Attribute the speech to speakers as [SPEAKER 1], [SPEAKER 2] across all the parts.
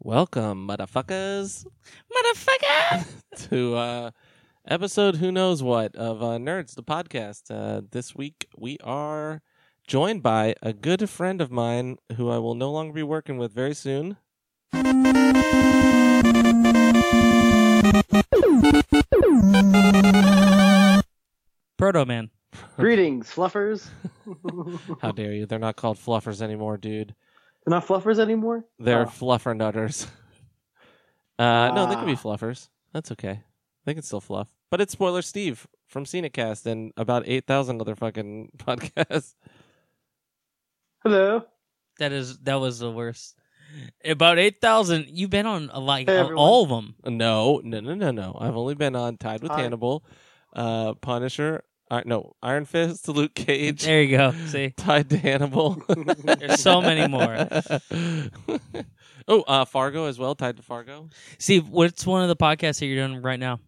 [SPEAKER 1] Welcome, motherfuckers, motherfucker, to uh, episode who knows what of uh, Nerds, the podcast. Uh, this week we are joined by a good friend of mine who I will no longer be working with very soon.
[SPEAKER 2] Proto Man.
[SPEAKER 3] Greetings, fluffers.
[SPEAKER 1] How dare you? They're not called fluffers anymore, dude.
[SPEAKER 3] They're not fluffers anymore.
[SPEAKER 1] They're
[SPEAKER 3] Oh.
[SPEAKER 1] fluffer nutters. Uh, no, they could be
[SPEAKER 3] Ah.
[SPEAKER 1] fluffers. That's okay. They can still fluff. But it's spoiler Steve from Scenicast and about eight thousand other fucking podcasts.
[SPEAKER 3] Hello.
[SPEAKER 2] That is that was the worst. About eight thousand. You've been on uh, like
[SPEAKER 3] Hey,
[SPEAKER 2] uh,
[SPEAKER 3] everyone.
[SPEAKER 2] all of them.
[SPEAKER 1] No, no, no, no, no. I've only been on Tied with
[SPEAKER 3] Hi.
[SPEAKER 1] Hannibal, uh, Punisher. Uh, no, Iron Fist, Luke Cage.
[SPEAKER 2] There you go. See,
[SPEAKER 1] Tied to Hannibal.
[SPEAKER 2] There's so many more.
[SPEAKER 1] oh, uh, Fargo as well. Tied to Fargo.
[SPEAKER 2] see, what's one of the podcasts that you're doing right now?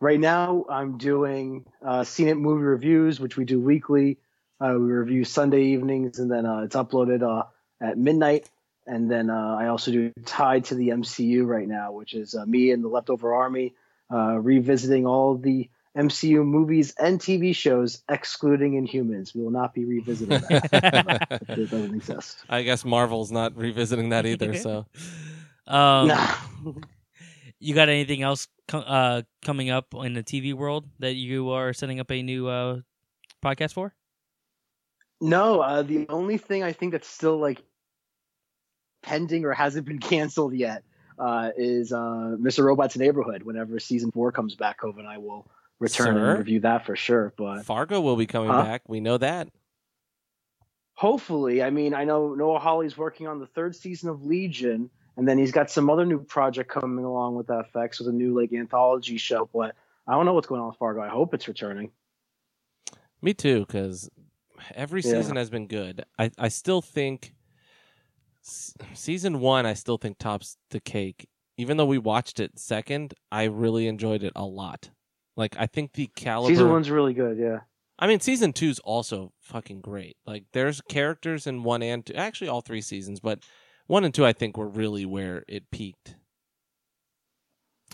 [SPEAKER 3] Right now, I'm doing uh, Seen It movie reviews, which we do weekly. Uh, we review Sunday evenings, and then uh, it's uploaded uh, at midnight. And then uh, I also do Tied to the MCU right now, which is uh, me and the Leftover Army uh, revisiting all the MCU movies and TV shows, excluding Inhumans. We will not be revisiting that. it doesn't exist.
[SPEAKER 1] I guess Marvel's not revisiting that either. So
[SPEAKER 2] Um,
[SPEAKER 3] Nah.
[SPEAKER 2] You got anything else co- uh, coming up in the TV world that you are setting up a new uh, podcast for?
[SPEAKER 3] No, uh, the only thing I think that's still like pending or hasn't been canceled yet uh, is uh, Mr. Robot's Neighborhood. Whenever season four comes back, Hove and I will return
[SPEAKER 1] Sir?
[SPEAKER 3] and review that for sure. But
[SPEAKER 1] Fargo will be coming
[SPEAKER 3] Huh?
[SPEAKER 1] back. We know that.
[SPEAKER 3] hopefully, I mean, I know Noah Hawley's working on the third season of Legion, and then he's got some other new project coming along with FX with a new like anthology show. But I don't know what's going on with Fargo. I hope it's returning.
[SPEAKER 1] Me too, because every
[SPEAKER 3] Yeah.
[SPEAKER 1] season has been good. I, I still think s- season one, I still think tops the cake. Even though we watched it second, I really enjoyed it a lot. Like I think the caliber.
[SPEAKER 3] Season one's really good. Yeah.
[SPEAKER 1] I mean, season two's also fucking great. Like there's characters in one and two, actually all three seasons, but one and two I think were really where it peaked.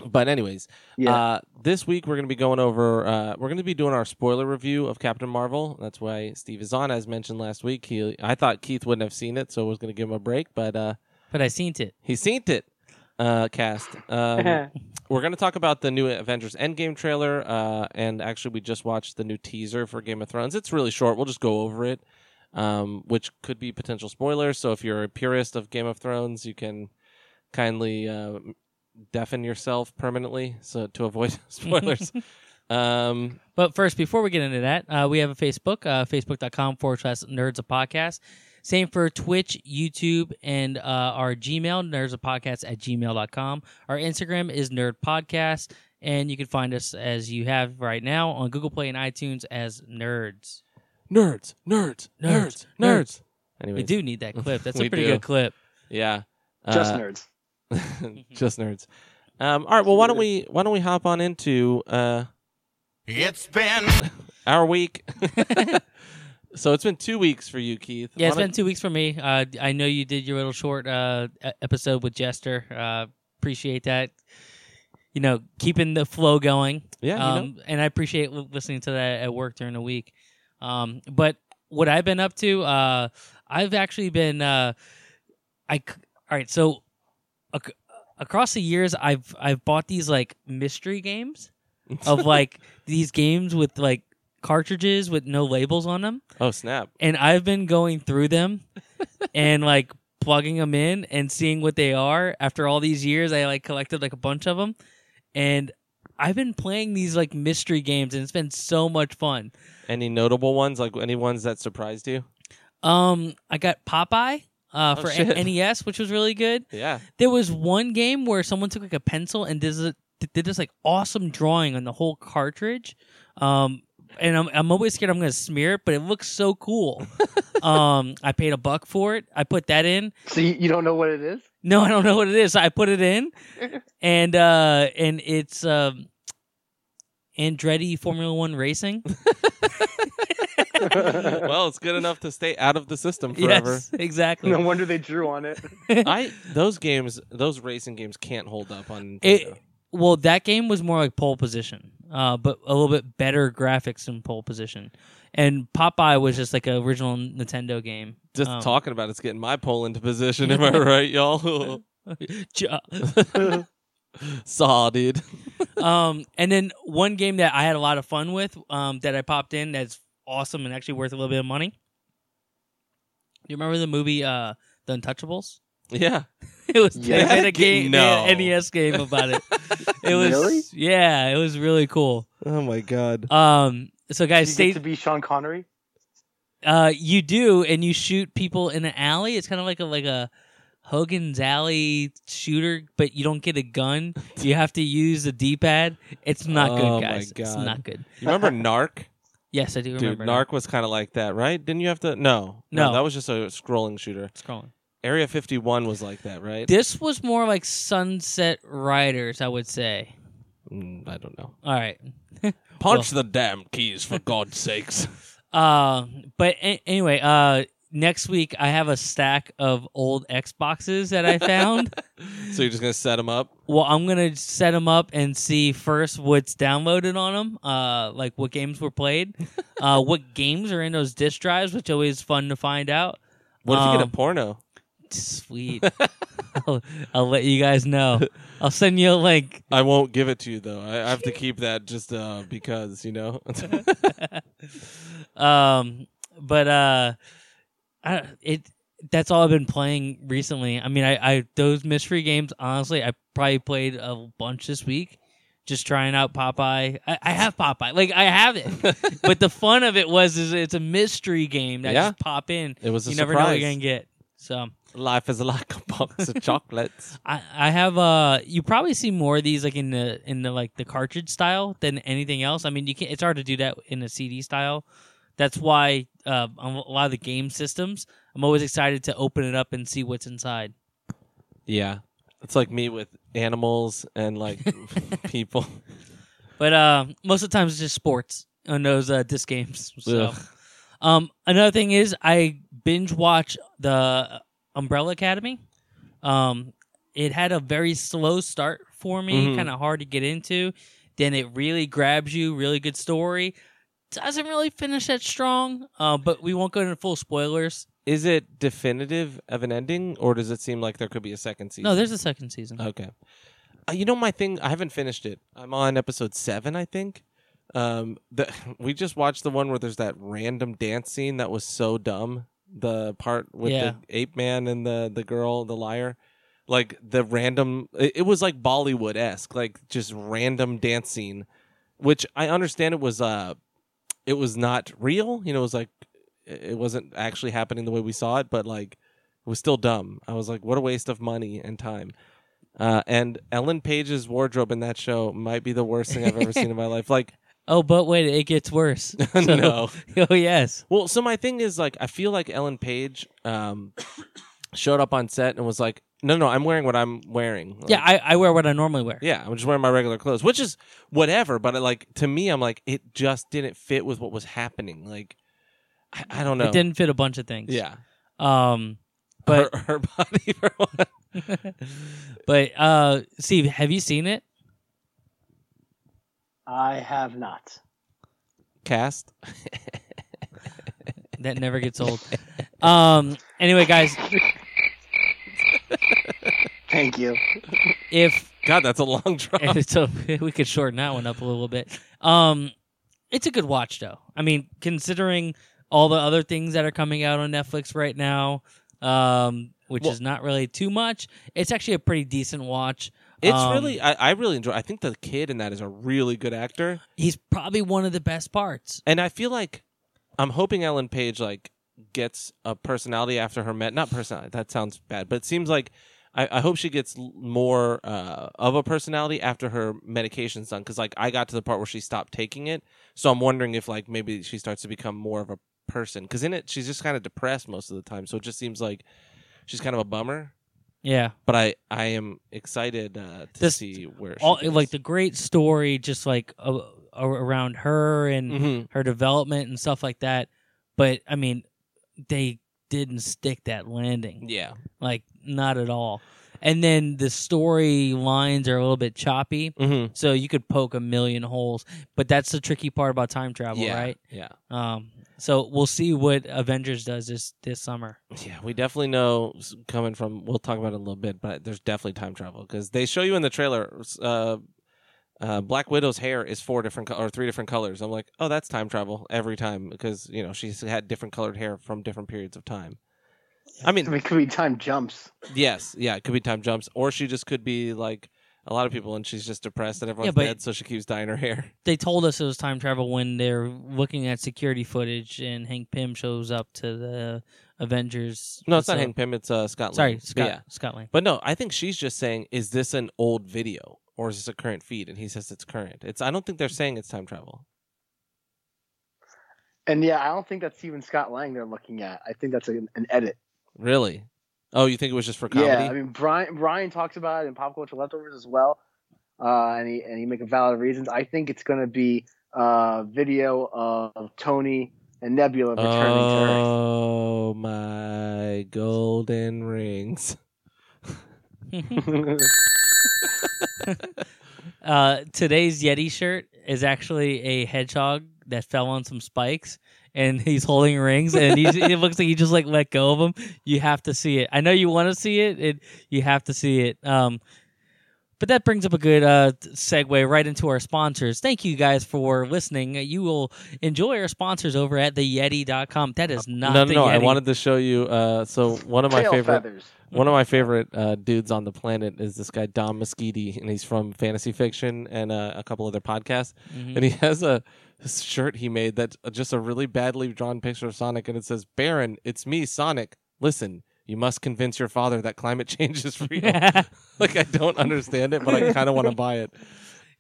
[SPEAKER 1] But anyways,
[SPEAKER 3] Yeah.
[SPEAKER 1] uh, this week we're going to be going over. Uh, we're going to be doing our spoiler review of Captain Marvel. That's why Steve is on, as mentioned last week. He, I thought Keith wouldn't have seen it, so I was going to give him a break, but uh,
[SPEAKER 2] But I seen it.
[SPEAKER 1] he seen it. Uh, cast. Um, we're going to talk about the new Avengers Endgame trailer, uh, and actually, we just watched the new teaser for Game of Thrones. It's really short. We'll just go over it, um, which could be potential spoilers. So, if you're a purist of Game of Thrones, you can kindly uh, deafen yourself permanently so to avoid spoilers. um,
[SPEAKER 2] But first, before we get into that, uh, we have a Facebook, uh, facebook.com forward slash nerds a podcast. Same for Twitch, YouTube, and uh, our Gmail, nerds a podcast at gmail.com. Our Instagram is nerd podcast. And you can find us as you have right now on Google Play and iTunes as nerds.
[SPEAKER 1] nerds, nerds, nerds,
[SPEAKER 2] Nerds,
[SPEAKER 1] nerds.
[SPEAKER 2] nerds.
[SPEAKER 1] Anyway,
[SPEAKER 2] We do need that clip. That's
[SPEAKER 1] We
[SPEAKER 2] a pretty
[SPEAKER 1] do.
[SPEAKER 2] good clip.
[SPEAKER 1] yeah,
[SPEAKER 3] Just
[SPEAKER 1] Uh,
[SPEAKER 3] nerds.
[SPEAKER 1] just nerds. Um, all right. Well, why don't we why don't we hop on into uh,
[SPEAKER 4] It's been
[SPEAKER 1] our week. so it's been two weeks for you, Keith.
[SPEAKER 2] Yeah, it's
[SPEAKER 1] Why
[SPEAKER 2] been two weeks for me. Uh, I know you did your little short uh, e- episode with Jester. Uh, appreciate that. You know, keeping the flow going.
[SPEAKER 1] don't- Yeah, you know.
[SPEAKER 2] um, and I appreciate li- listening to that at work during the week. Um, but what I've been up to, uh, I've actually been, uh, I c- all right. So ac- across the years, I've I've bought these like mystery games of like these games with like cartridges with no labels on them,
[SPEAKER 1] Oh snap!
[SPEAKER 2] and I've been going through them and like plugging them in and seeing what they are. After all these years, I like collected like a bunch of them, and I've been playing these like mystery games, and it's been so much fun.
[SPEAKER 1] Any notable ones? Like any ones that surprised you?
[SPEAKER 2] Um, I got Popeye. Uh,
[SPEAKER 1] Oh,
[SPEAKER 2] for
[SPEAKER 1] shit.
[SPEAKER 2] N- NES, which was really good.
[SPEAKER 1] Yeah.
[SPEAKER 2] There was one game where someone took like a pencil and did, this- did this like awesome drawing on the whole cartridge. Um, and I'm, I'm always scared I'm going to smear it, but it looks so cool. um, I paid a buck for it. I put that in.
[SPEAKER 3] So you, you don't know what it is?
[SPEAKER 2] No, I don't know what it is. I put it in, and uh and it's um Andretti Formula One Racing.
[SPEAKER 1] well, it's good enough to stay out of the system forever.
[SPEAKER 2] Yes, exactly.
[SPEAKER 3] no wonder they drew on it.
[SPEAKER 1] I those games, those racing games can't hold up on.
[SPEAKER 2] It-
[SPEAKER 1] Nintendo.
[SPEAKER 2] Well, that game was more like pole position, uh, but a little bit better graphics than pole position. And Popeye was just like an original Nintendo game.
[SPEAKER 1] Just
[SPEAKER 2] Um,
[SPEAKER 1] talking about it's getting my pole into position. Am I right, y'all?
[SPEAKER 2] Ja-
[SPEAKER 1] Saw, dude.
[SPEAKER 2] um, and then one game that I had a lot of fun with um, that I popped in that's awesome and actually worth a little bit of money. You remember the movie uh, The Untouchables?
[SPEAKER 1] Yeah.
[SPEAKER 2] It was
[SPEAKER 3] Yeah.
[SPEAKER 2] they had a game, they had
[SPEAKER 1] No.
[SPEAKER 2] an NES game about it. It was
[SPEAKER 3] Really?
[SPEAKER 2] yeah, it was really cool.
[SPEAKER 1] Oh my god.
[SPEAKER 2] Um, so
[SPEAKER 3] I
[SPEAKER 2] guys,
[SPEAKER 3] you
[SPEAKER 2] stay
[SPEAKER 3] get to be Sean Connery.
[SPEAKER 2] Uh, you do, and you shoot people in an alley. It's kind of like a like a Hogan's Alley shooter, but you don't get a gun. You have to use the D pad. It's not
[SPEAKER 1] Oh,
[SPEAKER 2] good,
[SPEAKER 1] my
[SPEAKER 2] guys. It's
[SPEAKER 1] God.
[SPEAKER 2] not good.
[SPEAKER 1] You remember Narc?
[SPEAKER 2] Yes, I do
[SPEAKER 1] Dude,
[SPEAKER 2] remember.
[SPEAKER 1] Narc was kind of like that, right? Didn't you have to? No,
[SPEAKER 2] No.
[SPEAKER 1] that was just a scrolling shooter.
[SPEAKER 2] scrolling.
[SPEAKER 1] Area 51 was like that, right?
[SPEAKER 2] This was more like Sunset Riders, I would say.
[SPEAKER 1] Mm, I don't know.
[SPEAKER 2] All right.
[SPEAKER 1] Punch the damn keys for God's sakes.
[SPEAKER 2] Uh, but a- anyway, uh, next week I have a stack of old Xboxes that I found.
[SPEAKER 1] So you're just gonna set them up?
[SPEAKER 2] Well, I'm gonna set them up and see first what's downloaded on them, uh, like what games were played, uh, what games are in those disk drives, which always fun to find out.
[SPEAKER 1] What if you get
[SPEAKER 2] Um,
[SPEAKER 1] a porno?
[SPEAKER 2] Sweet, I'll, I'll let you guys know. I'll send you a link.
[SPEAKER 1] I won't give it to you though. I, I have to keep that just uh, because you know.
[SPEAKER 2] um, but uh, I, it that's all I've been playing recently. I mean, I, I those mystery games. Honestly, I probably played a bunch this week, just trying out Popeye. I, I have Popeye, like I have it. but the fun of it was is it's a mystery game that
[SPEAKER 1] Yeah.
[SPEAKER 2] just pop in.
[SPEAKER 1] it was a
[SPEAKER 2] You never
[SPEAKER 1] surprise.
[SPEAKER 2] know what you're gonna get. So
[SPEAKER 1] Life is like a box of chocolates.
[SPEAKER 2] I, I have uh you probably see more of these like in the in the like the cartridge style than anything else. I mean you can not it's hard to do that in a CD style. That's why uh, on a lot of the game systems, I'm always excited to open it up and see what's inside.
[SPEAKER 1] Yeah, it's like me with animals and like people.
[SPEAKER 2] But uh, most of the times it's just sports on those uh, disc games. So,
[SPEAKER 1] Ugh.
[SPEAKER 2] um, another thing is I binge watch the Umbrella Academy. Um, it had a very slow start for me,
[SPEAKER 1] Mhm.
[SPEAKER 2] kind of hard to get into. Then it really grabs you, really good story. Doesn't really finish that strong, uh, but we won't go into full spoilers.
[SPEAKER 1] Is it definitive of an ending, or does it seem like there could be a second season?
[SPEAKER 2] No, there's a second season.
[SPEAKER 1] Okay. Uh, you know my thing. I haven't finished it. I'm on episode seven, I think. Um, the, we just watched the one where there's that random dance scene that was so dumb. The part with
[SPEAKER 2] Yeah.
[SPEAKER 1] the ape man and the the girl, the liar, like the random. It, it was like Bollywood esque, like just random dance scene, which I understand it was uh, it was not real. You know, it was like it it wasn't actually happening the way we saw it, but like it was still dumb. I was like, what a waste of money and time. Uh, and Ellen Page's wardrobe in that show might be the worst thing I've ever seen in my life. Like,
[SPEAKER 2] Oh, but wait, it gets worse. So-
[SPEAKER 1] no.
[SPEAKER 2] Oh, yes.
[SPEAKER 1] Well, so my thing is like, I feel like Ellen Page um, showed up on set and was like, no, no, I'm wearing what I'm wearing. Like,
[SPEAKER 2] Yeah, I, I wear what I normally wear.
[SPEAKER 1] Oh. yeah, I'm just wearing my regular clothes, which is whatever. But like to me, I'm like, it just didn't fit with what was happening. Like, I, I don't know.
[SPEAKER 2] It didn't fit a bunch of things.
[SPEAKER 1] Yeah,
[SPEAKER 2] Um, but
[SPEAKER 1] her, her body for one.
[SPEAKER 2] but uh, Steve, have you seen it?
[SPEAKER 3] I have not.
[SPEAKER 1] cast.
[SPEAKER 2] That never gets old. um. Anyway, guys,
[SPEAKER 3] Thank you.
[SPEAKER 2] if
[SPEAKER 1] God, that's a long drop.
[SPEAKER 2] so, we could shorten that one up a little bit. Um, it's a good watch though. I mean, considering all the other things that are coming out on Netflix right now, um, which
[SPEAKER 1] Well-
[SPEAKER 2] is not really too much. It's actually a pretty decent watch.
[SPEAKER 1] It's
[SPEAKER 2] Um,
[SPEAKER 1] really, I, I really enjoy. I think the kid in that is a really good actor,
[SPEAKER 2] He's probably one of the best parts.
[SPEAKER 1] and I feel like I'm hoping Ellen Page like gets a personality after her met. Not personality. That sounds bad, but it seems like I, I hope she gets l- more uh, of a personality after her medication's done. Because like I got to the part where she stopped taking it, so I'm wondering if like maybe she starts to become more of a person. Because in it, she's just kind of depressed most of the time, so it just seems like she's kind of a bummer.
[SPEAKER 2] Yeah.
[SPEAKER 1] But I, I am excited uh, to
[SPEAKER 2] This-
[SPEAKER 1] see where she
[SPEAKER 2] all
[SPEAKER 1] goes.
[SPEAKER 2] like the great story just like a, a- around her and
[SPEAKER 1] Mhm.
[SPEAKER 2] her development and stuff like that But I mean, they didn't stick that landing.
[SPEAKER 1] Yeah.
[SPEAKER 2] Like not at all. And then the story lines are a little bit choppy.
[SPEAKER 1] Mm-hmm.
[SPEAKER 2] So you could poke a million holes, but that's the tricky part about time travel,
[SPEAKER 1] yeah.
[SPEAKER 2] right?
[SPEAKER 1] Yeah.
[SPEAKER 2] Um, so we'll see what Avengers does this this summer.
[SPEAKER 1] Yeah, we definitely know s- coming from. We'll talk about it in a little bit, but there's definitely time travel because they show you in the trailer. s- Uh, uh, Black Widow's hair is four different co- or three different colors. I'm like, oh, that's time travel every time because you know she's had different colored hair from different periods of time. I mean,
[SPEAKER 3] I mean, it could be time jumps.
[SPEAKER 1] yes, yeah, it could be time jumps, or she just could be like a lot of people, and she's just depressed and everyone's
[SPEAKER 2] but-
[SPEAKER 1] dead, so she keeps dyeing her hair.
[SPEAKER 2] They told us it was time travel when they're looking at security footage and Hank Pym shows up to the Avengers.
[SPEAKER 1] No, it's not
[SPEAKER 2] facility.
[SPEAKER 1] Hank Pym. It's uh, Scott.
[SPEAKER 2] Sorry,
[SPEAKER 1] Lang. But
[SPEAKER 2] Scott.
[SPEAKER 1] Yeah.
[SPEAKER 2] Scott Lang.
[SPEAKER 1] But no, I think she's just saying, "Is this an old video or is this a current feed?" And he says it's current. It's. I don't think they're saying it's time travel.
[SPEAKER 3] And yeah, I don't think that's even Scott Lang they're looking at. I think that's an, an edit.
[SPEAKER 1] Really? Oh, you think it was just for comedy?
[SPEAKER 3] Yeah, I mean Brian Brian talks about it in Pop Culture Leftovers as well, uh, and he and he make a valid reasons. I think it's going to be uh, video of Tony and Nebula returning to Earth.
[SPEAKER 1] oh my golden rings!
[SPEAKER 2] Uh, today's Yeti shirt is actually a hedgehog that fell on some spikes, and he's holding rings, and he's, it looks like he just like let go of them. You have to see it. I know you want to see it. It you have to see it. Um, but that brings up a good uh, t- segue right into our sponsors. Thank you guys for listening. You will enjoy our sponsors over at theyeti.com. That is not
[SPEAKER 1] no, no,
[SPEAKER 2] the
[SPEAKER 1] no!
[SPEAKER 2] Yeti.
[SPEAKER 1] I wanted to show you. Uh, so one of my
[SPEAKER 3] Tail
[SPEAKER 1] favorite,
[SPEAKER 3] feathers.
[SPEAKER 1] one of my favorite uh, dudes on the planet is this guy Dom Moschiti, and he's from Fantasy Fiction and uh, a couple other podcasts.
[SPEAKER 2] Mhm.
[SPEAKER 1] and he has a this shirt he made that's just a really badly drawn picture of Sonic, and it says, "Baron, it's me, Sonic. Listen, you must convince your father that climate change is real." like I don't understand it, but I kind of want to buy it.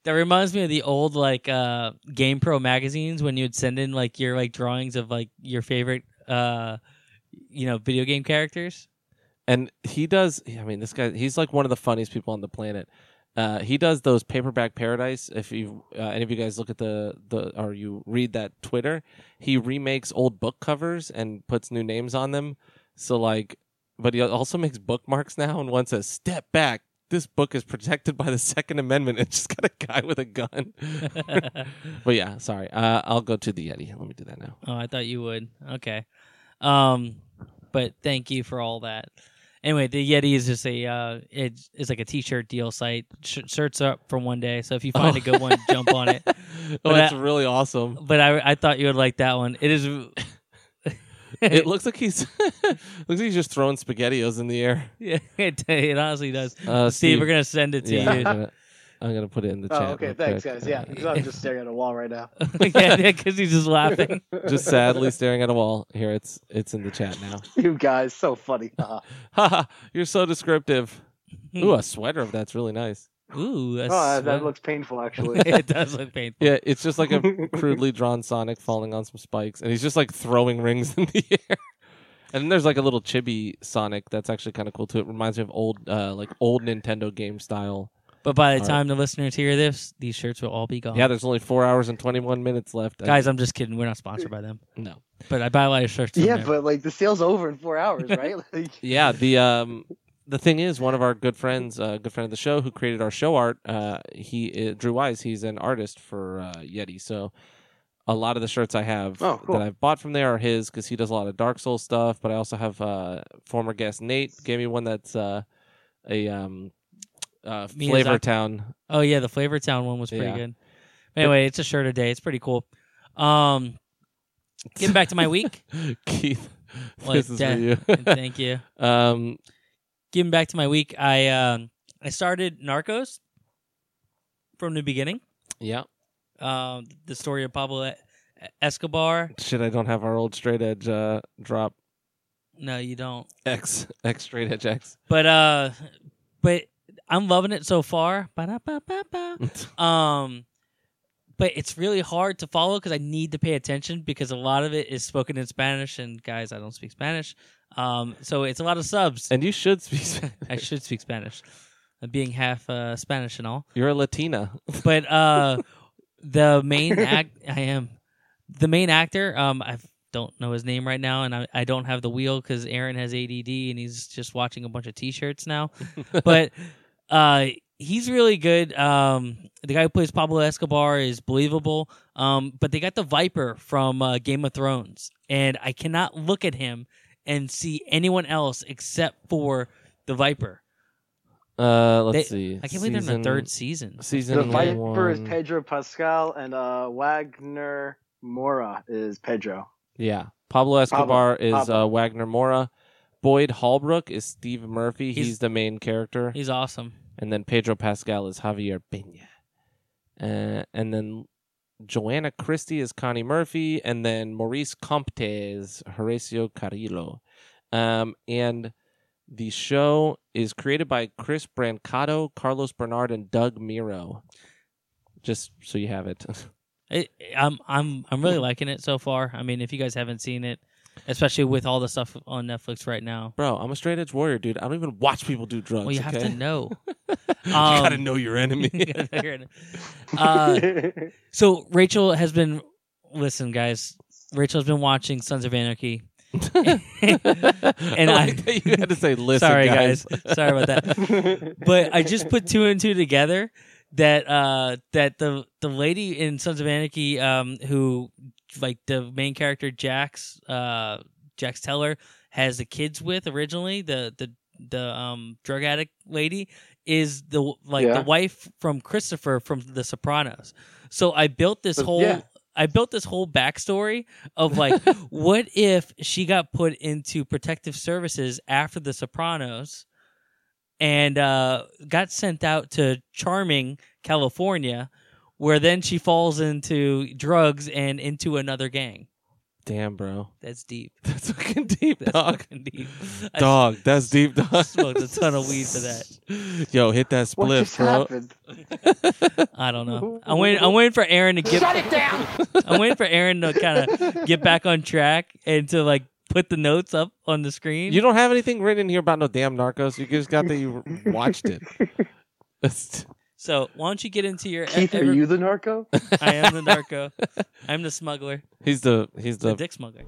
[SPEAKER 2] That reminds me of the old like uh Game Pro magazines when you'd send in like your like drawings of like your favorite uh you know video game characters.
[SPEAKER 1] And he does. I mean, this guy, he's like one of the funniest people on the planet. Uh, he does those paperback paradise. If you uh, any of you guys look at the the or you read that Twitter, he remakes old book covers and puts new names on them. So like, but he also makes bookmarks now, and one says "Step back." This book is protected by the Second Amendment. It's just got a guy with a gun.
[SPEAKER 2] oh,
[SPEAKER 1] but yeah, sorry. Uh, I'll go to the Yeti. Let me do that now.
[SPEAKER 2] Oh, I thought you would. Okay. Um but thank you for all that. Anyway, the Yeti is just a uh it's, it's like a t-shirt deal site. Sh- shirts are up for one day, so if you find
[SPEAKER 1] Oh.
[SPEAKER 2] a good one, jump on it.
[SPEAKER 1] oh,
[SPEAKER 2] But
[SPEAKER 1] that's
[SPEAKER 2] I-
[SPEAKER 1] really awesome.
[SPEAKER 2] But I I thought you would like that one. It is
[SPEAKER 1] it looks like he's looks like he's just throwing spaghettios in the air.
[SPEAKER 2] Yeah, it, it honestly does.
[SPEAKER 1] Uh,
[SPEAKER 2] Steve, we're gonna send it to
[SPEAKER 1] yeah, I'm,
[SPEAKER 2] you.
[SPEAKER 1] gonna, I'm gonna put it in the
[SPEAKER 3] Oh,
[SPEAKER 1] chat.
[SPEAKER 3] okay,
[SPEAKER 1] real
[SPEAKER 3] thanks
[SPEAKER 1] quick. Uh,
[SPEAKER 3] guys. Yeah, 'cause I'm just staring at a wall right now.
[SPEAKER 2] yeah, because he's just laughing.
[SPEAKER 1] just sadly staring at a wall. Here, it's it's in the chat now.
[SPEAKER 3] You guys, so funny. Uh,
[SPEAKER 1] Haha, you're so descriptive. Ooh, a sweater of that's really nice.
[SPEAKER 2] Ooh, that's,
[SPEAKER 3] oh, that looks painful, actually.
[SPEAKER 2] it does look painful.
[SPEAKER 1] Yeah, it's just like a crudely drawn Sonic falling on some spikes, and he's just like throwing rings in the air. And then there's like a little chibi Sonic that's actually kind of cool too. It reminds me of old, uh, like old Nintendo game style.
[SPEAKER 2] But by the
[SPEAKER 1] All right.
[SPEAKER 2] time the listeners hear this, these shirts will all be gone.
[SPEAKER 1] Yeah, there's only four hours and 21 minutes left. I-
[SPEAKER 2] guys, I'm just kidding. We're not sponsored by them,
[SPEAKER 1] no.
[SPEAKER 2] but I buy a lot of shirts. from
[SPEAKER 3] yeah,
[SPEAKER 2] them.
[SPEAKER 3] but like the sale's over in four hours, right? Like,
[SPEAKER 1] Yeah, the um the thing is, one of our good friends, uh, good friend of the show, who created our show art, uh, he uh, Drew Wise. He's an artist for uh, Yeti, so a lot of the shirts I have
[SPEAKER 3] Oh, cool.
[SPEAKER 1] that I've bought from there are his because he does a lot of Dark Souls stuff. But I also have uh, former guest Nate gave me one that's uh, a um, uh,
[SPEAKER 2] Miyazaki.
[SPEAKER 1] Flavor Town.
[SPEAKER 2] oh yeah, the Flavor Town one was pretty
[SPEAKER 1] Yeah.
[SPEAKER 2] good. But anyway, it's a shirt a day. It's pretty cool. Um, getting back to my week.
[SPEAKER 1] Keith,
[SPEAKER 2] Well,
[SPEAKER 1] this is for
[SPEAKER 2] Dan-
[SPEAKER 1] you.
[SPEAKER 2] Thank you.
[SPEAKER 1] um,
[SPEAKER 2] Getting back to my week. I um, I started Narcos from the beginning.
[SPEAKER 1] yeah,
[SPEAKER 2] Um, the story of Pablo E- Escobar.
[SPEAKER 1] shit. I don't have our old straight edge uh, drop
[SPEAKER 2] No, you don't.
[SPEAKER 1] X X straight edge X.
[SPEAKER 2] But uh, but I'm loving it so far. Ba-da-ba-ba-ba. Um, but it's really hard to follow because I need to pay attention because a lot of it is spoken in Spanish, and guys, I don't speak Spanish. Um, so it's a lot of subs.
[SPEAKER 1] And you should speak. Spanish.
[SPEAKER 2] I should speak Spanish, uh, being half uh, Spanish and all.
[SPEAKER 1] You're a Latina.
[SPEAKER 2] But uh, the main act, I am the main actor. Um, I don't know his name right now, and I, I don't have the wheel because Aaron has ADD and he's just watching a bunch of T-shirts now. but uh, he's really good. Um, the guy who plays Pablo Escobar is believable. Um, but they got the Viper from uh, Game of Thrones, and I cannot look at him and see anyone else except for the Viper.
[SPEAKER 1] Uh, let's
[SPEAKER 2] They-
[SPEAKER 1] see.
[SPEAKER 2] I can't believe they're in the third season.
[SPEAKER 1] season.
[SPEAKER 3] The Viper
[SPEAKER 1] one.
[SPEAKER 3] is Pedro Pascal, and uh, Wagner Mora is Pedro.
[SPEAKER 1] Yeah. Pablo Escobar is
[SPEAKER 3] Pablo.
[SPEAKER 1] Uh, Wagner Mora. Boyd Holbrook is Steve Murphy. He's,
[SPEAKER 2] He's-
[SPEAKER 1] the main character.
[SPEAKER 2] He's awesome.
[SPEAKER 1] And then Pedro Pascal is Javier Pena. Uh, and then Joanna Christie is Connie Murphy. And then Maurice Comte is Horacio Carrillo. Um, and the show is created by Chris Brancato, Carlos Bernard, and Doug Miro. Just so you have it.
[SPEAKER 2] It, I'm I'm I'm really liking it so far. I mean, if you guys haven't seen it, especially with all the stuff on Netflix right now,
[SPEAKER 1] Bro, I'm a straight edge warrior, dude. I don't even watch people do drugs.
[SPEAKER 2] well, you have
[SPEAKER 1] okay?
[SPEAKER 2] to know.
[SPEAKER 1] you
[SPEAKER 2] Um,
[SPEAKER 1] gotta know your enemy.
[SPEAKER 2] uh, so Rachel has been listen, guys. Rachel's been watching Sons of Anarchy.
[SPEAKER 1] and
[SPEAKER 2] I-
[SPEAKER 1] you had to say, "Listen,
[SPEAKER 2] Sorry,
[SPEAKER 1] guys."
[SPEAKER 2] guys. Sorry about that. but I just put two and two together that uh that the the lady in Sons of Anarchy um who like the main character Jax uh Jax Teller has the kids with originally the the the um drug addict lady is the like
[SPEAKER 3] Yeah.
[SPEAKER 2] the wife from Christopher from The Sopranos. So I built this
[SPEAKER 3] But-
[SPEAKER 2] whole
[SPEAKER 3] yeah.
[SPEAKER 2] I built this whole backstory of like what if she got put into protective services after the Sopranos and uh, got sent out to charming California, where then she falls into drugs and into another gang.
[SPEAKER 1] Damn, bro,
[SPEAKER 2] That's deep.
[SPEAKER 1] that's fucking deep,
[SPEAKER 2] That's
[SPEAKER 1] dog.
[SPEAKER 2] fucking deep. I
[SPEAKER 1] Dog, that's deep, dog.
[SPEAKER 2] smoked a ton of weed for that.
[SPEAKER 1] Yo, hit that
[SPEAKER 3] what
[SPEAKER 1] split,
[SPEAKER 3] just
[SPEAKER 1] bro.
[SPEAKER 3] happened?
[SPEAKER 2] I don't know. I'm waiting. I'm waiting for Aaron to get. Shut it down. I'm waiting for Aaron to kind of get back on track and to like put the notes up on the screen.
[SPEAKER 1] You don't have anything written here about no damn narcos. You just got that you watched it. That's-
[SPEAKER 2] so why don't you get into your?
[SPEAKER 3] Keith, are
[SPEAKER 2] ever-
[SPEAKER 3] you the narco?
[SPEAKER 2] I am the narco. I'm the smuggler.
[SPEAKER 1] he's the he's
[SPEAKER 2] The
[SPEAKER 1] the
[SPEAKER 2] dick smuggler.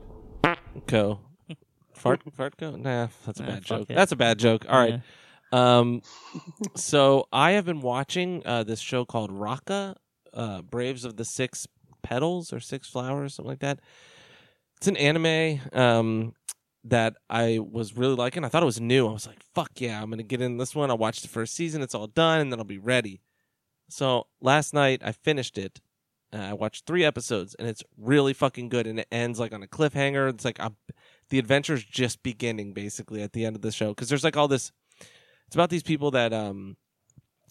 [SPEAKER 1] co. Fart fartco? Nah, that's a
[SPEAKER 2] Nah,
[SPEAKER 1] bad
[SPEAKER 2] fuck
[SPEAKER 1] joke.
[SPEAKER 2] it.
[SPEAKER 1] That's a bad joke. All right.
[SPEAKER 2] Yeah.
[SPEAKER 1] Um, so I have been watching uh, this show called Raka, uh, Braves of the Six Petals or Six Flowers, something like that. It's an anime um, that I was really liking. I thought it was new. I was like, "Fuck yeah, I'm gonna get in this one." I watched the first season; it's all done, and then I'll be ready. So last night I finished it. Uh, I watched three episodes, and it's really fucking good. And it ends like on a cliffhanger. It's like I'm, the adventure's just beginning, basically, at the end of the show because there's like all this it's about these people that um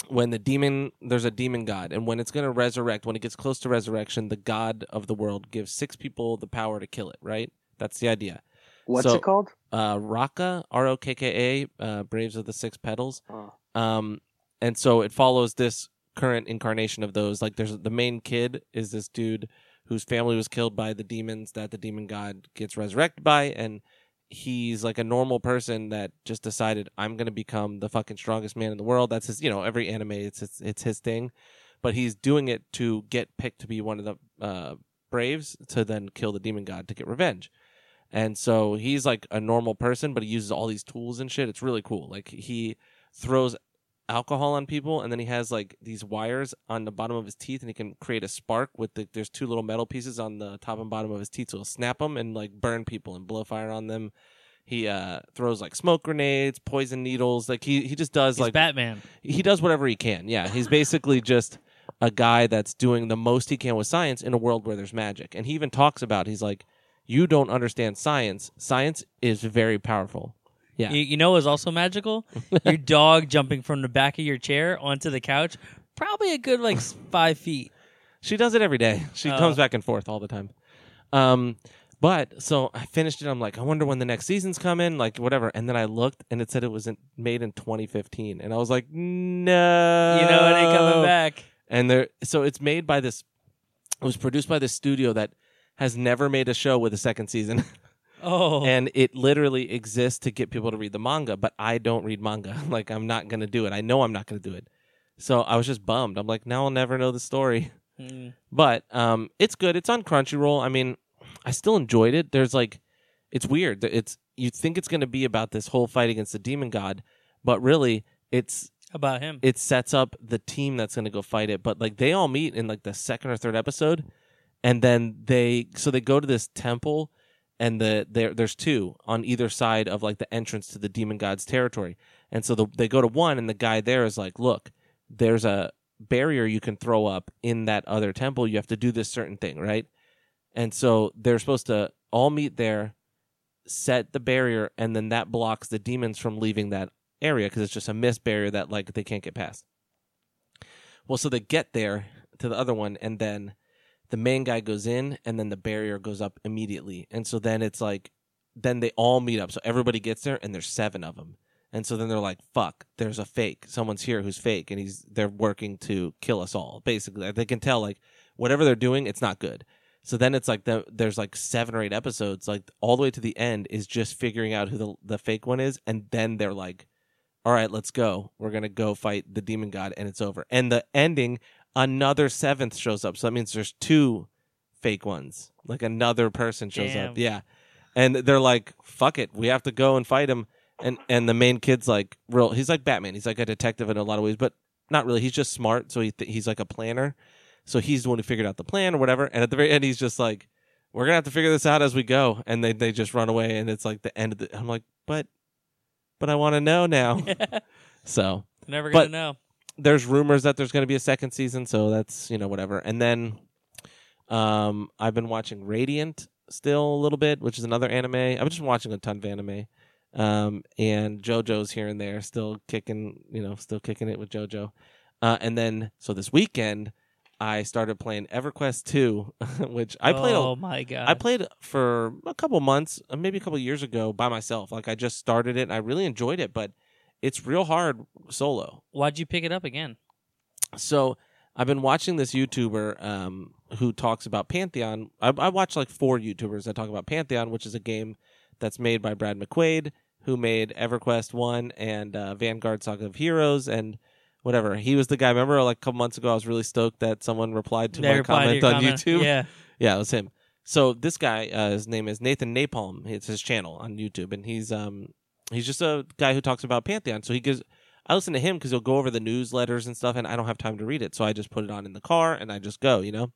[SPEAKER 1] when the demon there's a demon god and when it's going to resurrect when it gets close to resurrection the god of the world gives six people the power to kill it right that's the idea
[SPEAKER 3] What's
[SPEAKER 1] So-
[SPEAKER 3] it called?
[SPEAKER 1] uh raka r-o-k-k-a uh, braves of the six petals
[SPEAKER 3] Oh.
[SPEAKER 1] um and so it follows this current incarnation of those like there's the main kid is this dude whose family was killed by the demons that the demon god gets resurrected by and he's like a normal person that just decided i'm going to become the fucking strongest man in the world that's his you know every anime it's it's, it's his thing but he's doing it to get picked to be one of the uh, braves to then kill the demon god to get revenge and so he's like a normal person but he uses all these tools and shit it's really cool like he throws alcohol on people and then he has like these wires on the bottom of his teeth and he can create a spark with the there's two little metal pieces on the top and bottom of his teeth so he'll snap them and like burn people and blow fire on them he uh throws like smoke grenades poison needles like he he just does
[SPEAKER 2] He's
[SPEAKER 1] like
[SPEAKER 2] Batman.
[SPEAKER 1] he does whatever he can. Yeah, he's basically just a guy that's doing the most he can with science in a world where there's magic. And he even talks about he's like, you don't understand science. Science is very powerful. Yeah.
[SPEAKER 2] You, you know what's also magical? your dog jumping from the back of your chair onto the couch, probably a good like s- five feet.
[SPEAKER 1] She does it every day. She
[SPEAKER 2] Oh.
[SPEAKER 1] comes back and forth all the time. Um, but so I finished it. I'm like, I wonder when the next season's coming, like whatever. And then I looked, and it said it was in, made in 2015, and I was like, no,
[SPEAKER 2] You know it ain't
[SPEAKER 1] Oh.
[SPEAKER 2] coming back.
[SPEAKER 1] and there so it's made by this it was produced by this studio that has never made a show with a second season
[SPEAKER 2] Oh,
[SPEAKER 1] and it literally exists to get people to read the manga but i don't read manga like i'm not gonna do it i know i'm not gonna do it so i was just bummed i'm like now i'll never know the story
[SPEAKER 2] Mm.
[SPEAKER 1] but um it's good it's on crunchyroll i mean I still enjoyed it. There's like, it's weird. It's you think it's going to be about this whole fight against the demon god, but really it's
[SPEAKER 2] about him.
[SPEAKER 1] it sets up the team that's going to go fight it. But like they all meet in like the second or third episode, and then they so they go to this temple, and the there there's two on either side of like the entrance to the demon god's territory. And so the, they go to one, and the guy there is like, "Look, there's a barrier you can throw up in that other temple. You have to do this certain thing, right?" And so they're supposed to all meet there, set the barrier, and then that blocks the demons from leaving that area because it's just a mist barrier that like they can't get past. Well, so they get there to the other one, and then the main guy goes in, and then the barrier goes up immediately, and so then it's like, then they all meet up. So everybody gets there, and there's seven of them, and so then they're like, "Fuck, there's a fake. Someone's here who's fake, and he's they're working to kill us all." Basically, they can tell like whatever they're doing, it's not good. So then it's like the, there's like seven or eight episodes, like all the way to the end is just figuring out who the the fake one is, and then they're like, all right, let's go. We're gonna go fight the demon god, and it's over. And the ending, another seventh shows up. So that means there's two fake ones. Like another person shows
[SPEAKER 2] Damn.
[SPEAKER 1] up. Yeah, and they're like, "Fuck it, we have to go and fight him." And and the main kid's like, real. He's like Batman. He's like a detective in a lot of ways, but not really. He's just smart, so he th- he's like a planner. So he's the one who figured out the plan or whatever. And at the very end, he's just like, "We're gonna have to figure this out as we go." And they they just run away, and it's like the end of the. I'm like, but. But I want to know now. So
[SPEAKER 2] Never
[SPEAKER 1] But-
[SPEAKER 2] gonna know.
[SPEAKER 1] there's rumors that there's going to be a second season, so that's you know whatever. And then, um, I've been watching Radiant still a little bit, which is another anime. I've just been watching a ton of anime, um, and JoJo's here and there, still kicking, you know, still kicking it with JoJo. Uh, and then so this weekend, I started playing EverQuest two, which I played a
[SPEAKER 2] Oh my god.
[SPEAKER 1] I played for a couple months, uh, maybe a couple years ago, by myself. Like I just started it, and I really enjoyed it, but it's real hard solo.
[SPEAKER 2] Why'd you pick it up again?
[SPEAKER 1] So I've been watching this YouTuber um, who talks about Pantheon. I, I watch like four YouTubers that talk about Pantheon, which is a game that's made by Brad McQuaid, who made EverQuest One and uh, Vanguard Saga of Heroes and whatever. He was the guy. Remember, like a couple months ago, I was really stoked that someone replied to
[SPEAKER 2] They
[SPEAKER 1] my
[SPEAKER 2] replied to
[SPEAKER 1] comment
[SPEAKER 2] your
[SPEAKER 1] on
[SPEAKER 2] comment.
[SPEAKER 1] YouTube.
[SPEAKER 2] Yeah.
[SPEAKER 1] Yeah, it was him. So this guy, uh, his name is Nathan Napalm. It's his channel on YouTube, and he's um he's just a guy who talks about Pantheon. So he gives. I listen to him because he'll go over the newsletters and stuff, and I don't have time to read it, so I just put it on in the car and I just go, you know.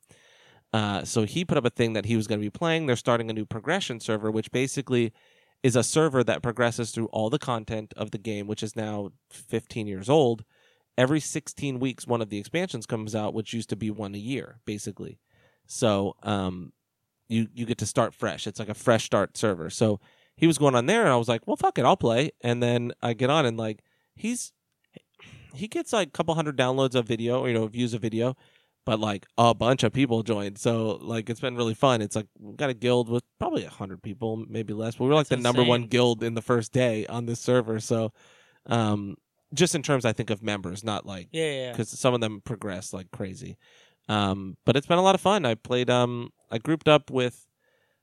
[SPEAKER 1] Uh, so he put up a thing that he was going to be playing. They're starting a new progression server, which basically is a server that progresses through all the content of the game, which is now 15 years old. Every 16 weeks, one of the expansions comes out, which used to be one a year, basically. So um, you you get to start fresh. It's like a fresh start server. So he was going on there, and I was like, well, fuck it, I'll play. And then I get on, and like he's he gets like a couple hundred downloads of video, or, you know, views of video, but like a bunch of people joined. So like it's been really fun. It's like we got a guild with probably a hundred people, maybe less. But we were like
[SPEAKER 2] That's
[SPEAKER 1] the number
[SPEAKER 2] insane.
[SPEAKER 1] one guild in the first day on this server. So um, just in terms, I think of members, not like
[SPEAKER 2] Yeah. yeah, yeah.
[SPEAKER 1] because some of them progress like crazy. Um, but it's been a lot of fun. I played. Um, I grouped up with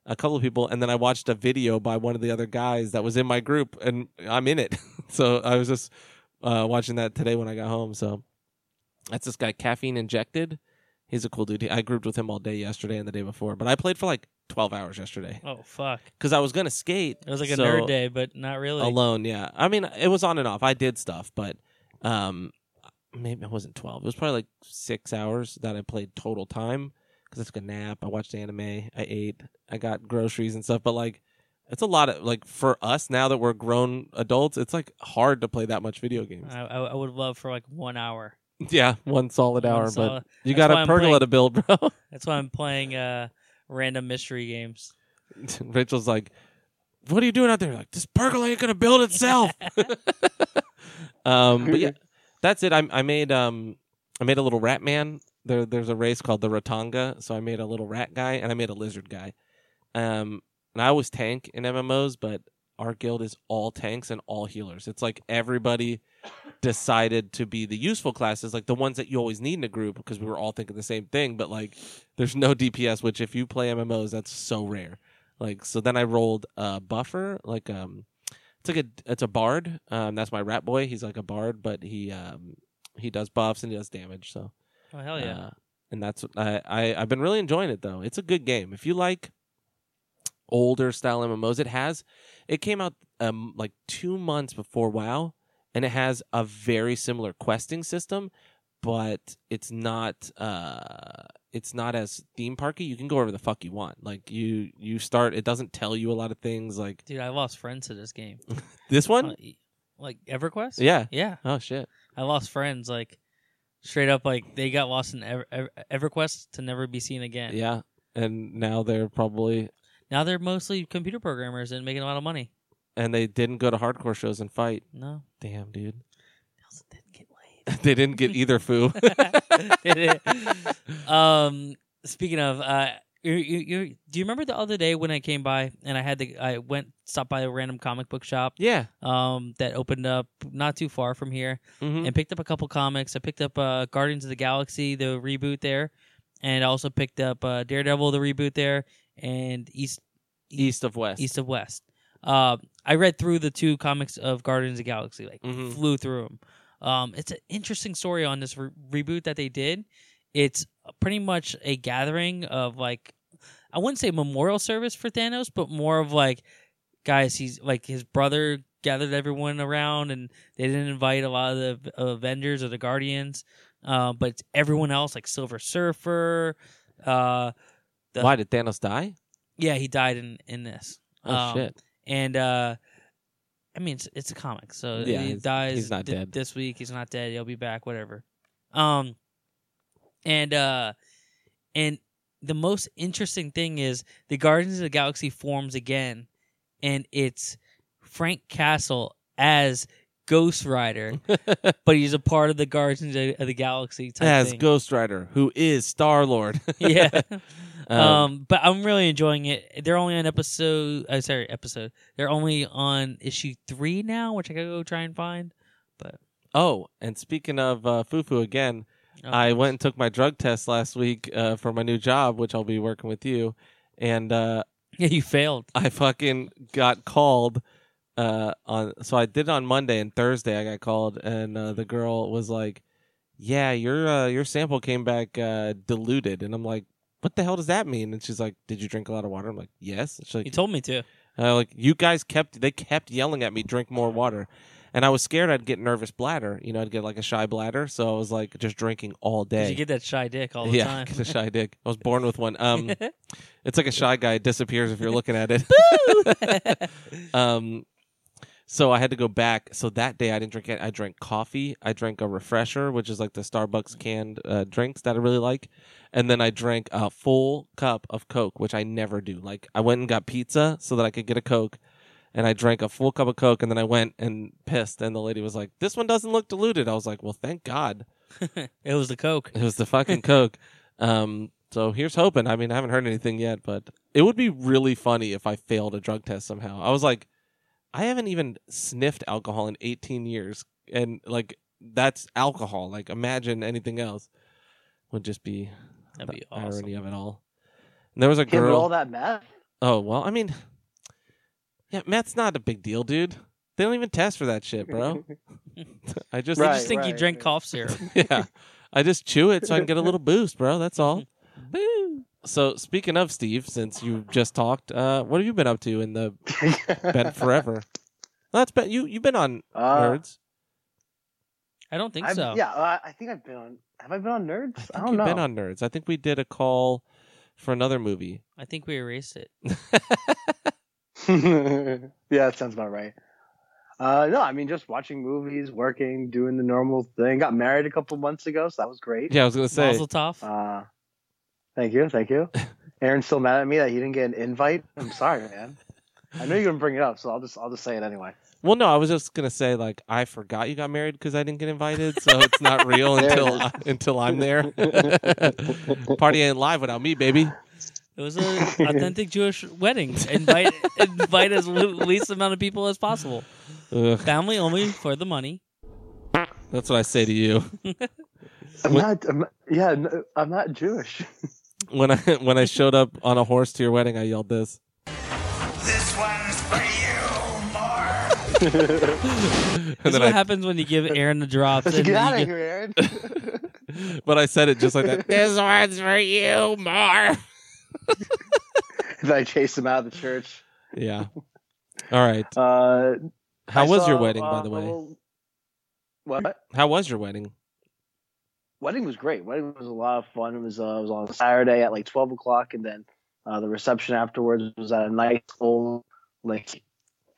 [SPEAKER 1] a couple of people, and then I watched a video by one of the other guys that was in my group, and I'm in it. so I was just uh, watching that today when I got home. So that's this guy, caffeine injected. He's a cool dude. He- I grouped with him all day yesterday and the day before, but I played for like 12 hours yesterday
[SPEAKER 2] Oh fuck.
[SPEAKER 1] because I was gonna skate.
[SPEAKER 2] It was like a
[SPEAKER 1] so-
[SPEAKER 2] nerd day, but not really.
[SPEAKER 1] alone yeah i mean it was on and off i did stuff but um maybe i wasn't 12 it was probably like six hours that i played total time because i took a nap i watched anime i ate i got groceries and stuff but like it's a lot of like for us now that we're grown adults it's like hard to play that much video games
[SPEAKER 2] I, I, I would love for like one hour.
[SPEAKER 1] yeah one solid
[SPEAKER 2] One
[SPEAKER 1] hour
[SPEAKER 2] solid-
[SPEAKER 1] but you
[SPEAKER 2] That's
[SPEAKER 1] got
[SPEAKER 2] why
[SPEAKER 1] a
[SPEAKER 2] I'm
[SPEAKER 1] pergola to build bro
[SPEAKER 2] That's why I'm playing uh, random mystery games.
[SPEAKER 1] rachel's like what are you doing out there like this pergola ain't gonna build itself um but yeah that's it. I, I made um I made a little rat man. There there's a race called the Rotanga, so I made a little rat guy and I made a lizard guy. Um and I always tank in MMOs, but our guild is all tanks and all healers. It's like everybody decided to be the useful classes, like the ones that you always need in a group because we were all thinking the same thing, but like there's no DPS, which if you play MMOs, that's so rare. Like so then I rolled a buffer, like um it's like a it's a bard. Um, that's my rat boy. He's like a bard, but he um he does buffs and he does damage. So
[SPEAKER 2] Oh hell yeah!
[SPEAKER 1] uh, and that's I, I I've been really enjoying it though. It's a good game. If you like older style MMOs. It has, it came out um, like two months before WoW, and it has a very similar questing system, but it's not, uh, it's not as theme parky. You can go wherever the fuck you want. Like you, you start. It doesn't tell you a lot of things. Like
[SPEAKER 2] Dude, I lost friends to this game.
[SPEAKER 1] this one,
[SPEAKER 2] Uh, like EverQuest?
[SPEAKER 1] yeah.
[SPEAKER 2] Yeah.
[SPEAKER 1] Oh shit.
[SPEAKER 2] I lost friends like straight up like they got lost in Ever- Ever- EverQuest to never be seen again.
[SPEAKER 1] Yeah. And now they're probably
[SPEAKER 2] Now they're mostly computer programmers and making a lot of money.
[SPEAKER 1] and they didn't go to hardcore shows and fight.
[SPEAKER 2] No.
[SPEAKER 1] Damn, dude.
[SPEAKER 2] Nelson didn't get laid.
[SPEAKER 1] they didn't get either foo.
[SPEAKER 2] um, speaking of, uh, you, you, you, do you remember the other day when I came by and I had the I went stopped by a random comic book shop
[SPEAKER 1] yeah.
[SPEAKER 2] um, that opened up not too far from here
[SPEAKER 1] hmm
[SPEAKER 2] and picked up a couple comics. I picked up uh, Guardians of the Galaxy the reboot there, and I also picked up uh, Daredevil the reboot there and East
[SPEAKER 1] East of West.
[SPEAKER 2] East of West. Uh, I read through the two comics of Guardians of the Galaxy, like
[SPEAKER 1] Mhm.
[SPEAKER 2] flew through them. Um, it's an interesting story on this re- reboot that they did. It's pretty much a gathering of like, I wouldn't say memorial service for Thanos, but more of like, guys, he's like his brother gathered everyone around, and they didn't invite a lot of the Avengers or the Guardians, uh, but it's everyone else like Silver Surfer. Uh, the-
[SPEAKER 1] Why did Thanos die?
[SPEAKER 2] yeah, he died in in this
[SPEAKER 1] Oh
[SPEAKER 2] Um,
[SPEAKER 1] shit.
[SPEAKER 2] and uh I mean it's it's a comic, so
[SPEAKER 1] Yeah,
[SPEAKER 2] he
[SPEAKER 1] he's-
[SPEAKER 2] dies.
[SPEAKER 1] he's not
[SPEAKER 2] thi-
[SPEAKER 1] dead.
[SPEAKER 2] this week. He's not dead. He'll be back. Whatever. Um, and uh, and the most interesting thing is the Guardians of the Galaxy forms again, and it's Frank Castle as Ghost Rider, but he's a part of the Guardians of of the Galaxy. Type
[SPEAKER 1] As
[SPEAKER 2] thing.
[SPEAKER 1] Ghost Rider, who is Star Lord.
[SPEAKER 2] yeah.
[SPEAKER 1] Um,
[SPEAKER 2] Um, but I'm really enjoying it. They're only on episode. Uh, sorry, episode. They're only on issue three now, which I gotta go try and find.
[SPEAKER 1] oh, and speaking of uh, Fufu again,
[SPEAKER 2] Um,
[SPEAKER 1] I went and took my drug test last week uh, for my new job, which I'll be working with you. And uh,
[SPEAKER 2] Yeah, you failed.
[SPEAKER 1] I fucking got called uh, on. So I did it on Monday and Thursday. I got called, and uh, the girl was like, "Yeah, your uh, your sample came back uh, diluted," and I'm like. What the hell does that mean? And she's like, "Did you drink a lot of water?" I'm like, "Yes." And She's like,
[SPEAKER 2] You told me to.
[SPEAKER 1] Uh, like you guys kept they kept yelling at me, drink more water, and I was scared I'd get nervous bladder. You know, I'd get like a shy bladder. So I was like just drinking all
[SPEAKER 2] 'Cause
[SPEAKER 1] day.
[SPEAKER 2] You get that shy dick all the
[SPEAKER 1] yeah,
[SPEAKER 2] time.
[SPEAKER 1] get a shy dick. I was born with one. Um, it's like a shy guy it disappears if you're looking at it. um, so I had to go back. So that day I didn't drink it. I drank coffee. I drank a refresher, which is like the Starbucks canned uh, drinks that I really like, and then I drank a full cup of Coke, which I never do. Like I went and got pizza so that I could get a Coke. And I drank a full cup of Coke, and then I went and pissed. And the lady was like, "This one doesn't look diluted." I was like, "Well, thank God."
[SPEAKER 2] it was the coke.
[SPEAKER 1] It was the fucking Coke. Um, so here's hoping. I mean, I haven't heard anything yet, but it would be really funny if I failed a drug test somehow. I was like, I haven't even sniffed alcohol in 18 years, and like that's alcohol. Like, imagine anything else would just be
[SPEAKER 2] That'd be
[SPEAKER 1] the
[SPEAKER 2] awesome.
[SPEAKER 1] irony of it all. And there was a
[SPEAKER 3] Can
[SPEAKER 1] girl.
[SPEAKER 3] all that math?
[SPEAKER 1] oh well, I mean, yeah, meth's not a big deal, dude. They don't even test for that shit, bro. I just
[SPEAKER 2] I
[SPEAKER 3] Right,
[SPEAKER 2] just think you
[SPEAKER 3] right,
[SPEAKER 2] drink
[SPEAKER 3] right.
[SPEAKER 2] cough syrup.
[SPEAKER 1] yeah. I just chew it so I can get a little boost, bro. That's all. Boo. So speaking of Steve, since you just talked, uh, what have you been up to in the been forever? That's been you. You've been on
[SPEAKER 3] Uh,
[SPEAKER 1] Nerds.
[SPEAKER 2] I don't think
[SPEAKER 3] I've-
[SPEAKER 2] so.
[SPEAKER 3] Yeah, uh, I think I've been on. Have I been on Nerds? I,
[SPEAKER 1] think
[SPEAKER 3] don't
[SPEAKER 1] you've
[SPEAKER 3] know.
[SPEAKER 1] been on Nerds. I think we did a call for another movie.
[SPEAKER 2] I think we erased it.
[SPEAKER 3] yeah, that sounds about right. Uh, no, I mean just watching movies, working, doing the normal thing. Got married a couple months ago, so that was great.
[SPEAKER 1] Yeah, I was gonna say.
[SPEAKER 2] Mazel tov.
[SPEAKER 3] Uh, thank you, thank you. Aaron's still mad at me that he didn't get an invite. I'm sorry, man. I know you're gonna bring it up, so I'll just I'll just say it anyway.
[SPEAKER 1] Well, no, I was just gonna say like I forgot you got married because I didn't get invited, so it's not real
[SPEAKER 3] There it
[SPEAKER 1] until
[SPEAKER 3] is.
[SPEAKER 1] I, until I'm there. Party ain't live without me, baby.
[SPEAKER 2] It was an authentic Jewish wedding. Invite invite as le- least amount of people as possible.
[SPEAKER 1] Ugh,
[SPEAKER 2] Family only for the money.
[SPEAKER 1] that's what I say to you.
[SPEAKER 3] I'm
[SPEAKER 1] What-
[SPEAKER 3] not. I'm, yeah, no, I'm not Jewish.
[SPEAKER 1] when I when I showed up on a horse to your wedding, I yelled this.
[SPEAKER 4] This one's for you, Mark.
[SPEAKER 1] And
[SPEAKER 2] This is
[SPEAKER 1] then
[SPEAKER 2] what
[SPEAKER 1] I,
[SPEAKER 2] happens when you give Aaron the drops. and
[SPEAKER 3] Get
[SPEAKER 2] you
[SPEAKER 3] out
[SPEAKER 2] get-
[SPEAKER 3] of here, Aaron.
[SPEAKER 1] but I said it just like that. this one's for you, Mar.
[SPEAKER 3] Then I chased him out of the church.
[SPEAKER 1] Yeah. All right.
[SPEAKER 3] Uh,
[SPEAKER 1] How
[SPEAKER 3] I
[SPEAKER 1] was your
[SPEAKER 3] saw,
[SPEAKER 1] wedding, by
[SPEAKER 3] uh,
[SPEAKER 1] the way?
[SPEAKER 3] What?
[SPEAKER 1] How was your wedding?
[SPEAKER 3] wedding was great. Wedding was a lot of fun. It was uh, it was on Saturday at like twelve o'clock, and then uh, the reception afterwards was at a nice old like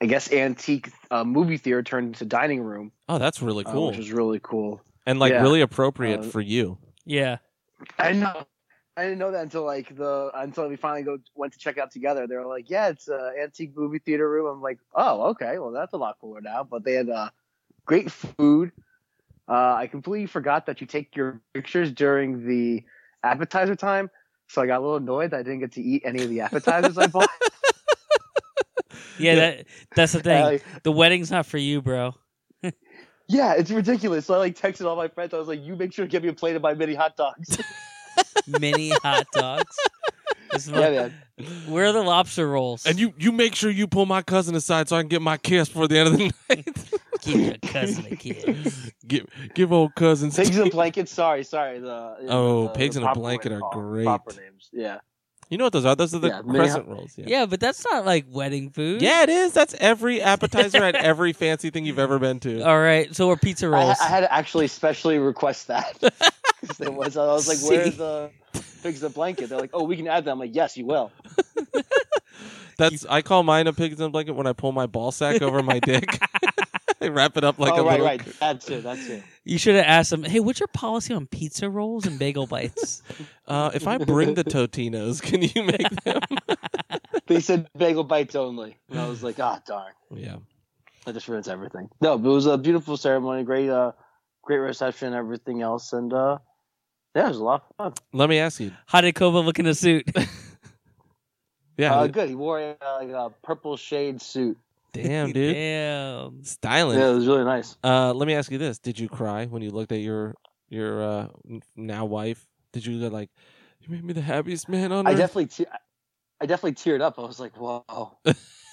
[SPEAKER 3] I guess antique uh, movie theater turned into dining room,
[SPEAKER 1] Oh, that's really
[SPEAKER 3] uh,
[SPEAKER 1] cool.
[SPEAKER 3] which was really cool.
[SPEAKER 1] and like
[SPEAKER 3] yeah.
[SPEAKER 1] really appropriate
[SPEAKER 3] Uh,
[SPEAKER 1] for you.
[SPEAKER 2] Yeah.
[SPEAKER 3] I know. I didn't know that until like the until we finally go went to check out together. They were like, "Yeah, it's an antique movie theater room." I'm like, "Oh, okay. Well, that's a lot cooler now." But they had uh, great food. Uh, I completely forgot that you take your pictures during the appetizer time, so I got a little annoyed that I didn't get to eat any of the appetizers I bought.
[SPEAKER 2] Yeah, that that's the thing.
[SPEAKER 3] Like,
[SPEAKER 2] the wedding's not for you, bro.
[SPEAKER 3] yeah, it's ridiculous. So I like texted all my friends. I was like, "You make sure to give me a plate of my mini hot dogs."
[SPEAKER 2] Mini hot dogs. It's
[SPEAKER 3] yeah,
[SPEAKER 2] like,
[SPEAKER 3] man.
[SPEAKER 2] Where are the lobster rolls?
[SPEAKER 1] And you you make sure you pull my cousin aside so I can get my kiss before the end of the night.
[SPEAKER 2] give your cousin a kiss.
[SPEAKER 1] give give old cousins.
[SPEAKER 3] Pigs in a blanket. Sorry, sorry. The
[SPEAKER 1] Oh,
[SPEAKER 3] the-
[SPEAKER 1] pigs
[SPEAKER 3] the
[SPEAKER 1] in a
[SPEAKER 3] proper way
[SPEAKER 1] blanket
[SPEAKER 3] to
[SPEAKER 1] are
[SPEAKER 3] call it,
[SPEAKER 1] great.
[SPEAKER 3] Proper names. Yeah.
[SPEAKER 1] You know what those are? Those are the
[SPEAKER 3] Yeah, mini
[SPEAKER 1] crescent rolls. Yeah.
[SPEAKER 2] Yeah, but that's not like wedding food.
[SPEAKER 1] Yeah, it is. That's every appetizer at every fancy thing you've ever been to.
[SPEAKER 2] All right. So we're pizza
[SPEAKER 3] I,
[SPEAKER 2] rolls.
[SPEAKER 3] I had to actually specially request that. 'Cause there was, I was like,
[SPEAKER 2] See?
[SPEAKER 3] "Where's the pigs in a blanket?" They're like, "Oh, we can add that." I'm like, "Yes, you will."
[SPEAKER 1] That's I call mine a pigs in a blanket when I pull my ball sack over my dick. I wrap it up like
[SPEAKER 3] oh,
[SPEAKER 1] a
[SPEAKER 3] right,
[SPEAKER 1] little.
[SPEAKER 3] right. That's it. That's it.
[SPEAKER 2] you should have asked them. Hey, what's your policy on pizza rolls and bagel bites?
[SPEAKER 1] Uh, if I bring the Totinos, can you make them?
[SPEAKER 3] They said bagel bites only, and I was like, "Ah, darn."
[SPEAKER 1] yeah.
[SPEAKER 3] That just ruins everything. No, but it was a beautiful ceremony, great, uh, great reception, everything else, and uh, yeah, it was a lot of fun.
[SPEAKER 1] Let me ask you.
[SPEAKER 2] How did Kova look in a suit?
[SPEAKER 1] Yeah.
[SPEAKER 3] Uh, good. He wore a, like a purple shade suit.
[SPEAKER 1] damn, dude.
[SPEAKER 2] Damn.
[SPEAKER 1] Styling.
[SPEAKER 3] Yeah, it was really nice.
[SPEAKER 1] Uh, let me ask you this: Did you cry when you looked at your your uh, n- now wife? Did you go like, "You made me the happiest man on
[SPEAKER 3] I
[SPEAKER 1] earth"?
[SPEAKER 3] definitely, te- I definitely teared up. I was like, "Whoa."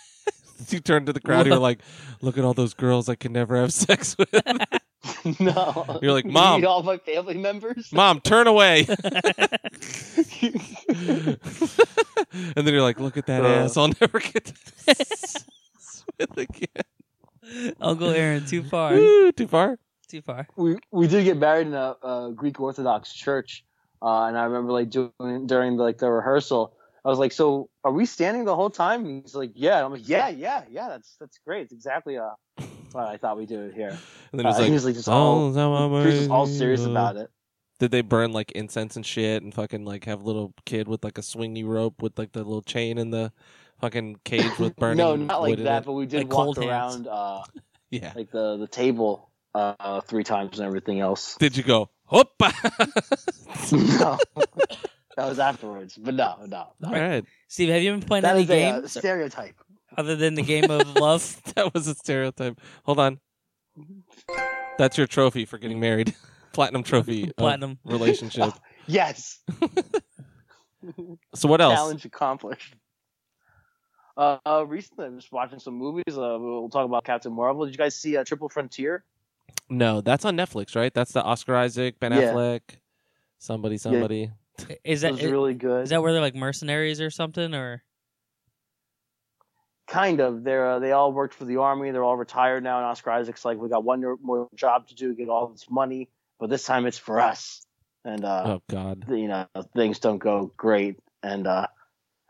[SPEAKER 1] you turned to the crowd. You're like, "Look at all those girls I can never have sex with."
[SPEAKER 3] No.
[SPEAKER 1] You're like,
[SPEAKER 3] You
[SPEAKER 1] "Mom."
[SPEAKER 3] Meet all my family members.
[SPEAKER 1] Mom, turn away. and then you're like, "Look at that
[SPEAKER 3] Uh.
[SPEAKER 1] ass! I'll never get to s- with again."
[SPEAKER 2] Uncle Aaron, too far.
[SPEAKER 1] Woo, too far.
[SPEAKER 2] Too far.
[SPEAKER 3] we we did get married in a, a Greek Orthodox church, uh, and I remember like doing during like the rehearsal. I was like, "So are we standing the whole time?" And he's like, "Yeah." And I'm like, "Yeah, yeah, yeah. That's that's great. It's exactly uh, what I thought we did here."
[SPEAKER 1] And then
[SPEAKER 3] Uh,
[SPEAKER 1] it's
[SPEAKER 3] he
[SPEAKER 1] like, "Oh,
[SPEAKER 3] was like just
[SPEAKER 1] "All
[SPEAKER 3] all,
[SPEAKER 1] that
[SPEAKER 3] he
[SPEAKER 1] I'm
[SPEAKER 3] was just all serious
[SPEAKER 1] worried
[SPEAKER 3] about it.
[SPEAKER 1] Did they burn like incense and shit and fucking like have a little kid with like a swingy rope with like the little chain in the fucking cage with burning?
[SPEAKER 3] no, not
[SPEAKER 1] wood
[SPEAKER 3] like
[SPEAKER 1] in
[SPEAKER 3] that,
[SPEAKER 1] it?
[SPEAKER 3] but we did
[SPEAKER 2] Like
[SPEAKER 3] walk
[SPEAKER 2] cold hands.
[SPEAKER 3] around uh,
[SPEAKER 1] Yeah.
[SPEAKER 3] like the the table uh, three times and everything else.
[SPEAKER 1] Did you go? Hoppa!
[SPEAKER 3] no, that was afterwards, but no, no.
[SPEAKER 1] All right,
[SPEAKER 2] Steve, have you been playing
[SPEAKER 3] That
[SPEAKER 2] any
[SPEAKER 3] is a uh,
[SPEAKER 2] games
[SPEAKER 3] stereotype.
[SPEAKER 2] other than the game of love?
[SPEAKER 1] that was a stereotype. Hold on, that's your trophy for getting married, platinum trophy,
[SPEAKER 3] Oh.
[SPEAKER 1] of
[SPEAKER 2] Platinum.
[SPEAKER 1] relationship.
[SPEAKER 3] Yes.
[SPEAKER 1] So what else?
[SPEAKER 3] Challenge accomplished. Uh, uh, recently, I'm just watching some movies. Uh, we'll talk about Captain Marvel. Did you guys see uh, Triple Frontier?
[SPEAKER 1] No, that's on Netflix, right? That's the Oscar Isaac, Ben
[SPEAKER 3] Yeah.
[SPEAKER 1] Affleck, somebody, somebody.
[SPEAKER 2] Is
[SPEAKER 3] It
[SPEAKER 2] that
[SPEAKER 3] was
[SPEAKER 2] is,
[SPEAKER 3] really good.
[SPEAKER 2] that where they're like mercenaries or something? Or
[SPEAKER 3] kind of. They're uh, they all worked for the army. They're all retired now. And Oscar Isaac's like, we got one more job to do, get all this money, but this time it's for us. And uh,
[SPEAKER 1] Oh God,
[SPEAKER 3] you know things don't go great and uh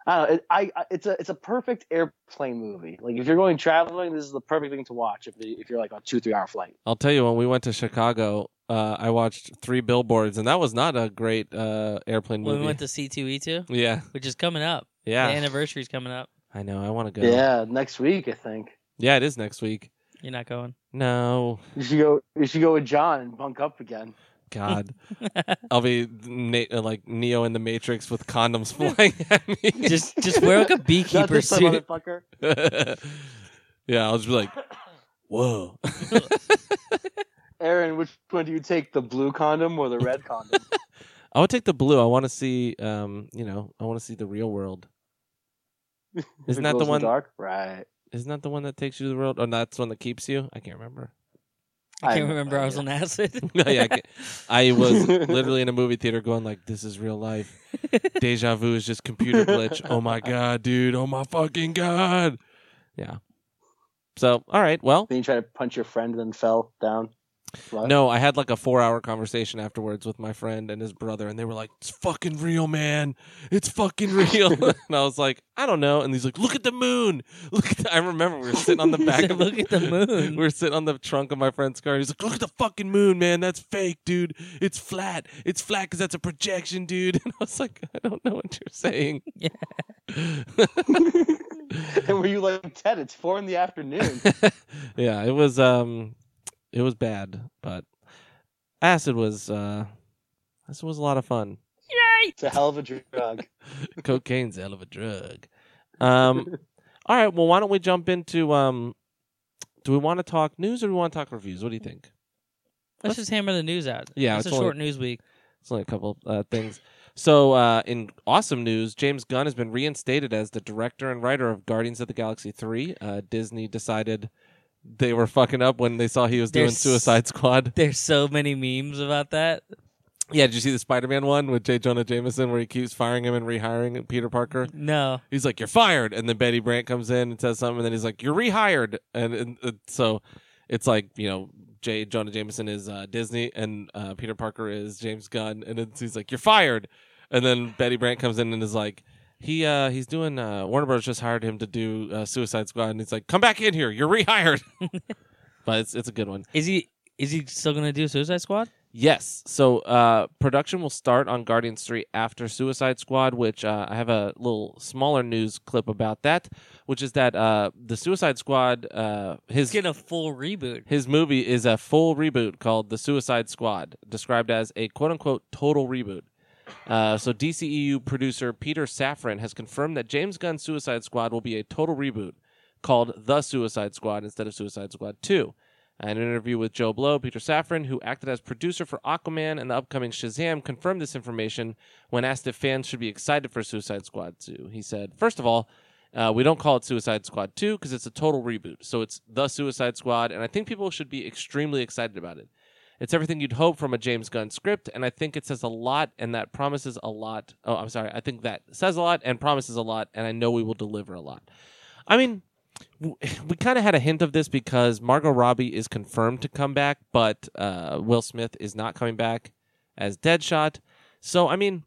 [SPEAKER 3] I don't know. It, I, I it's a it's a perfect airplane movie. Like if you're going traveling, this is the perfect thing to watch. If you- if you're like on a two three hour flight,
[SPEAKER 1] I'll tell you when we went to Chicago. Uh, I watched three billboards, and that was not a great uh, airplane
[SPEAKER 2] when
[SPEAKER 1] movie.
[SPEAKER 2] we went to C two E two,
[SPEAKER 1] yeah,
[SPEAKER 2] which is coming up.
[SPEAKER 1] yeah.
[SPEAKER 2] The anniversary's coming up.
[SPEAKER 1] I know. I want to go.
[SPEAKER 3] yeah, next week I think
[SPEAKER 1] Yeah, it is next week.
[SPEAKER 2] You're not going.
[SPEAKER 1] No,
[SPEAKER 3] you should go you should go with John and bunk up again.
[SPEAKER 1] God, I'll be na- uh, like Neo in the Matrix with condoms flying at me.
[SPEAKER 2] Just just wear like a
[SPEAKER 3] Not
[SPEAKER 2] beekeeper
[SPEAKER 3] this time,
[SPEAKER 2] suit.
[SPEAKER 3] motherfucker.
[SPEAKER 1] yeah, I'll just be like, whoa.
[SPEAKER 3] Aaron, which one do you take, the blue condom or the red condom?
[SPEAKER 1] I would take the blue. I want to see, um, you know, I want to see the real world.
[SPEAKER 3] If
[SPEAKER 1] Isn't
[SPEAKER 3] it
[SPEAKER 1] that the
[SPEAKER 3] glows in
[SPEAKER 1] one-
[SPEAKER 3] Dark, right?
[SPEAKER 1] Oh, Isn't that the one that takes you to the world? Or that's the one that keeps you? I can't remember.
[SPEAKER 2] I can't
[SPEAKER 3] have no
[SPEAKER 2] remember. I was
[SPEAKER 3] idea.
[SPEAKER 2] on acid.
[SPEAKER 1] Yeah, I can't- I was literally in a movie theater going like, "This is real life. Deja vu is just computer glitch. Oh my god, dude. Oh my fucking god." Yeah. So, all right. Well,
[SPEAKER 3] Then you tried to punch your friend, and then fell down. What?
[SPEAKER 1] no, I had like a four-hour conversation afterwards with my friend and his brother, and they were like, "It's fucking real, man. It's fucking real." and I was like, "I don't know." And he's like, "Look at the moon. Look." At the-" I remember we were sitting on the
[SPEAKER 2] He
[SPEAKER 1] back.
[SPEAKER 2] said,
[SPEAKER 1] of the-
[SPEAKER 2] "Look at the moon."
[SPEAKER 1] we were sitting on the trunk of my friend's car. He's like, "Look at the fucking moon, man. That's fake, dude. It's flat. It's flat because that's a projection, dude." And I was like, "I don't know what you're saying."
[SPEAKER 2] Yeah.
[SPEAKER 3] and were you like Ted? It's four in the afternoon.
[SPEAKER 1] yeah, it was um, it was bad, but acid was uh, acid was a lot of fun.
[SPEAKER 3] it's a hell of a drug.
[SPEAKER 1] Cocaine's a hell of a drug. Um, all right. Well, why don't we jump into um, do we want to talk news or do we want to talk reviews? What do you think?
[SPEAKER 2] Let's just hammer the news out.
[SPEAKER 1] Yeah,
[SPEAKER 2] it's a
[SPEAKER 1] it's only-
[SPEAKER 2] short news week.
[SPEAKER 1] It's only a couple uh, things. So, uh, in awesome news, James Gunn has been reinstated as the director and writer of Guardians of the Galaxy Three. Uh, Disney decided they were fucking up when they saw he was doing
[SPEAKER 2] There's-
[SPEAKER 1] Suicide Squad.
[SPEAKER 2] There's so many memes about that.
[SPEAKER 1] Yeah, did you see the Spider-Man one with J. Jonah Jameson where he keeps firing him and rehiring Peter Parker?
[SPEAKER 2] No,
[SPEAKER 1] He's like, "You're fired," and then Betty Brant comes in and says something, and then he's like, "You're rehired," and, and, uh, so it's like you know, J. Jonah Jameson is uh, Disney, and uh, Peter Parker is James Gunn, and it's, he's like, "You're fired," and then Betty Brant comes in and is like, "He uh, he's doing uh, Warner Bros. just hired him to do uh, Suicide Squad," and he's like, "Come back in here, you're rehired." but it's it's a good one.
[SPEAKER 2] is he is he still gonna do Suicide Squad?
[SPEAKER 1] Yes. So uh, production will start on Guardians 3 after Suicide Squad, which uh, I have a little smaller news clip about that, which is that uh, the Suicide Squad, uh,
[SPEAKER 2] He's
[SPEAKER 1] his,
[SPEAKER 2] getting a full reboot.
[SPEAKER 1] his movie is a full reboot called The Suicide Squad, described as a quote unquote total reboot. Uh, so DCEU producer Peter Safran has confirmed that James Gunn's Suicide Squad will be a total reboot called The Suicide Squad instead of Suicide Squad 2. An interview with Joe Blow, Peter Safran, who acted as producer for Aquaman and the upcoming Shazam, confirmed this information when asked if fans should be excited for Suicide Squad 2. He said, First of all, uh, we don't call it Suicide Squad 2 because it's a total reboot. So it's The Suicide Squad, and I think people should be extremely excited about it. It's everything you'd hope from a James Gunn script, and I think it says a lot, and that promises a lot. Oh, I'm sorry. I think that says a lot and promises a lot, and I know we will deliver a lot. I mean, w- we kind of had a hint of this because Margot Robbie is confirmed to come back, but uh, Will Smith is not coming back as Deadshot. So, I mean,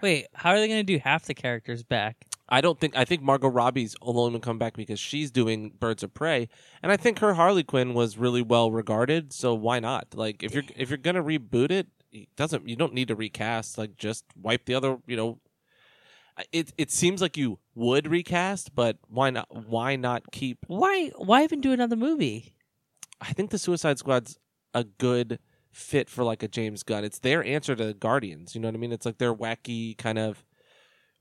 [SPEAKER 2] Wait, how are they gonna do half the characters back?
[SPEAKER 1] I don't think I think Margot Robbie's only going to come back because she's doing Birds of Prey, and I think her Harley Quinn was really well regarded. So why not? Like if you're if you're going to reboot it, it doesn't you don't need to recast? Like just wipe the other. You know, it it seems like you would recast, but why not? Why not keep?
[SPEAKER 2] Why why even do another movie?
[SPEAKER 1] I think the Suicide Squad's a good fit for like a James Gunn. It's their answer to Guardians. You know what I mean? It's like their wacky kind of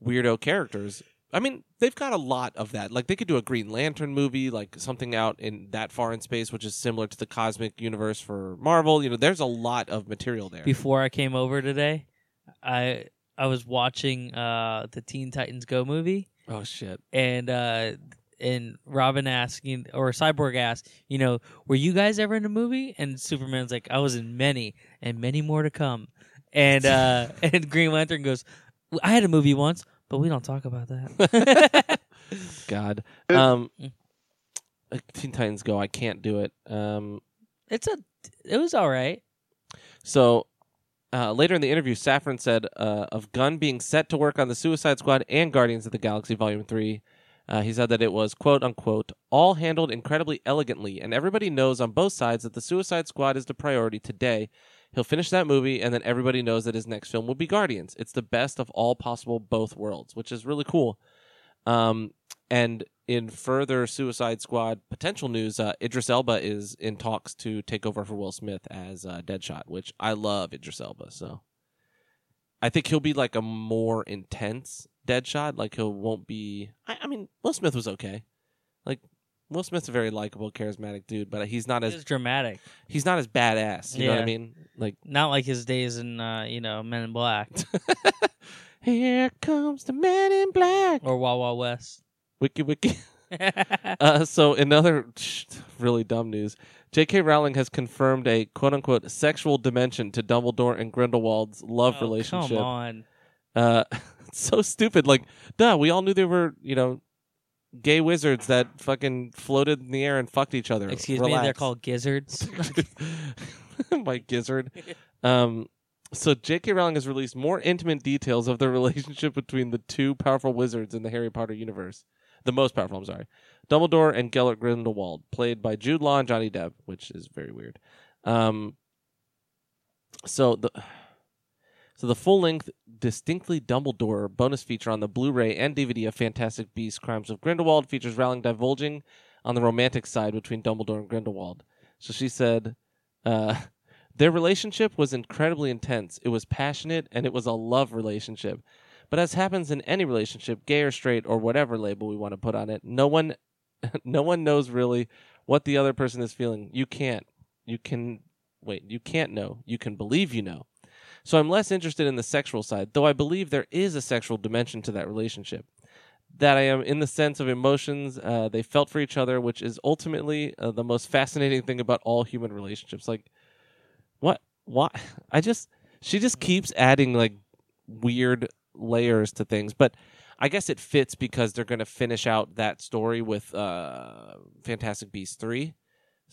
[SPEAKER 1] weirdo characters. I mean, they've got a lot of that. Like they could do a Green Lantern movie, like something out in that far in space, which is similar to the cosmic universe for Marvel. You know, there's a lot of material there.
[SPEAKER 2] Before I came over today, I I was watching uh the Teen Titans Go movie
[SPEAKER 1] Oh shit!
[SPEAKER 2] and uh and Robin asking or Cyborg asked, you know, were you guys ever in a movie? And Superman's like, I was in many and many more to come. And uh and Green Lantern goes, I had a movie once, but we don't talk about that.
[SPEAKER 1] God. Um, Teen Titans Go. I can't do it. Um,
[SPEAKER 2] it's a it was all right.
[SPEAKER 1] So uh, later in the interview, Safran said uh, of Gunn being set to work on the Suicide Squad and Guardians of the Galaxy Volume 3. Uh, he said that it was, quote unquote, all handled incredibly elegantly, and everybody knows on both sides that the Suicide Squad is the priority today. He'll finish that movie, and then everybody knows that his next film will be Guardians. It's the best of all possible both worlds, which is really cool. Um, and in further Suicide Squad potential news, uh, Idris Elba is in talks to take over for Will Smith as uh, Deadshot, which I love Idris Elba. So I think he'll be like a more intense Deadshot. Like he won't be. I, I mean, Will Smith was okay. Like Will Smith's a very likable, charismatic dude, but he's not
[SPEAKER 2] It
[SPEAKER 1] as
[SPEAKER 2] was dramatic.
[SPEAKER 1] he's not as badass. You know what I
[SPEAKER 2] Yeah.
[SPEAKER 1] mean? Like
[SPEAKER 2] Not like his days in uh, you know, Men in Black
[SPEAKER 1] here comes the man in black.
[SPEAKER 2] or Wawa West.
[SPEAKER 1] Wiki wiki. Uh, so, another really dumb news J.K. Rowling has confirmed a quote unquote sexual dimension to Dumbledore and Grindelwald's love
[SPEAKER 2] Oh,
[SPEAKER 1] relationship.
[SPEAKER 2] Come on.
[SPEAKER 1] Uh, it's so stupid. Like, duh, we all knew they were, you know, gay wizards that fucking floated in the air and fucked each other.
[SPEAKER 2] Excuse me, they're
[SPEAKER 1] Relax.
[SPEAKER 2] called gizzards.
[SPEAKER 1] My gizzard. Um, so J.K. Rowling has released more intimate details of the relationship between the two powerful wizards in the Harry Potter universe. The most powerful, I'm sorry. Dumbledore and Gellert Grindelwald, played by Jude Law and Johnny Depp, which is very weird. Um, so the so the full length, distinctly Dumbledore bonus feature on the Blu-ray and DVD of Fantastic Beasts: Crimes of Grindelwald features Rowling divulging on the romantic side between Dumbledore and Grindelwald. So she said, uh, "Their relationship was incredibly intense. It was passionate, and it was a love relationship. But as happens in any relationship, gay or straight or whatever label we want to put on it, no one, no one knows really what the other person is feeling. You can't. You can wait. You can't know. You can believe you know." So I'm less interested in the sexual side, though I believe there is a sexual dimension to that relationship. That I am in the sense of emotions uh, they felt for each other, which is ultimately uh, the most fascinating thing about all human relationships. Like, what? Why? I just she just keeps adding like weird layers to things, but I guess it fits because they're going to finish out that story with uh, Fantastic Beasts three.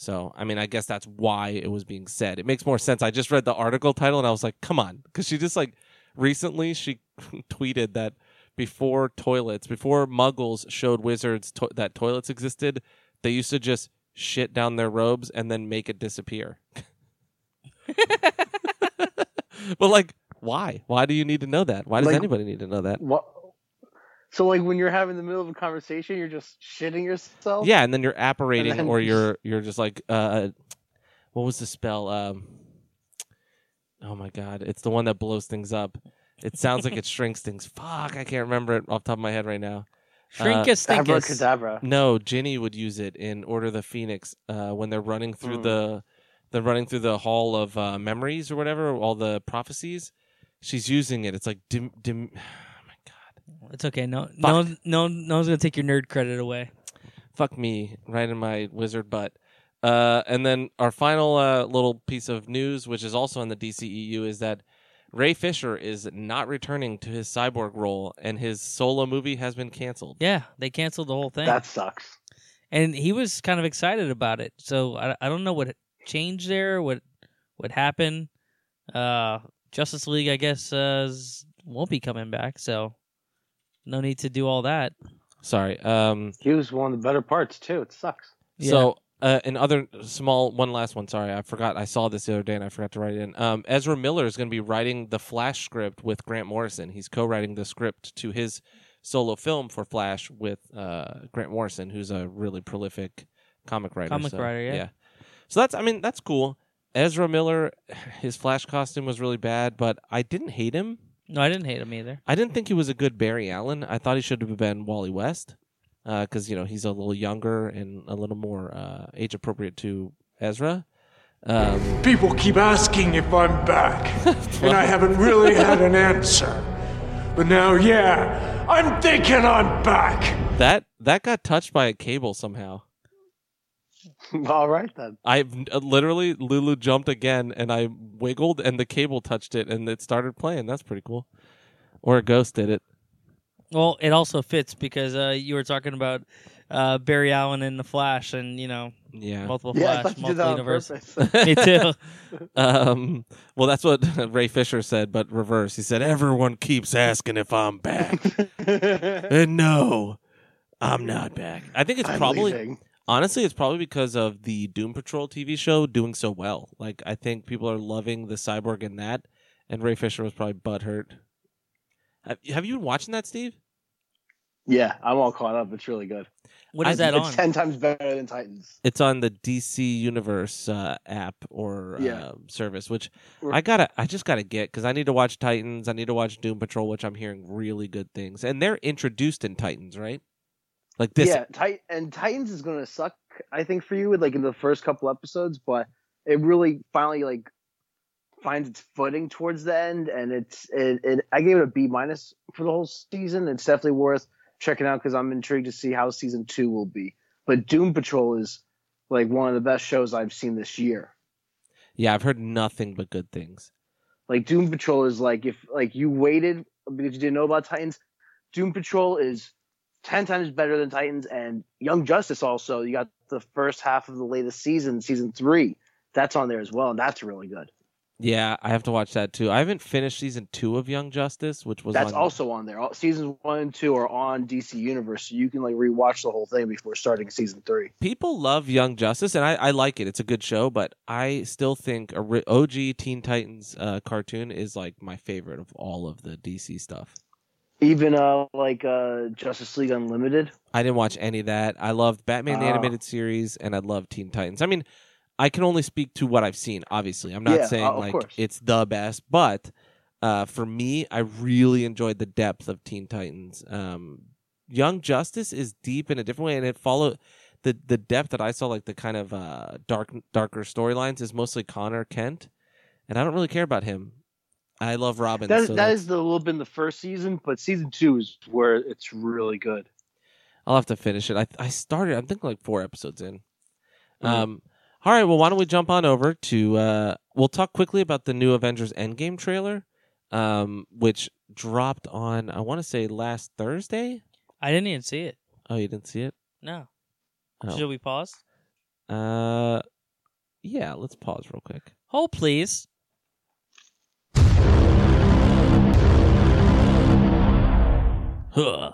[SPEAKER 1] So, I mean, I guess that's why it was being said. It makes more sense. I just read the article title and I was like, come on. Because she just like recently she tweeted that before toilets, before muggles showed wizards to- that toilets existed, they used to just shit down their robes and then make it disappear. but like, why? Why do you need to know that? Why does
[SPEAKER 3] Like-
[SPEAKER 1] anybody need to know that?
[SPEAKER 3] What? So like when you're having the middle of a conversation, you're just shitting yourself.
[SPEAKER 1] Yeah, and then you're apparating,
[SPEAKER 3] Oh. And then-
[SPEAKER 1] or you're you're just like, uh, what was the spell? Um, oh my god, it's the one that blows things up. It sounds like it shrinks things. Fuck, I can't remember it off the top of my head right now.
[SPEAKER 2] Shrinkus thinkus.
[SPEAKER 3] Abracadabra.
[SPEAKER 1] No, Ginny would use it in Order of the Phoenix uh, when they're running through
[SPEAKER 3] Mm.
[SPEAKER 1] the they're running through the Hall of uh, Memories or whatever, all the prophecies. She's using it. It's like dim dim. Oh my god.
[SPEAKER 2] It's okay. No, no, no, no one's gonna take your nerd credit away.
[SPEAKER 1] fuck me right in my wizard butt. Uh, and then our final uh, little piece of news, which is also in the DCEU, is that Ray Fisher is not returning to his cyborg role, and his solo movie has been canceled.
[SPEAKER 2] Yeah, they canceled the whole thing,
[SPEAKER 3] That sucks.
[SPEAKER 2] and he was kind of excited about it. So I, I don't know what changed there, what what happened. Uh, Justice League, I guess, uh, is- won't be coming back. So no need to do all that.
[SPEAKER 1] Sorry. Um,
[SPEAKER 3] He was one of the better parts too. It sucks.
[SPEAKER 1] So, uh, and other small one last one. Sorry, I forgot. I saw this the other day and I forgot to write it in. Um, Ezra Miller is going to be writing the Flash script with Grant Morrison. He's co-writing the script to his solo film for Flash with uh, Grant Morrison, who's a really prolific comic writer.
[SPEAKER 2] Comic
[SPEAKER 1] So,
[SPEAKER 2] writer, yeah.
[SPEAKER 1] So that's. I mean, that's cool. Ezra Miller, his Flash costume was really bad, but I didn't hate him.
[SPEAKER 2] no, I didn't hate him either.
[SPEAKER 1] I didn't think he was a good Barry Allen. I thought he should have been Wally West because you know he's a little younger and a little more uh, age appropriate to Ezra. Um,
[SPEAKER 5] People keep asking if I'm back, and I haven't really had an answer. But now, yeah, I'm thinking I'm back.
[SPEAKER 1] that that got touched by a cable somehow.
[SPEAKER 3] All right then.
[SPEAKER 1] I uh, literally Lulu jumped again and I wiggled and the cable touched it and it started playing. That's pretty cool. Or a ghost did it.
[SPEAKER 2] Well, it also fits because uh, you were talking about uh, Barry Allen and the Flash, and you know
[SPEAKER 1] Yeah.
[SPEAKER 2] multiple
[SPEAKER 3] Yeah, I
[SPEAKER 2] Flash,
[SPEAKER 3] thought you did that
[SPEAKER 2] multiple
[SPEAKER 3] on
[SPEAKER 2] universe.
[SPEAKER 3] purpose.
[SPEAKER 2] Me too.
[SPEAKER 1] Um, well, that's what Ray Fisher said, but reverse. He said, "Everyone keeps asking if I'm back." And no, I'm not back. I think it's
[SPEAKER 3] I'm
[SPEAKER 1] probably
[SPEAKER 3] leaving.
[SPEAKER 1] honestly, it's probably because of the Doom Patrol TV show doing so well. Like I think people are loving the cyborg in that, and Ray Fisher was probably butthurt. Have, have you been watching that, Steve?
[SPEAKER 3] Yeah, I'm all caught up. It's really good.
[SPEAKER 2] What
[SPEAKER 1] I-
[SPEAKER 2] is that
[SPEAKER 3] it's
[SPEAKER 2] on?
[SPEAKER 3] ten times better than Titans.
[SPEAKER 1] It's on the DC Universe uh, app or uh,
[SPEAKER 3] Yeah.
[SPEAKER 1] service, which
[SPEAKER 3] Or-
[SPEAKER 1] I gotta, I just gotta get because I need to watch Titans. I need to watch Doom Patrol, which I'm hearing really good things, and they're introduced in Titans, right? Like this,
[SPEAKER 3] yeah, Tit- and Titans is gonna suck. I think for you, like in the first couple episodes, but it really finally like finds its footing towards the end, and it's it. it I gave it a B minus for the whole season. It's definitely worth check it out because I'm intrigued to see how season two will be. But Doom Patrol is like one of the best shows I've seen this year.
[SPEAKER 1] Yeah, I've heard nothing but good things.
[SPEAKER 3] Like Doom Patrol is like if like you waited because you didn't know about Titans, Doom Patrol is ten times better than Titans and Young Justice also. You got the first half of the latest season, season three. That's on there as well, and that's really good.
[SPEAKER 1] Yeah, I have to watch that too. I haven't finished season two of Young Justice, which was
[SPEAKER 3] That's
[SPEAKER 1] on-
[SPEAKER 3] also on there. All, seasons one and two are on DC Universe, so you can like rewatch the whole thing before starting season three.
[SPEAKER 1] people love Young Justice, and I, I like it. It's a good show, but I still think a ri- OG Teen Titans uh, cartoon is like my favorite of all of the DC stuff.
[SPEAKER 3] Even uh like uh Justice League Unlimited.
[SPEAKER 1] I didn't watch any of that. I loved Batman the
[SPEAKER 3] Ah.
[SPEAKER 1] animated series, and I love Teen Titans. I mean, I can only speak to what I've seen. Obviously, I'm not
[SPEAKER 3] Yeah,
[SPEAKER 1] saying
[SPEAKER 3] uh, of
[SPEAKER 1] like
[SPEAKER 3] course.
[SPEAKER 1] it's the best, but uh, for me, I really enjoyed the depth of Teen Titans. Um, Young Justice is deep in a different way, and it followed the the depth that I saw. Like the kind of uh, dark darker storylines is mostly Connor Kent, and I don't really care about him. I love Robin.
[SPEAKER 3] That,
[SPEAKER 1] so
[SPEAKER 3] that
[SPEAKER 1] that's-
[SPEAKER 3] is the little bit in the first season, but season two is where it's really good.
[SPEAKER 1] I'll have to finish it. I I started. I'm thinking like four episodes in.
[SPEAKER 3] Mm-hmm.
[SPEAKER 1] Um. All right. Well, why don't we jump on over to? Uh, we'll talk quickly about the new Avengers Endgame trailer, um, which dropped on I want to say last Thursday.
[SPEAKER 2] I didn't even see it.
[SPEAKER 1] Oh, you didn't see it?
[SPEAKER 2] No.
[SPEAKER 1] Oh.
[SPEAKER 2] Should we pause?
[SPEAKER 1] Uh, yeah. Let's pause real quick.
[SPEAKER 2] Hold please. Huh.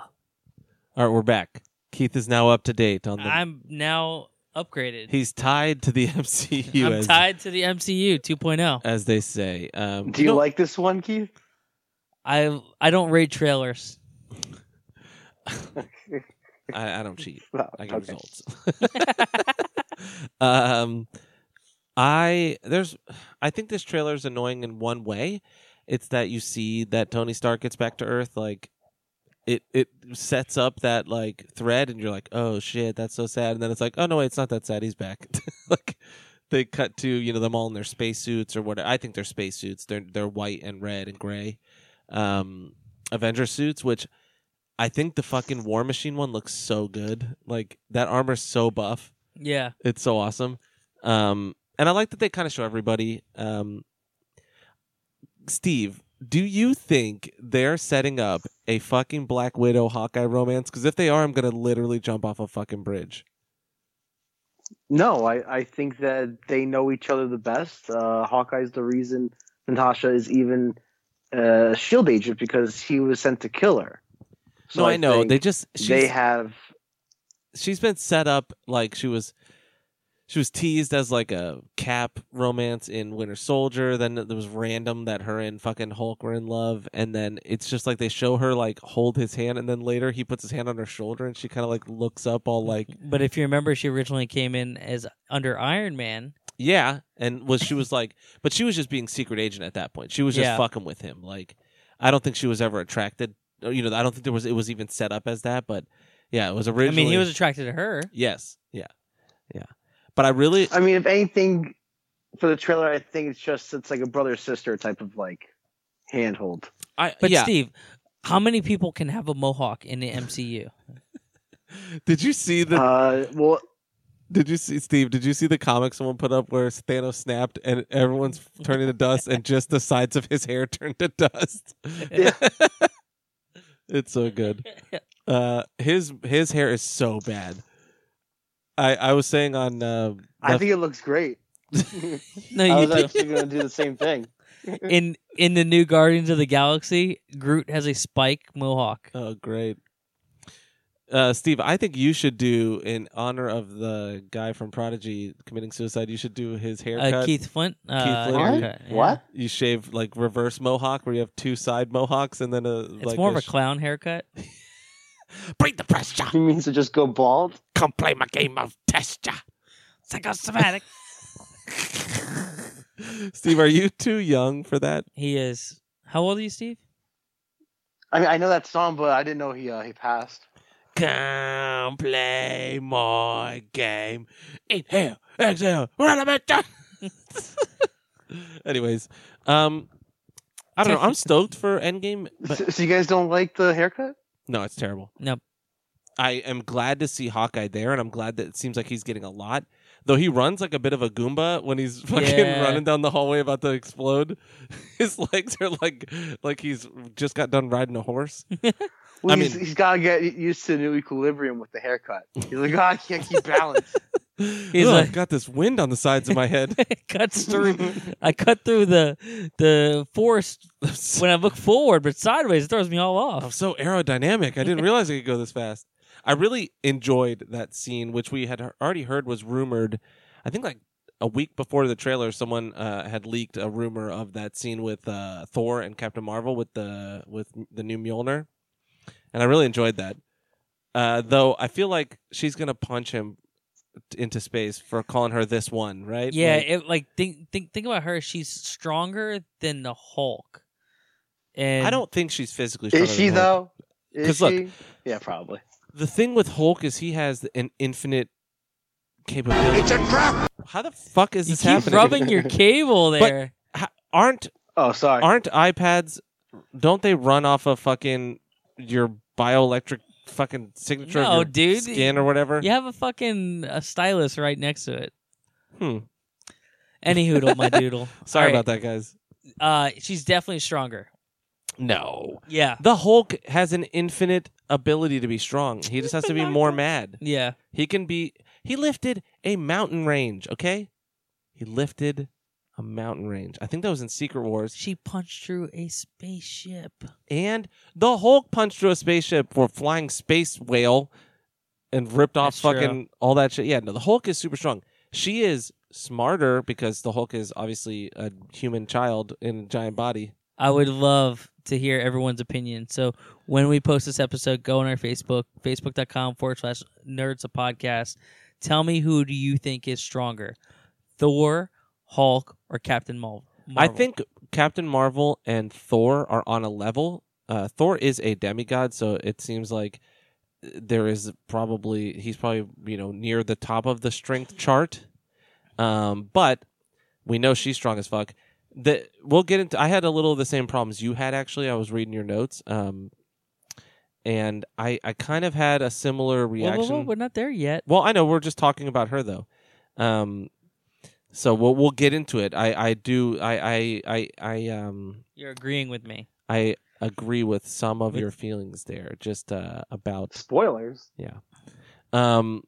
[SPEAKER 1] All right, we're back. Keith is now up to date on the.
[SPEAKER 2] I'm now upgraded.
[SPEAKER 1] he's tied to the MCU.
[SPEAKER 2] I'm
[SPEAKER 1] as,
[SPEAKER 2] tied to the MCU 2.0.
[SPEAKER 1] as they say. Um,
[SPEAKER 3] Do you
[SPEAKER 1] no,
[SPEAKER 3] like this one, Keith?
[SPEAKER 2] I I don't rate trailers.
[SPEAKER 1] I, I don't cheat.
[SPEAKER 3] Well,
[SPEAKER 1] I get results. um, I there's I think this trailer is annoying in one way. It's that you see that Tony Stark gets back to Earth, like it it sets up that like thread, and you're like, oh shit, that's so sad. And then it's like, oh no, wait, it's not that sad. He's back. like they cut to you know them all in their spacesuits or what I think they're spacesuits. They're they're white and red and gray, um, Avenger suits, which I think the fucking War Machine one looks so good. Like that armor's so buff.
[SPEAKER 2] Yeah.
[SPEAKER 1] It's so awesome. Um, and I like that they kind of show everybody. Um, Steve, do you think they're setting up a fucking Black Widow Hawkeye romance? Because if they are, I'm gonna literally jump off a fucking bridge.
[SPEAKER 3] No, I, I think that they know each other the best. Uh, Hawkeye's the reason Natasha is even a uh, shield agent because he was sent to kill her. So
[SPEAKER 1] no, I, know.
[SPEAKER 3] think
[SPEAKER 1] They just she's,
[SPEAKER 3] they have
[SPEAKER 1] she's been set up like she was she was teased as like a cap romance in Winter Soldier. Then there was random that her and fucking Hulk were in love, and then it's just like they show her like hold his hand, and then later he puts his hand on her shoulder, and she kind of like looks up all like
[SPEAKER 2] But if you remember, she originally came in as under Iron Man.
[SPEAKER 1] yeah, and was she was like, but she was just being secret agent at that point. She was just
[SPEAKER 2] Yeah.
[SPEAKER 1] fucking with him. Like, I don't think she was ever attracted. or, You know, I don't think there was it was even set up as that, but yeah, it was
[SPEAKER 2] I
[SPEAKER 1] originally.
[SPEAKER 2] mean, he was attracted to her.
[SPEAKER 1] yes, yeah, yeah. But I really,
[SPEAKER 3] I mean if anything for the trailer I think it's just it's like a brother sister type of like handhold.
[SPEAKER 1] I
[SPEAKER 2] But
[SPEAKER 1] yeah.
[SPEAKER 2] Steve, how many people can have a mohawk in the MCU?
[SPEAKER 1] Did you see the?
[SPEAKER 3] Uh well
[SPEAKER 1] did you see Steve? Did you see the comic someone put up where Thanos snapped and everyone's turning to dust, and just the sides of his hair turned to dust?
[SPEAKER 3] Yeah.
[SPEAKER 1] it's so good. Uh, his his hair is so bad. I I was saying on uh,
[SPEAKER 3] I
[SPEAKER 1] Left-
[SPEAKER 3] think it looks great. I
[SPEAKER 2] no, you
[SPEAKER 3] was
[SPEAKER 2] do.
[SPEAKER 3] actually gonna do the same thing.
[SPEAKER 2] in in the new Guardians of the Galaxy, Groot has a spike mohawk.
[SPEAKER 1] oh great. Uh, Steve, I think you should do in honor of the guy from Prodigy committing suicide. You should do his haircut.
[SPEAKER 2] Uh, Keith Flint. Uh,
[SPEAKER 1] Flint.
[SPEAKER 3] What?
[SPEAKER 2] haircut, yeah.
[SPEAKER 3] What?
[SPEAKER 1] You shave like reverse mohawk, where you have two side mohawks, and then a
[SPEAKER 2] It's
[SPEAKER 1] like
[SPEAKER 2] more of a
[SPEAKER 1] sh-
[SPEAKER 2] clown haircut.
[SPEAKER 1] break the pressure.
[SPEAKER 3] He means to just go bald?
[SPEAKER 1] Come play my game of test ya.
[SPEAKER 2] Psychosomatic.
[SPEAKER 1] Steve, are you too young for that?
[SPEAKER 2] he is. How old are you, Steve?
[SPEAKER 3] I mean I know that song but I didn't know he uh, he passed.
[SPEAKER 1] Come play my game. Inhale, exhale, run a bit. Anyways, um, I don't know. I'm stoked for Endgame, but
[SPEAKER 3] so, so you guys don't like the haircut?
[SPEAKER 1] no, it's terrible.
[SPEAKER 2] No,
[SPEAKER 1] I am glad to see Hawkeye there, and I'm glad that it seems like he's getting a lot. Though he runs like a bit of a Goomba when he's fucking
[SPEAKER 2] Yeah.
[SPEAKER 1] running down the hallway about to explode. His legs are like like he's just got done riding a horse.
[SPEAKER 3] Well,
[SPEAKER 1] I
[SPEAKER 3] he's,
[SPEAKER 1] mean-
[SPEAKER 3] he's got to get used to new equilibrium with the haircut. He's like, oh, I can't keep balance.
[SPEAKER 1] Look,
[SPEAKER 2] like-
[SPEAKER 1] I've got this wind on the sides of my head.
[SPEAKER 2] It cuts through. I cut through the the forest
[SPEAKER 1] I'm so,
[SPEAKER 2] when I look forward, but sideways it throws me all
[SPEAKER 1] I'm
[SPEAKER 2] off.
[SPEAKER 1] so aerodynamic. I didn't realize I could go this fast. I really enjoyed that scene, which we had already heard was rumored. I think like a week before the trailer, someone uh, had leaked a rumor of that scene with uh, Thor and Captain Marvel with the with the new Mjolnir, and I really enjoyed that. Uh, though I feel like she's gonna punch him t- into space for calling her this one, right?
[SPEAKER 2] Yeah,
[SPEAKER 1] Like,
[SPEAKER 2] it, like think think think about her. She's stronger than the Hulk. And
[SPEAKER 1] I don't think she's physically. stronger
[SPEAKER 3] Is she
[SPEAKER 1] than Hulk.
[SPEAKER 3] though? Is
[SPEAKER 1] 'Cause look-
[SPEAKER 3] she? yeah, probably.
[SPEAKER 1] The thing with Hulk is he has an infinite capability.
[SPEAKER 4] It's a trap!
[SPEAKER 1] How the fuck is
[SPEAKER 2] You
[SPEAKER 1] this
[SPEAKER 2] keep
[SPEAKER 1] happening?
[SPEAKER 2] rubbing your cable there.
[SPEAKER 1] aren't
[SPEAKER 3] Oh, sorry.
[SPEAKER 1] aren't iPads? Don't they run off of fucking your bioelectric fucking signature? of
[SPEAKER 2] No,
[SPEAKER 1] your
[SPEAKER 2] dude.
[SPEAKER 1] Skin or whatever.
[SPEAKER 2] you have a fucking a stylus right next to it.
[SPEAKER 1] Hmm.
[SPEAKER 2] Any hoodle, my doodle.
[SPEAKER 1] Sorry about that, guys.
[SPEAKER 2] that. Uh, she's definitely stronger.
[SPEAKER 1] No.
[SPEAKER 2] Yeah,
[SPEAKER 1] The Hulk has an infinite ability to be strong. He just has to be more mad.
[SPEAKER 2] yeah.
[SPEAKER 1] He can be. He lifted a mountain range. Okay. He lifted a mountain range. I think that was in Secret Wars.
[SPEAKER 2] She punched through a spaceship.
[SPEAKER 1] And the Hulk punched through a spaceship for a flying space whale and ripped off
[SPEAKER 2] That's true.
[SPEAKER 1] fucking all that shit. Yeah, no, the Hulk is super strong. She is smarter because the Hulk is obviously a human child in a giant body.
[SPEAKER 2] I would love to hear everyone's opinion. So when we post this episode, go on our Facebook, facebook.com forward slash nerds a podcast. Tell me who do you think is stronger, Thor, Hulk, or Captain Marvel?
[SPEAKER 1] I think Captain Marvel and Thor are on a level. Uh, Thor is a demigod, so it seems like there is probably he's probably you know near the top of the strength chart. Um, but we know she's strong as fuck. The, we'll get into. I had a little of the same problems you had actually. I was reading your notes, um, and I I kind of had a similar
[SPEAKER 2] Whoa,
[SPEAKER 1] reaction.
[SPEAKER 2] whoa, whoa, we're not there yet.
[SPEAKER 1] Well, I know we're just talking about her though. Um, so we'll we'll get into it. I I do I I I I um
[SPEAKER 2] You're agreeing with me.
[SPEAKER 1] I agree with some of
[SPEAKER 2] With-
[SPEAKER 1] your feelings there, just uh, about
[SPEAKER 3] Spoilers.
[SPEAKER 1] um.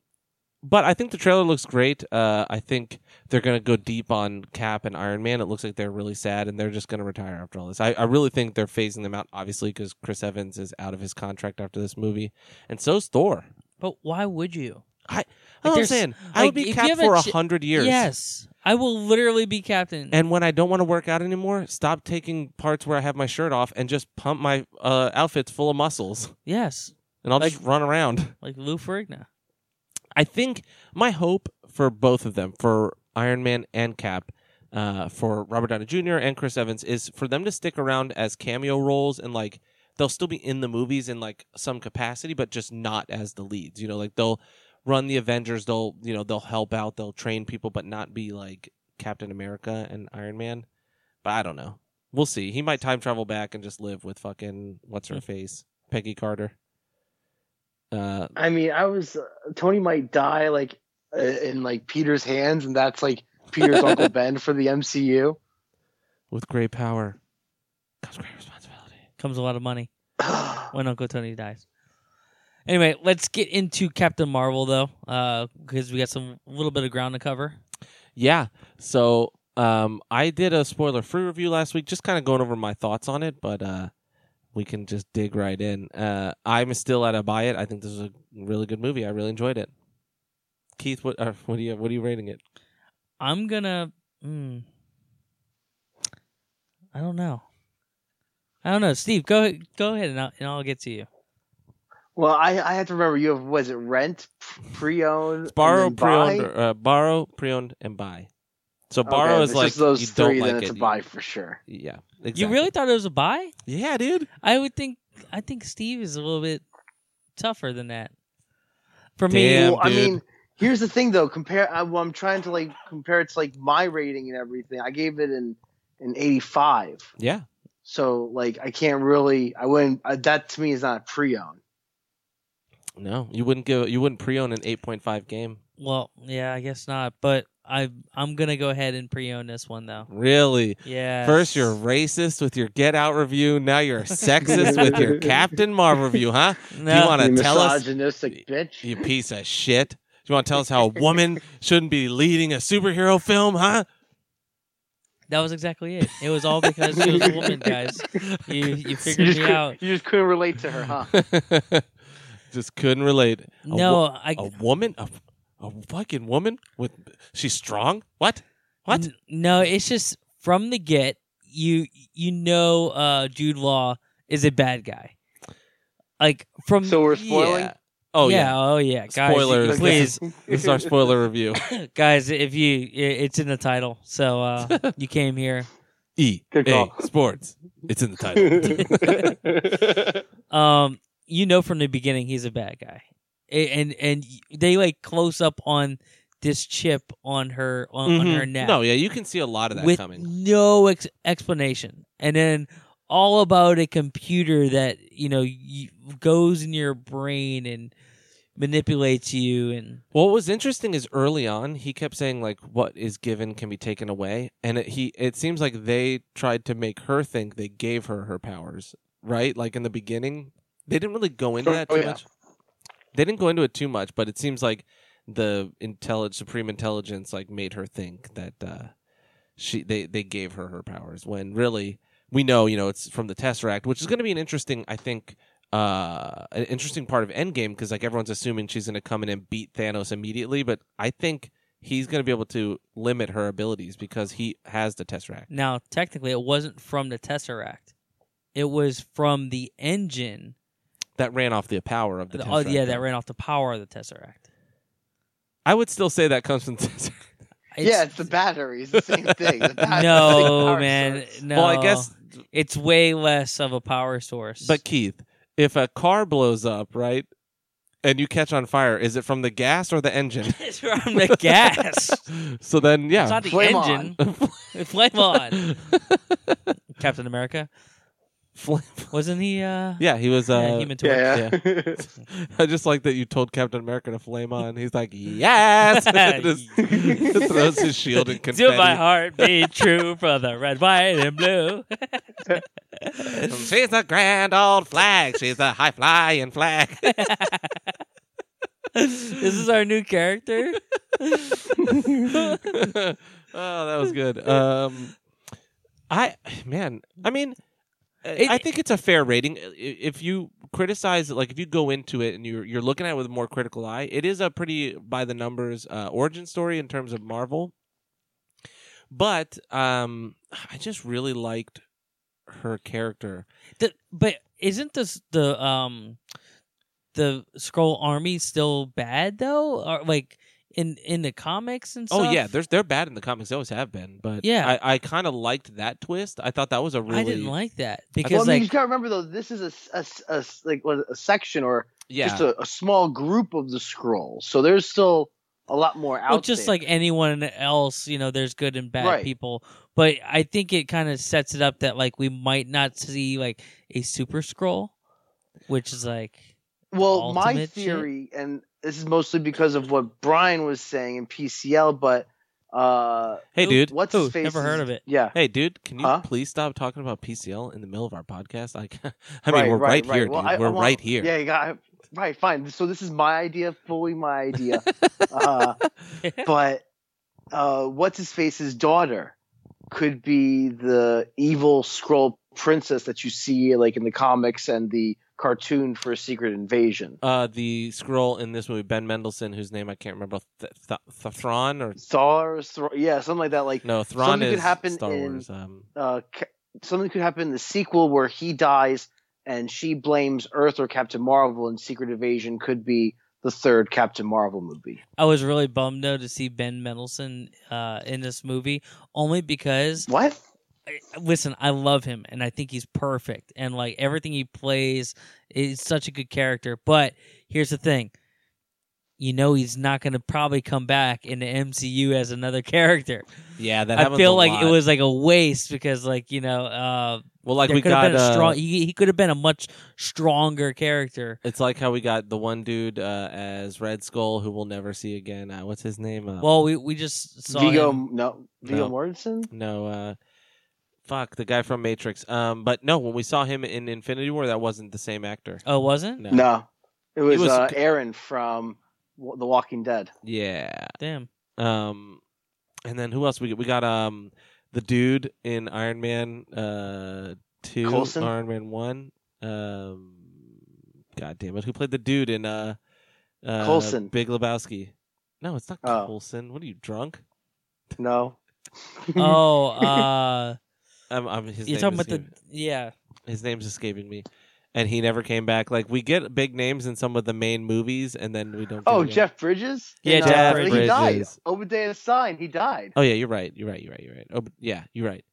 [SPEAKER 1] But I think the trailer looks great. Uh, I think they're going to go deep on Cap and Iron Man. It looks like they're really sad and they're just going to retire after all this. I, I really think they're phasing them out, obviously, because Chris Evans is out of his contract after this movie. And so's Thor.
[SPEAKER 2] But why would you?
[SPEAKER 1] That's what I'm
[SPEAKER 2] there's-
[SPEAKER 1] saying. I would
[SPEAKER 2] Oh, like,
[SPEAKER 1] be
[SPEAKER 2] if you
[SPEAKER 1] Cap
[SPEAKER 2] have a
[SPEAKER 1] for a
[SPEAKER 2] ch-
[SPEAKER 1] 100 years.
[SPEAKER 2] Yes. I will literally be captain.
[SPEAKER 1] And when I don't want to work out anymore, stop taking parts where I have my shirt off and just pump my uh, outfits full of muscles,
[SPEAKER 2] yes.
[SPEAKER 1] and I'll just run around.
[SPEAKER 2] Like Lou Ferrigno.
[SPEAKER 1] I think my hope for both of them, for Iron Man and Cap, uh, for Robert Downey Jr. and Chris Evans, is for them to stick around as cameo roles and like they'll still be in the movies in like some capacity, but just not as the leads. You know, like they'll run the Avengers, they'll you know they'll help out, they'll train people, but not be like Captain America and Iron Man. But I don't know. We'll see. He might time travel back and just live with fucking what's her face, Peggy Carter. Uh,
[SPEAKER 3] I mean, I was uh, Tony might die like uh, in like Peter's hands, and that's like Peter's Uncle Ben for the MCU.
[SPEAKER 1] With great power comes great responsibility.
[SPEAKER 2] Comes a lot of money when Uncle Tony dies. Anyway, let's get into Captain Marvel though, because we got some little bit of ground to cover.
[SPEAKER 1] Yeah. So um, I did a spoiler free review last week, just kind of going over my thoughts on it, but uh, we can just dig right in. Uh, I'm still at a buy it. I think this is a really good movie. I really enjoyed it. Keith, what uh, what do you what are you rating it?
[SPEAKER 2] I'm gonna. Mm, I don't know. I don't know, Steve. Go go ahead, and I'll, and I'll get to you.
[SPEAKER 3] well, I I have to remember you have was it rent, pre owned,
[SPEAKER 1] Borrow, pre-owned, or, uh, borrow, pre-owned, and buy. So borrow is like
[SPEAKER 3] just those
[SPEAKER 1] you don't
[SPEAKER 3] three,
[SPEAKER 1] like
[SPEAKER 3] then it's
[SPEAKER 1] it.
[SPEAKER 3] a buy for sure.
[SPEAKER 1] Yeah, exactly.
[SPEAKER 2] You really thought it was a buy?
[SPEAKER 1] Yeah, dude.
[SPEAKER 2] I would think. I think Steve is a little bit tougher than that. For
[SPEAKER 1] Damn,
[SPEAKER 2] me,
[SPEAKER 3] well, I
[SPEAKER 1] dude.
[SPEAKER 3] mean, here's the thing though. Compare. I, well, I'm trying to like compare it to like my rating and everything. I gave it an an 85.
[SPEAKER 1] Yeah.
[SPEAKER 3] So like I can't really. I wouldn't. Uh, that to me is not pre owned.
[SPEAKER 1] No, you wouldn't give. You wouldn't pre-own an 8.5 game.
[SPEAKER 2] Well, yeah, I guess not. But I I'm gonna go ahead and pre-own this one though.
[SPEAKER 1] Really?
[SPEAKER 2] Yeah.
[SPEAKER 1] First, you're racist with your Get Out review. Now you're sexist with your Captain Marvel review, huh?
[SPEAKER 2] No.
[SPEAKER 1] Do you want to
[SPEAKER 3] you
[SPEAKER 1] tell us,
[SPEAKER 3] misogynistic bitch.
[SPEAKER 1] you piece of shit? Do you want to tell us how a woman shouldn't be leading a superhero film, huh?
[SPEAKER 2] That was exactly it. It was all because she was a woman, guys. You you
[SPEAKER 3] You
[SPEAKER 2] figured
[SPEAKER 3] just
[SPEAKER 2] me
[SPEAKER 3] couldn't-
[SPEAKER 2] out.
[SPEAKER 3] You just couldn't relate to her, huh?
[SPEAKER 1] Just couldn't relate. A wo-
[SPEAKER 2] No, I
[SPEAKER 1] a woman, a, a fucking woman with she's strong. What? What?
[SPEAKER 2] N- no, it's just from the get you you know uh Jude Law is a bad guy. Like from
[SPEAKER 3] So we're spoiling.
[SPEAKER 1] Yeah. Oh yeah.
[SPEAKER 2] oh yeah, guys.
[SPEAKER 1] Spoilers.
[SPEAKER 2] Please,
[SPEAKER 1] This is our spoiler review.
[SPEAKER 2] guys, if you i- it's in the title. So uh you came here.
[SPEAKER 1] E
[SPEAKER 3] Good
[SPEAKER 1] A
[SPEAKER 3] call.
[SPEAKER 1] Sports. It's in the title.
[SPEAKER 2] um, you know from the beginning he's a bad guy, A- and and they like close up on this chip on her on, on her
[SPEAKER 1] Mhm.
[SPEAKER 2] neck
[SPEAKER 1] No, yeah, you can see a lot of that
[SPEAKER 2] with
[SPEAKER 1] coming.
[SPEAKER 2] no ex- explanation, and then all about a computer that you know y goes in your brain and manipulates you and
[SPEAKER 1] Well, what was interesting is early on he kept saying like what is given can be taken away, and it, he it seems like they tried to make her think they gave her her powers, right? Like in the beginning, they didn't really go into
[SPEAKER 3] Oh,
[SPEAKER 1] that too
[SPEAKER 3] yeah.
[SPEAKER 1] much. They didn't go into it too much, but it seems like the intellig supreme intelligence like made her think that uh, she they they gave her her powers when really we know you know it's from the tesseract, which is going to be an interesting I think uh, an interesting part of Endgame because like everyone's assuming she's going to come in and beat Thanos immediately, but I think he's going to be able to limit her abilities because he has the Tesseract.
[SPEAKER 2] now technically it wasn't from the tesseract, it was from the engine.
[SPEAKER 1] That ran off the power of the,
[SPEAKER 2] oh
[SPEAKER 1] Tesseract.
[SPEAKER 2] yeah, that ran off the power of the tesseract.
[SPEAKER 1] I would still say that comes from the Tesseract.
[SPEAKER 2] It's-
[SPEAKER 6] yeah, it's the batteries. The same thing. The batteries,
[SPEAKER 2] no, man. No.
[SPEAKER 1] Well, I guess,
[SPEAKER 2] it's way less of a power source.
[SPEAKER 1] but Keith, if a car blows up, right, and you catch on fire, is it from the gas or the engine?
[SPEAKER 2] it's from the gas.
[SPEAKER 1] so then, yeah,
[SPEAKER 2] It's not the
[SPEAKER 6] Flame
[SPEAKER 2] engine. Flame on. Captain America.
[SPEAKER 1] Flame-
[SPEAKER 2] Wasn't he uh
[SPEAKER 1] yeah, he was. Uh,
[SPEAKER 2] yeah, human torch?
[SPEAKER 3] yeah.
[SPEAKER 1] I just like that you told Captain America to flame on. He's like, yes. Just throws his shield and confetti.
[SPEAKER 2] Do my heart be true for the red, white, and blue?
[SPEAKER 1] She's a grand old flag. She's a high flying flag.
[SPEAKER 2] this is our new character.
[SPEAKER 1] oh, that was good. Um, I man, I mean,
[SPEAKER 2] It-
[SPEAKER 1] I think it's a fair rating. I- If you criticize, like if you go into it and you're you're looking at it with a more critical eye, it is a pretty by the numbers uh, origin story in terms of Marvel. But um, I just really liked her character.
[SPEAKER 2] The- but isn't this the um the scroll army still bad though? Or, like in in the comics and stuff?
[SPEAKER 1] Oh yeah, there's they're bad in the comics. They always have been. But
[SPEAKER 2] Yeah.
[SPEAKER 1] I, I kind of liked that twist. I thought that was a really
[SPEAKER 2] I didn't like that
[SPEAKER 6] Well, I
[SPEAKER 2] because
[SPEAKER 6] mean, you
[SPEAKER 2] like
[SPEAKER 6] gotta remember though, this is a, s- a s- a s- like what, a section or
[SPEAKER 1] yeah.
[SPEAKER 6] just a, a small group of the scrolls. So there's still a lot more out.
[SPEAKER 2] well, just
[SPEAKER 6] there.
[SPEAKER 2] like anyone else, you know, there's good and bad
[SPEAKER 6] Right.
[SPEAKER 2] people. But I think it kind of sets it up that like we might not see like a super scroll, which is like
[SPEAKER 6] Well, my
[SPEAKER 2] Ultimate shit.
[SPEAKER 6] theory, and this is mostly because of what Brian was saying in PCL, but uh,
[SPEAKER 1] hey dude.
[SPEAKER 6] what's
[SPEAKER 2] Ooh,
[SPEAKER 6] his face?
[SPEAKER 2] never
[SPEAKER 6] is-
[SPEAKER 2] heard of it.
[SPEAKER 6] Yeah.
[SPEAKER 1] Hey dude, can you
[SPEAKER 6] Huh?
[SPEAKER 1] please stop talking about PCL in the middle of our podcast? I, I mean, we're right, here,
[SPEAKER 6] Well,
[SPEAKER 1] dude.
[SPEAKER 6] I-
[SPEAKER 1] we're
[SPEAKER 6] I want-
[SPEAKER 1] right here.
[SPEAKER 6] Yeah, you got right. Fine. So this is my idea, fully my idea. uh, but uh, what's his face's daughter could be the evil scroll princess that you see like in the comics and the cartoon for Secret Invasion.
[SPEAKER 1] Uh, the scroll in this movie, Ben Mendelsohn, whose name I can't remember, Th- Th- Th- Thrawn or
[SPEAKER 6] Thor, Thor- yeah, something like that. Like
[SPEAKER 1] no, Thrawn
[SPEAKER 6] Something could
[SPEAKER 1] is
[SPEAKER 6] happen
[SPEAKER 1] Star
[SPEAKER 6] in-
[SPEAKER 1] Wars. Um,
[SPEAKER 6] uh, ca- something could happen in the sequel where he dies and she blames Earth or Captain Marvel, and Secret Invasion could be the third Captain Marvel movie.
[SPEAKER 2] I was really bummed though to see Ben Mendelsohn uh, in this movie only because
[SPEAKER 6] What?
[SPEAKER 2] I- listen, I love him and I think he's perfect and like everything he plays is such a good character. But here's the thing. you know he's not going to probably come back in the MCU as another character.
[SPEAKER 1] Yeah, that
[SPEAKER 2] I
[SPEAKER 1] happens
[SPEAKER 2] feel
[SPEAKER 1] a
[SPEAKER 2] like
[SPEAKER 1] lot.
[SPEAKER 2] it was like a waste because like you know uh,
[SPEAKER 1] well, like
[SPEAKER 2] there
[SPEAKER 1] we
[SPEAKER 2] could
[SPEAKER 1] got
[SPEAKER 2] have been a
[SPEAKER 1] uh,
[SPEAKER 2] strong. He, he could have been a much stronger character.
[SPEAKER 1] It's like how we got the one dude uh, as Red Skull who we'll never see again. Uh, what's his name? Uh,
[SPEAKER 2] Well, we we just saw
[SPEAKER 3] Vigo,
[SPEAKER 2] him.
[SPEAKER 3] no, Vigo
[SPEAKER 1] No.
[SPEAKER 3] Mortensen.
[SPEAKER 1] no, uh, fuck the guy from Matrix. Um, but no, when we saw him in Infinity War, that wasn't the same actor.
[SPEAKER 2] Oh, wasn't?
[SPEAKER 1] No.
[SPEAKER 3] No, it was,
[SPEAKER 1] was-
[SPEAKER 3] uh, Aaron from W- The Walking Dead.
[SPEAKER 1] Yeah.
[SPEAKER 2] Damn.
[SPEAKER 1] Um, and then who else we get? We got um the dude in Iron Man uh two,
[SPEAKER 3] Coulson?
[SPEAKER 1] Iron Man one. Um, God damn it, who played the dude in uh, uh
[SPEAKER 3] Coulson.
[SPEAKER 1] Big Lebowski? No, it's not
[SPEAKER 3] Oh.
[SPEAKER 1] Coulson. What are you drunk?
[SPEAKER 3] No,
[SPEAKER 2] Oh, uh,
[SPEAKER 1] I'm, I'm his name
[SPEAKER 2] you're talking
[SPEAKER 1] is
[SPEAKER 2] about the
[SPEAKER 1] escaping-
[SPEAKER 2] yeah.
[SPEAKER 1] his name's escaping me. And he never came back. Like we get big names in some of the main movies, and then we don't.
[SPEAKER 3] oh
[SPEAKER 1] get-
[SPEAKER 3] Jeff Bridges.
[SPEAKER 2] Yeah,
[SPEAKER 3] No,
[SPEAKER 2] Jeff
[SPEAKER 3] He died.
[SPEAKER 1] Bridges.
[SPEAKER 3] Obadiah Sign. He died.
[SPEAKER 1] Oh yeah, you're right. You're right. You're right. You're right. Oh but- yeah, you're right.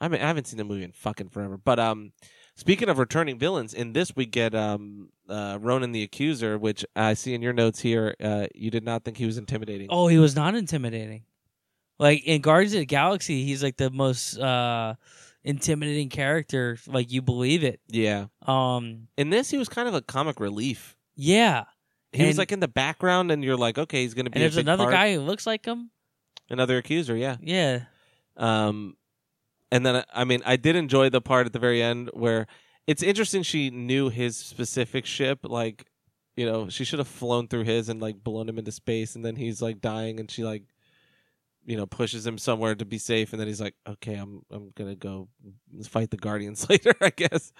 [SPEAKER 1] I mean, I haven't seen the movie in fucking forever. But um, speaking of returning villains, in this we get um, uh, Ronan the Accuser, which I see in your notes here. Uh, you did not think he was intimidating.
[SPEAKER 2] Oh, he was not intimidating. Like in Guardians of the Galaxy, he's like the most uh intimidating character. Like you believe it.
[SPEAKER 1] Yeah.
[SPEAKER 2] Um,
[SPEAKER 1] In this, he was kind of a comic relief.
[SPEAKER 2] yeah.
[SPEAKER 1] He was
[SPEAKER 2] And-
[SPEAKER 1] like in the background, and you're like, okay, he's gonna be.
[SPEAKER 2] And
[SPEAKER 1] a
[SPEAKER 2] there's
[SPEAKER 1] big
[SPEAKER 2] another
[SPEAKER 1] part.
[SPEAKER 2] guy who looks like him.
[SPEAKER 1] another accuser. Yeah.
[SPEAKER 2] Yeah.
[SPEAKER 1] Um, and then I mean, I did enjoy the part at the very end where it's interesting. She knew his specific ship, like you know, she should have flown through his and like blown him into space, and then he's like dying, and she like you know pushes him somewhere to be safe, and then he's like, okay, I'm I'm gonna go fight the guardians later, I guess.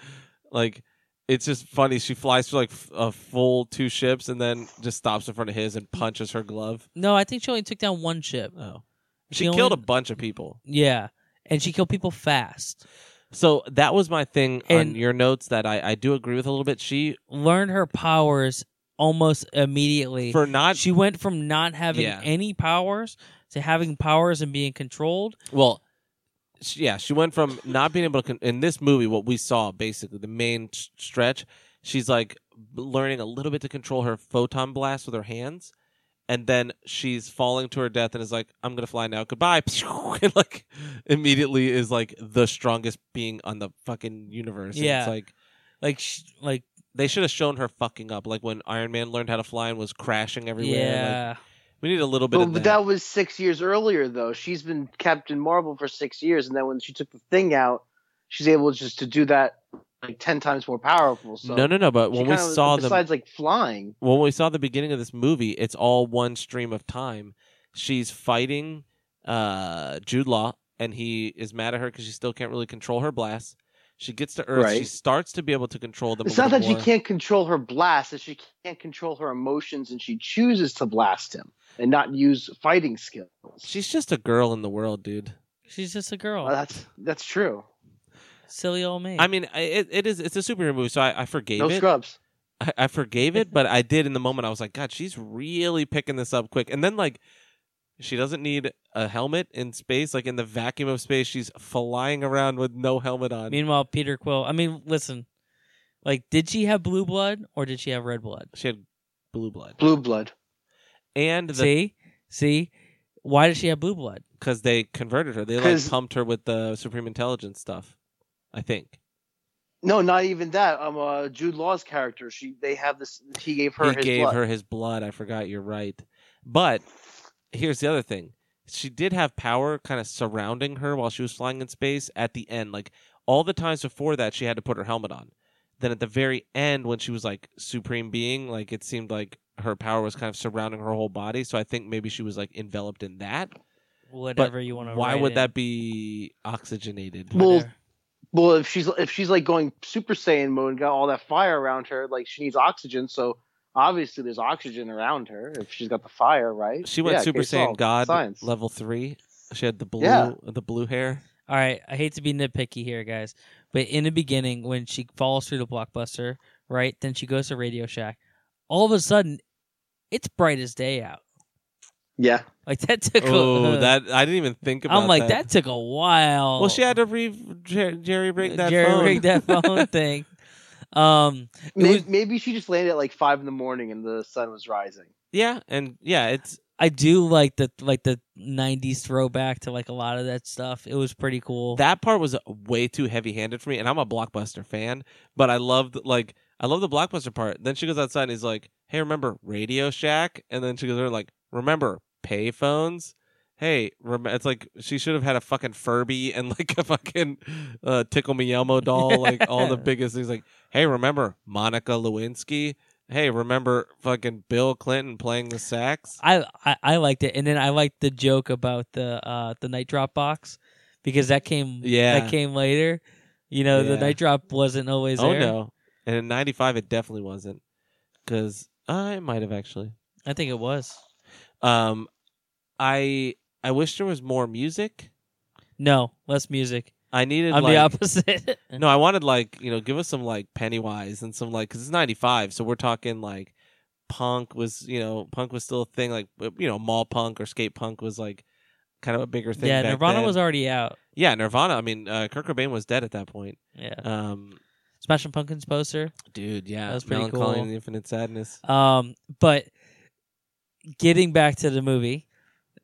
[SPEAKER 1] Like. It's just funny. She flies through like f- a full two ships and then just stops in front of his and punches her glove.
[SPEAKER 2] No, I think she only took down one ship.
[SPEAKER 1] Oh, she
[SPEAKER 2] The only-
[SPEAKER 1] killed a bunch of people.
[SPEAKER 2] Yeah. And she killed people fast.
[SPEAKER 1] So that was my thing on
[SPEAKER 2] And-
[SPEAKER 1] your notes that I, I do agree with a little bit. She
[SPEAKER 2] Learned her powers almost immediately.
[SPEAKER 1] for not
[SPEAKER 2] she went from not having
[SPEAKER 1] Yeah.
[SPEAKER 2] any powers to having powers and being controlled.
[SPEAKER 1] well, she, yeah, she went from not being able to con- in this movie what we saw basically the main s- stretch. She's like learning a little bit to control her photon blast with her hands, and then she's falling to her death and is like, "I'm gonna fly now, goodbye," and like immediately is like the strongest being on the fucking universe. And
[SPEAKER 2] Yeah.
[SPEAKER 1] it's like
[SPEAKER 2] Like sh- like
[SPEAKER 1] they should have shown her fucking up, like when Iron Man learned how to fly and was crashing everywhere. Like,
[SPEAKER 2] yeah.
[SPEAKER 1] we need a little bit
[SPEAKER 3] But,
[SPEAKER 1] of
[SPEAKER 3] but that was six years earlier, though. She's been Captain Marvel for six years, and then when she took the thing out, she's able just to do that like ten times more powerful. So
[SPEAKER 1] no, no, no. But
[SPEAKER 3] she
[SPEAKER 1] when we
[SPEAKER 3] kinda-
[SPEAKER 1] saw the
[SPEAKER 3] besides like flying,
[SPEAKER 1] when we saw the beginning of this movie, it's all one stream of time. She's fighting uh, Jude Law, and he is mad at her because she still can't really control her blasts. She gets to Earth. She
[SPEAKER 3] Right.
[SPEAKER 1] starts to be able to control them.
[SPEAKER 3] it's
[SPEAKER 1] a
[SPEAKER 3] not
[SPEAKER 1] little
[SPEAKER 3] that
[SPEAKER 1] more.
[SPEAKER 3] she can't control her blast; it's she can't control her emotions, and she chooses to blast him and not use fighting skills.
[SPEAKER 1] She's just a girl in the world, dude.
[SPEAKER 2] She's just a girl.
[SPEAKER 3] Well, Oh, that's that's true.
[SPEAKER 2] Silly old me.
[SPEAKER 1] I mean, I- it, it is. It's a superhero movie, so I, I forgave
[SPEAKER 3] No
[SPEAKER 1] it.
[SPEAKER 3] scrubs.
[SPEAKER 1] I, I forgave it, but I did in the moment. I was like, God, she's really picking this up quick. And then like, she doesn't need a helmet in space. Like in the vacuum of space, she's flying around with no helmet on.
[SPEAKER 2] Meanwhile, Peter Quill. I mean, listen. Like, did she have blue blood or did she have red blood?
[SPEAKER 1] She had blue blood,
[SPEAKER 3] Blue blood.
[SPEAKER 1] and
[SPEAKER 2] See, see, why does she have blue blood?
[SPEAKER 1] because they converted her, they like
[SPEAKER 3] 'Cause-
[SPEAKER 1] pumped her with the supreme intelligence stuff. I think
[SPEAKER 3] No, not even that. Um, uh, Jude Law's character. She they have this. He gave her.
[SPEAKER 1] he
[SPEAKER 3] his
[SPEAKER 1] gave
[SPEAKER 3] blood.
[SPEAKER 1] her his blood. I forgot. You're right. But here's the other thing: she did have power kind of surrounding her while she was flying in space. At the end, like all the times before that, she had to put her helmet on. Then at the very end, when she was like supreme being, like it seemed like her power was kind of surrounding her whole body. So I think maybe she was like enveloped in that.
[SPEAKER 2] Whatever you want to.
[SPEAKER 1] Why would that be oxygenated?
[SPEAKER 3] Well, Well, if she's if she's like going Super Saiyan mode and got all that fire around her, like she needs oxygen. So obviously, there's oxygen around her if she's got the fire, right?
[SPEAKER 1] She went
[SPEAKER 3] Yeah,
[SPEAKER 1] Super
[SPEAKER 3] case
[SPEAKER 1] Saiyan
[SPEAKER 3] solved.
[SPEAKER 1] God
[SPEAKER 3] Science.
[SPEAKER 1] level three. She had the blue,
[SPEAKER 3] Yeah.
[SPEAKER 1] the blue hair.
[SPEAKER 2] All right, I hate to be nitpicky here, guys, but in the beginning, when she falls through the blockbuster, right? Then she goes to Radio Shack. All of a sudden, it's bright as day out.
[SPEAKER 3] yeah,
[SPEAKER 2] Like that took.
[SPEAKER 1] Oh,
[SPEAKER 2] a,
[SPEAKER 1] that I didn't even think about.
[SPEAKER 2] I'm like
[SPEAKER 1] that.
[SPEAKER 2] that took a while.
[SPEAKER 1] Well, she had to re jer- jerry rig that
[SPEAKER 2] Jerry
[SPEAKER 1] phone.
[SPEAKER 2] rigged that phone thing. Um,
[SPEAKER 3] maybe,
[SPEAKER 2] was-
[SPEAKER 3] maybe she just landed at like five in the morning and the sun was rising.
[SPEAKER 1] yeah, and yeah, it's
[SPEAKER 2] I do like the like the '90s throwback to like a lot of that stuff. It was pretty cool.
[SPEAKER 1] that part was way too heavy-handed for me, and I'm a blockbuster fan, but I loved like I love the blockbuster part. Then she goes outside and he's like, "Hey, remember Radio Shack?" And then she goes over like, "Remember payphones?" Hey, rem- it's like she should have had a fucking Furby and like a fucking uh, Tickle Me Elmo doll, like all the biggest things. Like, hey, remember Monica Lewinsky? Hey, remember fucking Bill Clinton playing the sax?
[SPEAKER 2] I, I I liked it, and then I liked the joke about the uh the night drop box because that came
[SPEAKER 1] Yeah.
[SPEAKER 2] that came later. You know,
[SPEAKER 1] Yeah.
[SPEAKER 2] the night drop wasn't always
[SPEAKER 1] Oh
[SPEAKER 2] there.
[SPEAKER 1] no! And in '95, it definitely wasn't because I might have actually.
[SPEAKER 2] I think it was.
[SPEAKER 1] Um, I I wish there was more music.
[SPEAKER 2] No, less music.
[SPEAKER 1] I needed
[SPEAKER 2] I'm
[SPEAKER 1] like
[SPEAKER 2] the opposite.
[SPEAKER 1] no, I wanted like you know give us some like Pennywise and some like because it's '95, so we're talking like punk was you know punk was still a thing like you know mall punk or skate punk was like kind of a bigger thing.
[SPEAKER 2] yeah,
[SPEAKER 1] back
[SPEAKER 2] Nirvana
[SPEAKER 1] then.
[SPEAKER 2] was already out.
[SPEAKER 1] yeah Nirvana. I mean, uh, Kurt Cobain was dead at that point.
[SPEAKER 2] Yeah,
[SPEAKER 1] Um,
[SPEAKER 2] Smashing Pumpkins poster.
[SPEAKER 1] dude, yeah,
[SPEAKER 2] That was pretty
[SPEAKER 1] melancholy
[SPEAKER 2] cool.
[SPEAKER 1] and the infinite sadness.
[SPEAKER 2] Um, but getting back to the movie,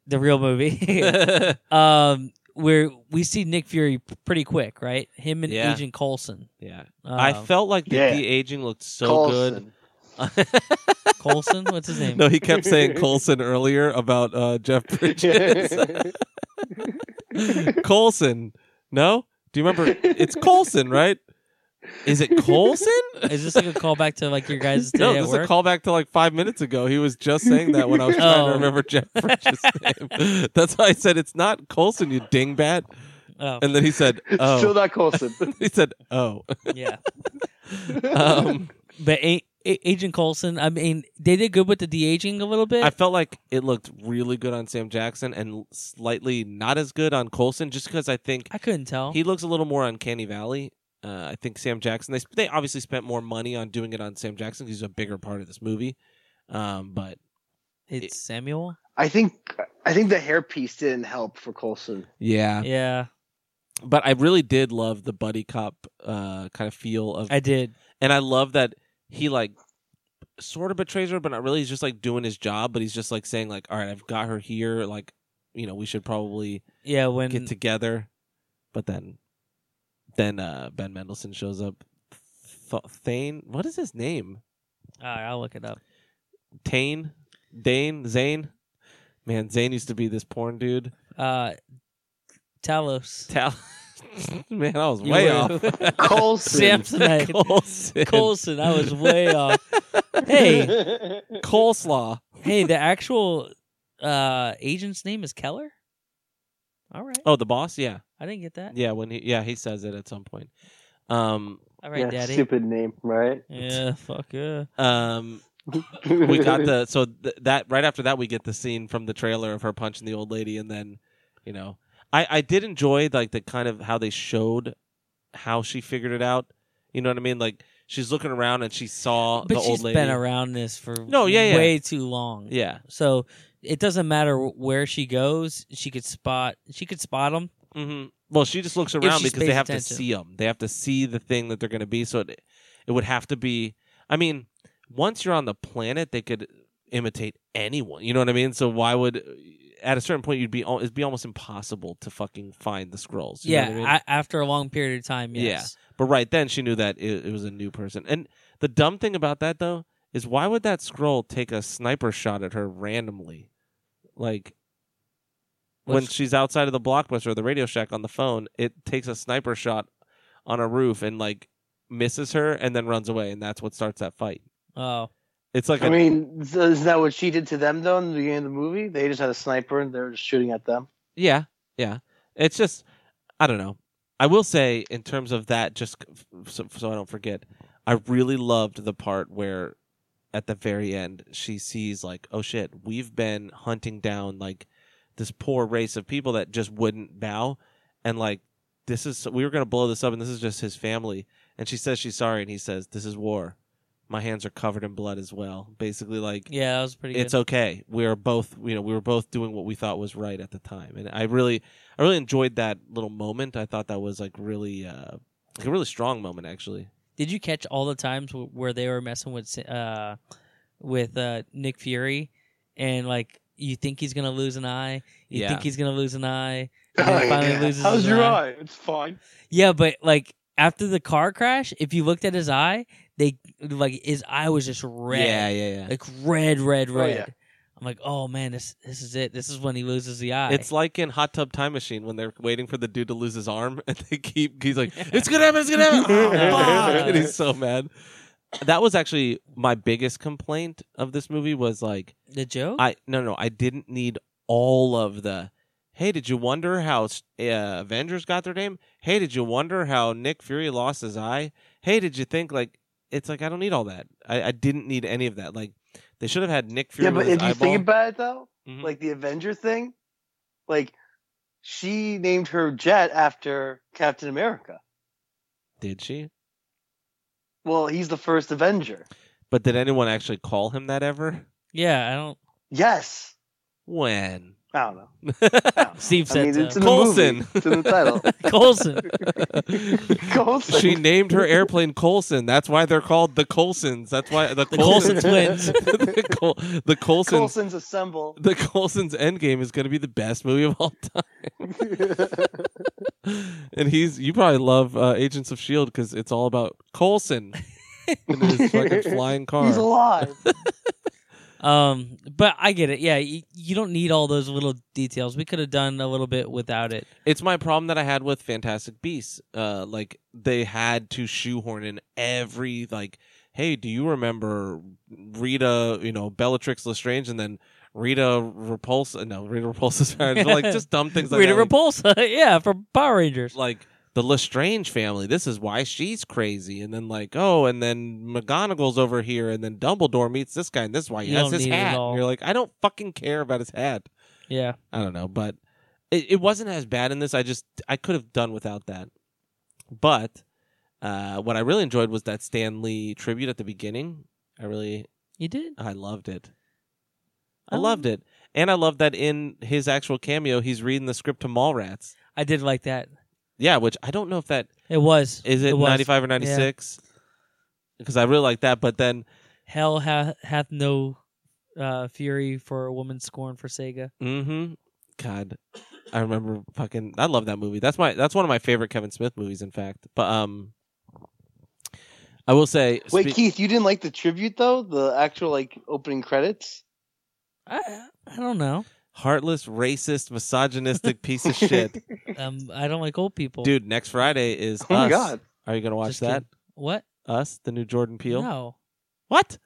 [SPEAKER 2] the real movie. um, where we see Nick Fury p- pretty quick, right? Him and
[SPEAKER 1] Yeah.
[SPEAKER 2] Agent Coulson.
[SPEAKER 1] yeah,
[SPEAKER 2] Um,
[SPEAKER 1] I felt like the,
[SPEAKER 6] Yeah.
[SPEAKER 1] the aging looked so good.
[SPEAKER 6] Coulson.
[SPEAKER 2] Coulson. What's his name?
[SPEAKER 1] No, he kept saying Colson earlier about uh, Jeff Bridges. Colson. No? Do you remember? It's Colson, right? Is it Colson?
[SPEAKER 2] Is this like a callback to like your guys' day
[SPEAKER 1] No,
[SPEAKER 2] at
[SPEAKER 1] this is
[SPEAKER 2] work?
[SPEAKER 1] a callback to like five minutes ago. He was just saying that when I was trying
[SPEAKER 2] Oh.
[SPEAKER 1] to remember Jeff Bridges' name. That's why I said it's not Colson, you dingbat.
[SPEAKER 2] Oh,
[SPEAKER 1] And then he said,
[SPEAKER 6] Still
[SPEAKER 1] "Oh."
[SPEAKER 6] not Coulson. Uh,
[SPEAKER 1] He said, "Oh."
[SPEAKER 2] yeah.
[SPEAKER 1] Um,
[SPEAKER 2] But a- a- Agent Coulson, I mean, they did good with the de aging a little bit.
[SPEAKER 1] I felt like it looked really good on Sam Jackson and slightly not as good on Colson, just because I think
[SPEAKER 2] I couldn't tell.
[SPEAKER 1] He looks a little more uncanny valley. Uh, I think Sam Jackson. They sp- they obviously spent more money on doing it on Sam Jackson. 'cause He's a bigger part of this movie. Um, but
[SPEAKER 2] it's Samuel.
[SPEAKER 6] I think I think the hairpiece didn't help for Coulson.
[SPEAKER 1] yeah,
[SPEAKER 2] Yeah,
[SPEAKER 1] but I really did love the buddy cop uh, kind of feel of,
[SPEAKER 2] I did.
[SPEAKER 1] and I love that he like sort of betrays her, but not really. He's just like doing his job, but he's just like saying like, "All right, I've got her here. Like, you know, we should probably
[SPEAKER 2] Yeah, when
[SPEAKER 1] get together." But then, then uh, Ben Mendelsohn shows up. Th- Thane, what is his name?
[SPEAKER 2] all right, I'll look it up.
[SPEAKER 1] Tane, Dane, Zane. Man, Zane used to be this porn dude.
[SPEAKER 2] Uh, Talos,
[SPEAKER 1] Tal- Man, I was
[SPEAKER 2] You
[SPEAKER 1] way
[SPEAKER 2] were-
[SPEAKER 1] off.
[SPEAKER 6] Coulson.
[SPEAKER 2] Samsonite,
[SPEAKER 1] Colson.
[SPEAKER 2] Coulson. I was way off. Hey,
[SPEAKER 1] Coleslaw.
[SPEAKER 2] hey, the actual uh agent's name is Keller. All right,
[SPEAKER 1] Oh, the boss. Yeah,
[SPEAKER 2] I didn't get that.
[SPEAKER 1] yeah. When he, yeah, he says it at some point. Um,
[SPEAKER 2] All right,
[SPEAKER 6] yeah,
[SPEAKER 2] Daddy.
[SPEAKER 6] stupid name, right?
[SPEAKER 2] Yeah, fuck uh, yeah.
[SPEAKER 1] um, we got the so th- that right after that we get the scene from the trailer of her punching the old lady, and then you know, I I did enjoy like the kind of how they showed how she figured it out. You know what I mean? Like she's looking around and she saw
[SPEAKER 2] But
[SPEAKER 1] the
[SPEAKER 2] she's
[SPEAKER 1] old lady.
[SPEAKER 2] been around this for
[SPEAKER 1] No, yeah, yeah.
[SPEAKER 2] way too long.
[SPEAKER 1] Yeah.
[SPEAKER 2] So it doesn't matter wh- where she goes, she could spot she could spot them.
[SPEAKER 1] hmm Well, she just looks around
[SPEAKER 2] Mm-hmm. she
[SPEAKER 1] because they
[SPEAKER 2] pays
[SPEAKER 1] have to
[SPEAKER 2] attention.
[SPEAKER 1] see them. They have to see the thing that they're going to be. So it, it would have to be. I mean, once you're on the planet, they could imitate anyone. You know what I mean? So why would at a certain point you'd be al- it'd be almost impossible to fucking find the scrolls. You know
[SPEAKER 2] yeah,
[SPEAKER 1] what I mean?
[SPEAKER 2] a- after a long period of time. Yes.
[SPEAKER 1] But right then she knew that it, it was a new person. And the dumb thing about that though is why would that scroll take a sniper shot at her randomly? Like when
[SPEAKER 2] Let's-
[SPEAKER 1] she's outside of the blockbuster or the Radio Shack on the phone, it takes a sniper shot on a roof and like misses her and then runs away and that's what starts that fight.
[SPEAKER 2] Oh,
[SPEAKER 1] It's like
[SPEAKER 6] I
[SPEAKER 1] a,
[SPEAKER 6] mean, so isn't that what she did to them though in the beginning of the movie? They just had a sniper and they were just shooting at them.
[SPEAKER 1] yeah, yeah. It's just I don't know. I will say in terms of that just f- so, so I don't forget. I really loved the part where at the very end she sees like oh shit we've been hunting down like this poor race of people that just wouldn't bow and like this is we were going to blow this up and this is just his family and she says she's sorry and he says this is war my hands are covered in blood as well basically like
[SPEAKER 2] yeah, that was pretty.
[SPEAKER 1] it's
[SPEAKER 2] good.
[SPEAKER 1] okay. We are both, you know, we were both doing what we thought was right at the time, and I really, I really enjoyed that little moment. I thought that was like really, uh, like a really strong moment, actually.
[SPEAKER 2] Did you catch all the times wh- where they were messing with Sa- uh with uh Nick Fury and like you think he's gonna lose an eye, you
[SPEAKER 1] Yeah.
[SPEAKER 2] think he's gonna lose an eye, and
[SPEAKER 6] Oh,
[SPEAKER 2] then finally
[SPEAKER 6] yeah.
[SPEAKER 2] loses
[SPEAKER 6] How's
[SPEAKER 2] his
[SPEAKER 6] your
[SPEAKER 2] eye.
[SPEAKER 6] eye? It's fine.
[SPEAKER 2] Yeah, but like after the car crash, if you looked at his eye, they like his eye was just red,
[SPEAKER 1] Yeah, yeah, yeah.
[SPEAKER 2] like red, red,
[SPEAKER 6] Oh,
[SPEAKER 2] red.
[SPEAKER 6] yeah.
[SPEAKER 2] I'm like, oh man, this this is it. This is when he loses the eye.
[SPEAKER 1] It's like in Hot Tub Time Machine when they're waiting for the dude to lose his arm, and they keep he's like, "It's gonna happen! It's gonna happen!" Oh, fuck! And he's so mad. That was actually my biggest complaint of this movie was like
[SPEAKER 2] the joke.
[SPEAKER 1] I no no I didn't need all of the. Hey, did you wonder how uh, Avengers got their name? Hey, did you wonder how Nick Fury lost his eye? Hey, did you think like it's like I don't need all that. I, I didn't need any of that. Like they should have had Nick Fury.
[SPEAKER 6] Yeah, but if
[SPEAKER 1] with his
[SPEAKER 6] you
[SPEAKER 1] eyeball.
[SPEAKER 6] think about it though,
[SPEAKER 2] Mm-hmm.
[SPEAKER 1] Mhm.
[SPEAKER 6] like the Avenger thing, like she named her jet after Captain America.
[SPEAKER 1] did she?
[SPEAKER 6] Well, he's the first Avenger.
[SPEAKER 1] But did anyone actually call him that ever?
[SPEAKER 2] yeah, I don't.
[SPEAKER 6] Yes.
[SPEAKER 1] When?
[SPEAKER 6] I don't know.
[SPEAKER 2] Steve
[SPEAKER 6] I
[SPEAKER 2] said uh,
[SPEAKER 6] mean, it's
[SPEAKER 2] so.
[SPEAKER 6] in the
[SPEAKER 1] Coulson.
[SPEAKER 6] movie. It's in the title.
[SPEAKER 2] Colson.
[SPEAKER 6] Coulson.
[SPEAKER 1] she named her airplane Colson. That's why they're called the Colsons. That's why the,
[SPEAKER 2] The Coulson
[SPEAKER 1] Coulsons-
[SPEAKER 2] twins.
[SPEAKER 1] the, Col- the Coulsons.
[SPEAKER 6] Coulson's a symbol.
[SPEAKER 1] The Colson's Endgame is going to be the best movie of all time. and he's you probably love uh, Agents of Shield because it's all about Colson and his fucking flying car.
[SPEAKER 6] He's alive.
[SPEAKER 2] Um, but I get it. Yeah, you, you don't need all those little details. We could have done a little bit without it.
[SPEAKER 1] It's my problem that I had with Fantastic Beasts. Uh, like they had to shoehorn in every like, hey, do you remember Rita? You know Bellatrix Lestrange, and then Rita Repulsa. No, Rita Repulsa's parents. like just dumb things like
[SPEAKER 2] Rita
[SPEAKER 1] that. like-
[SPEAKER 2] Repulsa, yeah, from Power Rangers.
[SPEAKER 1] like the Lestrange family. This is why she's crazy. And then like, oh, and then McGonagall's over here, and then Dumbledore meets this guy, and this is why he
[SPEAKER 2] You
[SPEAKER 1] has
[SPEAKER 2] don't
[SPEAKER 1] his
[SPEAKER 2] need it at
[SPEAKER 1] hat.
[SPEAKER 2] all.
[SPEAKER 1] And you're like, I don't fucking care about his hat.
[SPEAKER 2] Yeah,
[SPEAKER 1] I don't know, but it, it wasn't as bad in this. I just I could have done without that. But uh, what I really enjoyed was that Stan Lee tribute at the beginning. I really
[SPEAKER 2] you did.
[SPEAKER 1] I loved it.
[SPEAKER 2] Um,
[SPEAKER 1] I loved it. And I loved that in his actual cameo, he's reading the script to Mallrats.
[SPEAKER 2] I did like that.
[SPEAKER 1] Yeah, which I don't know if that
[SPEAKER 2] It was.
[SPEAKER 1] is it,
[SPEAKER 2] was.
[SPEAKER 1] 95 or 96? Because I really like that, but then
[SPEAKER 2] Hell ha- hath no uh, fury for a woman scorned for Sega.
[SPEAKER 1] mm-hmm. God, I remember fucking I love that movie. That's my that's one of my favorite Kevin Smith movies in fact. But um I will say
[SPEAKER 6] Wait,
[SPEAKER 1] spe-
[SPEAKER 6] Keith, you didn't like the tribute though? The actual like opening credits?
[SPEAKER 2] I I don't know.
[SPEAKER 1] heartless, racist, misogynistic piece of shit.
[SPEAKER 2] Um, I don't like old people.
[SPEAKER 1] Dude, next Friday is
[SPEAKER 6] Oh my
[SPEAKER 1] Us.
[SPEAKER 6] god.
[SPEAKER 1] Are you going to watch
[SPEAKER 2] Just
[SPEAKER 1] that?
[SPEAKER 2] kidding. What?
[SPEAKER 1] Us, the new Jordan Peele?
[SPEAKER 2] No,
[SPEAKER 1] What?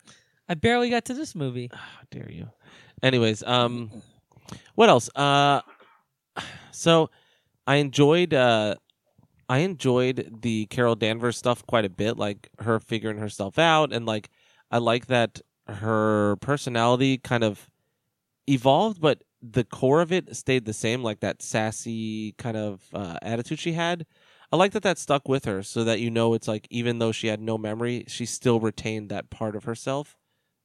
[SPEAKER 2] I barely got to this movie.
[SPEAKER 1] How dare you? Anyways, um, what else? Uh, so I enjoyed uh, I enjoyed the Carol Danvers stuff quite a bit, like her figuring herself out, and like I like that her personality kind of evolved, but the core of it stayed the same, like that sassy kind of uh, attitude she had. I like that that stuck with her, so that you know it's like even though she had no memory, she still retained that part of herself.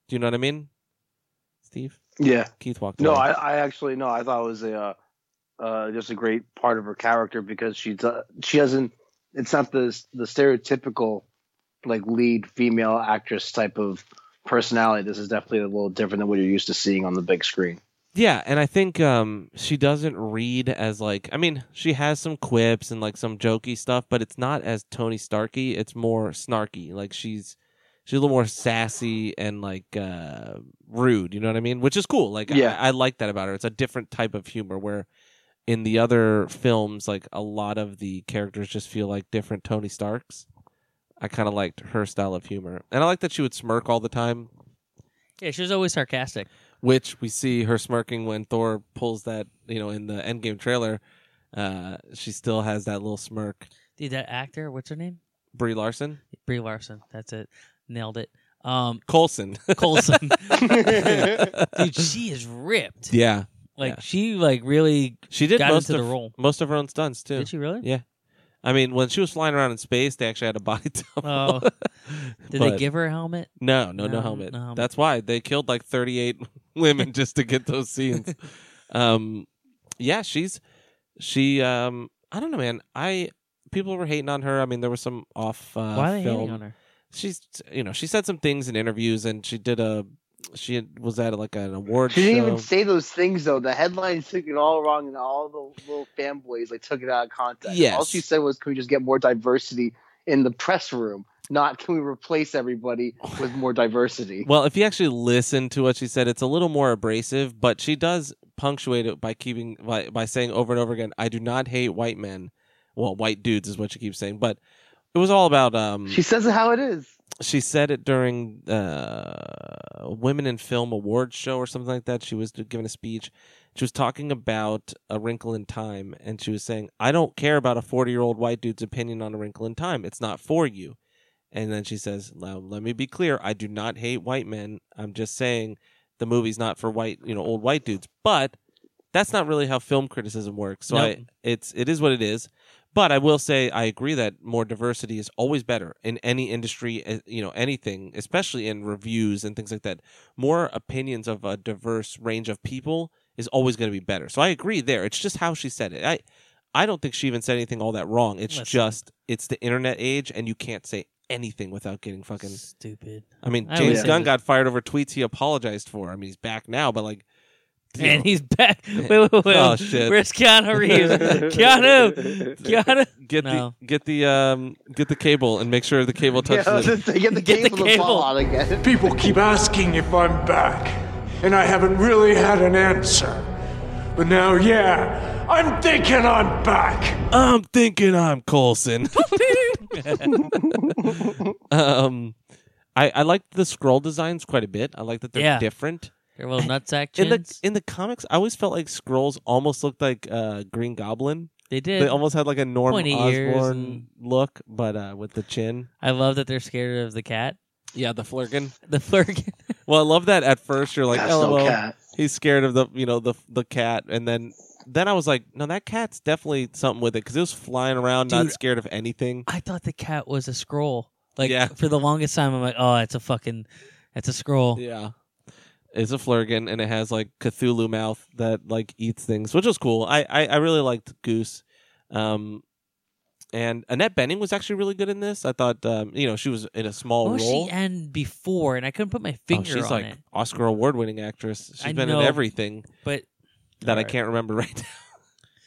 [SPEAKER 1] Do you know what I mean? Steve?
[SPEAKER 6] Yeah.
[SPEAKER 1] Keith walked
[SPEAKER 6] No,
[SPEAKER 1] away.
[SPEAKER 6] I, I actually no. I thought it was a uh, uh, just a great part of her character because she's uh, she doesn't. It's not the the stereotypical like lead female actress type of personality. This is definitely a little different than what you're used to seeing on the big screen.
[SPEAKER 1] Yeah, and I think um, she doesn't read as like. I mean, she has some quips and like some jokey stuff, but it's not as Tony Starky. It's more snarky. Like she's she's a little more sassy and like uh, rude. You know what I mean? Which is cool. Like
[SPEAKER 6] Yeah.
[SPEAKER 1] I, I like that about her. It's a different type of humor where in the other films, like a lot of the characters just feel like different Tony Starks. I kind of liked her style of humor, and I like that she would smirk all the time
[SPEAKER 2] Yeah, she was always sarcastic.
[SPEAKER 1] which we see her smirking when Thor pulls that, you know, in the Endgame trailer. Uh, she still has that little smirk.
[SPEAKER 2] Dude, that actor, what's her name?
[SPEAKER 1] Brie Larson,
[SPEAKER 2] Brie Larson. That's it. Nailed it. Um,
[SPEAKER 1] Colson.
[SPEAKER 2] Colson.
[SPEAKER 1] yeah,
[SPEAKER 2] Dude, she is ripped. Like she like really
[SPEAKER 1] she did
[SPEAKER 2] got
[SPEAKER 1] most
[SPEAKER 2] into
[SPEAKER 1] of
[SPEAKER 2] the role.
[SPEAKER 1] most of her own stunts too.
[SPEAKER 2] Did she really?
[SPEAKER 1] Yeah. I mean, when she was flying around in space, they actually had a body double.
[SPEAKER 2] Oh. Did they
[SPEAKER 1] But-
[SPEAKER 2] give her a helmet?
[SPEAKER 1] No, no, no,
[SPEAKER 2] No,
[SPEAKER 1] helmet.
[SPEAKER 2] no helmet.
[SPEAKER 1] That's why they killed like 38 women just to get those scenes. um, yeah, she's she. Um, I don't know, man. I people were hating on her. I mean, there was some off uh,
[SPEAKER 2] Why are they
[SPEAKER 1] film.
[SPEAKER 2] hating on her?
[SPEAKER 1] She's you know she said some things in interviews, and she did a she had- was at like an award
[SPEAKER 6] She didn't even
[SPEAKER 1] show.
[SPEAKER 6] say those things though. The headlines took it all wrong, and all the little fanboys like took it out of context.
[SPEAKER 1] Yes.
[SPEAKER 6] All she said was, "Can we just get more diversity in the press room? Not can we replace everybody with more diversity?"
[SPEAKER 1] Well, if you actually listen to what she said, it's a little more abrasive, but she does punctuate it by keeping by, by saying over and over again, "I do not hate white men." Well, white dudes is what she keeps saying, but it was all about um
[SPEAKER 6] She says it how it is.
[SPEAKER 1] she said it during uh, Women in Film Awards show or something like that. She was giving a speech. She was talking about A Wrinkle in Time, and she was saying, "I don't care about a forty-year-old white dude's opinion on A Wrinkle in Time. It's not for you." And then she says, "Now let me be clear. I do not hate white men. I'm just saying the movie's not for white, you know, old white dudes. But that's not really how film criticism works. So
[SPEAKER 2] Nope.
[SPEAKER 1] I, it's it is what it is." But I will say I agree that more diversity is always better in any industry, uh, you know, anything, especially in reviews and things like that. More opinions of a diverse range of people is always going to be better. So I agree there. It's just how she said it. I I don't think she even said anything all that wrong. It's
[SPEAKER 2] Listen.
[SPEAKER 1] just it's the internet age and you can't say anything without getting fucking
[SPEAKER 2] Stupid.
[SPEAKER 1] I mean,
[SPEAKER 2] I
[SPEAKER 1] James
[SPEAKER 2] would-
[SPEAKER 1] Gunn got fired over tweets he apologized for. I mean, he's back now, but like you
[SPEAKER 2] And
[SPEAKER 1] know,
[SPEAKER 2] he's back. Wait, wait, wait. wait.
[SPEAKER 1] Oh, shit.
[SPEAKER 2] Where's Keanu Reeves? Keanu. Keanu.
[SPEAKER 1] get
[SPEAKER 2] No.
[SPEAKER 1] the get the um get the cable and make sure the cable touches
[SPEAKER 6] Yeah,
[SPEAKER 1] it.
[SPEAKER 6] they get the
[SPEAKER 2] Get the
[SPEAKER 6] cable to fall
[SPEAKER 2] cable.
[SPEAKER 6] out again.
[SPEAKER 5] People keep asking if I'm back, and I haven't really had an answer. But now, yeah, I'm thinking I'm back.
[SPEAKER 1] I'm thinking I'm Colson. um, I I like the scroll designs quite a bit. I like that they're
[SPEAKER 2] Yeah.
[SPEAKER 1] different.
[SPEAKER 2] Your little nutsack
[SPEAKER 1] In
[SPEAKER 2] chins.
[SPEAKER 1] the in the comics, I always felt like scrolls almost looked like uh, Green Goblin.
[SPEAKER 2] they did.
[SPEAKER 1] They almost had like a Norm
[SPEAKER 2] Pointy ears
[SPEAKER 1] Osborn
[SPEAKER 2] and-
[SPEAKER 1] look, but uh, with the chin.
[SPEAKER 2] I love that they're scared of the cat.
[SPEAKER 1] Yeah, the flurkin.
[SPEAKER 2] The flurkin.
[SPEAKER 1] Well, I love that at first you're like,
[SPEAKER 6] That's
[SPEAKER 1] oh,
[SPEAKER 6] no
[SPEAKER 1] well,
[SPEAKER 6] cat.
[SPEAKER 1] he's scared of the you know the the cat, and then then I was like, no, that cat's definitely something with it because it was flying around, not
[SPEAKER 2] Dude,
[SPEAKER 1] scared of anything.
[SPEAKER 2] I thought the cat was a scroll. Like
[SPEAKER 1] Yeah.
[SPEAKER 2] for the longest time, I'm like, oh, it's a fucking, it's a scroll.
[SPEAKER 1] Yeah. It's a Flurgan and it has like Cthulhu mouth that like eats things, which was cool. I I, I really liked Goose. Um and Annette Benning was actually really good in this. I thought um, you know, she was in a small
[SPEAKER 2] What was
[SPEAKER 1] role.
[SPEAKER 2] Oh, she and before? And I couldn't put my
[SPEAKER 1] Oh,
[SPEAKER 2] finger
[SPEAKER 1] she's
[SPEAKER 2] on
[SPEAKER 1] like
[SPEAKER 2] it.
[SPEAKER 1] Oscar award winning actress. She's
[SPEAKER 2] I
[SPEAKER 1] been
[SPEAKER 2] know.
[SPEAKER 1] in everything
[SPEAKER 2] But
[SPEAKER 1] that I
[SPEAKER 2] Alright.
[SPEAKER 1] can't remember right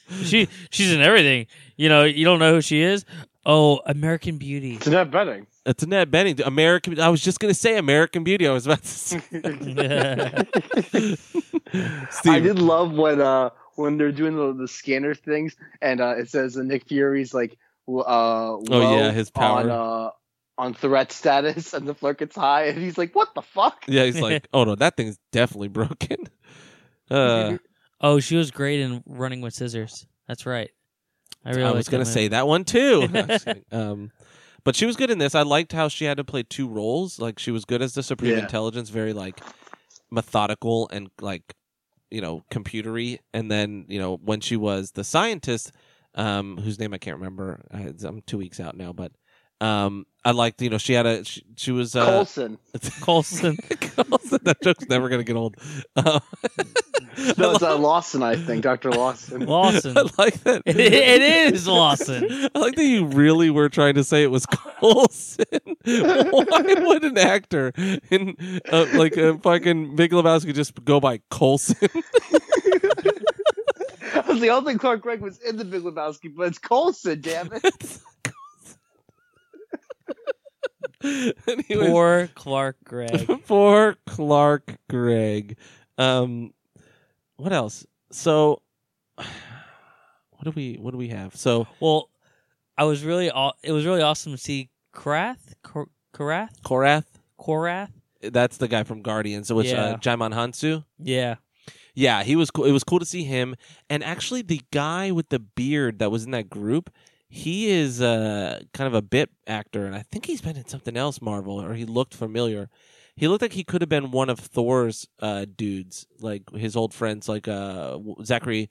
[SPEAKER 1] now.
[SPEAKER 2] she she's in everything. You know, you don't know who she is. Oh, American Beauty.
[SPEAKER 6] It's not betting.
[SPEAKER 1] It's Annette Benning. American I was just gonna say American Beauty. I was about to say Steve.
[SPEAKER 6] I did love when uh when they're doing the, the scanner things and uh it says that Nick Fury's like w- uh low
[SPEAKER 1] Oh, yeah, his power.
[SPEAKER 6] on uh on threat status and the flirt gets high and he's like what the fuck
[SPEAKER 1] Yeah, he's like, Oh no, that thing's definitely broken. Uh
[SPEAKER 2] oh, she was great in Running with Scissors. That's right. I really
[SPEAKER 1] I was
[SPEAKER 2] like
[SPEAKER 1] going
[SPEAKER 2] that
[SPEAKER 1] to say that one too. I'm just kidding. um, but she was good in this. I liked how she had to play two roles. Like she was good as the supreme
[SPEAKER 6] Yeah.
[SPEAKER 1] intelligence, very like methodical and like you know computery. And then you know when she was the scientist, um, whose name I can't remember. I, I'm two weeks out now, but um, I liked you know she had a she, she was uh,
[SPEAKER 6] Colson
[SPEAKER 2] Colson.
[SPEAKER 1] Coulson. that joke's never going to get old. Um,
[SPEAKER 6] no it's uh, Lawson I think Doctor Lawson
[SPEAKER 2] Lawson.
[SPEAKER 1] I like that.
[SPEAKER 2] It- it is Lawson.
[SPEAKER 1] I like that you really were trying to say it was Colson. Why would an actor in uh, like a fucking Big Lebowski just go by Colson?
[SPEAKER 6] I was the only Clark Gregg was in the Big Lebowski but it's Colson damn it
[SPEAKER 1] Anyways,
[SPEAKER 2] Poor Clark Gregg.
[SPEAKER 1] poor Clark Gregg. Um, what else? So, what do we what do we have? So
[SPEAKER 2] Well, I was really aw- it was really awesome to see Korath, Kor- Korath,
[SPEAKER 1] Korath,
[SPEAKER 2] Korath.
[SPEAKER 1] that's the guy from Guardians, which
[SPEAKER 2] Yeah.
[SPEAKER 1] uh, Jaimon Hansu.
[SPEAKER 2] Yeah,
[SPEAKER 1] Yeah, he was cool. It was cool to see him. And actually, the guy with the beard that was in that group, he is uh, kind of a bit actor, and I think he's been in something else Marvel, or he looked familiar. He looked like he could have been one of Thor's uh, dudes, like his old friends, like uh, W- Zachary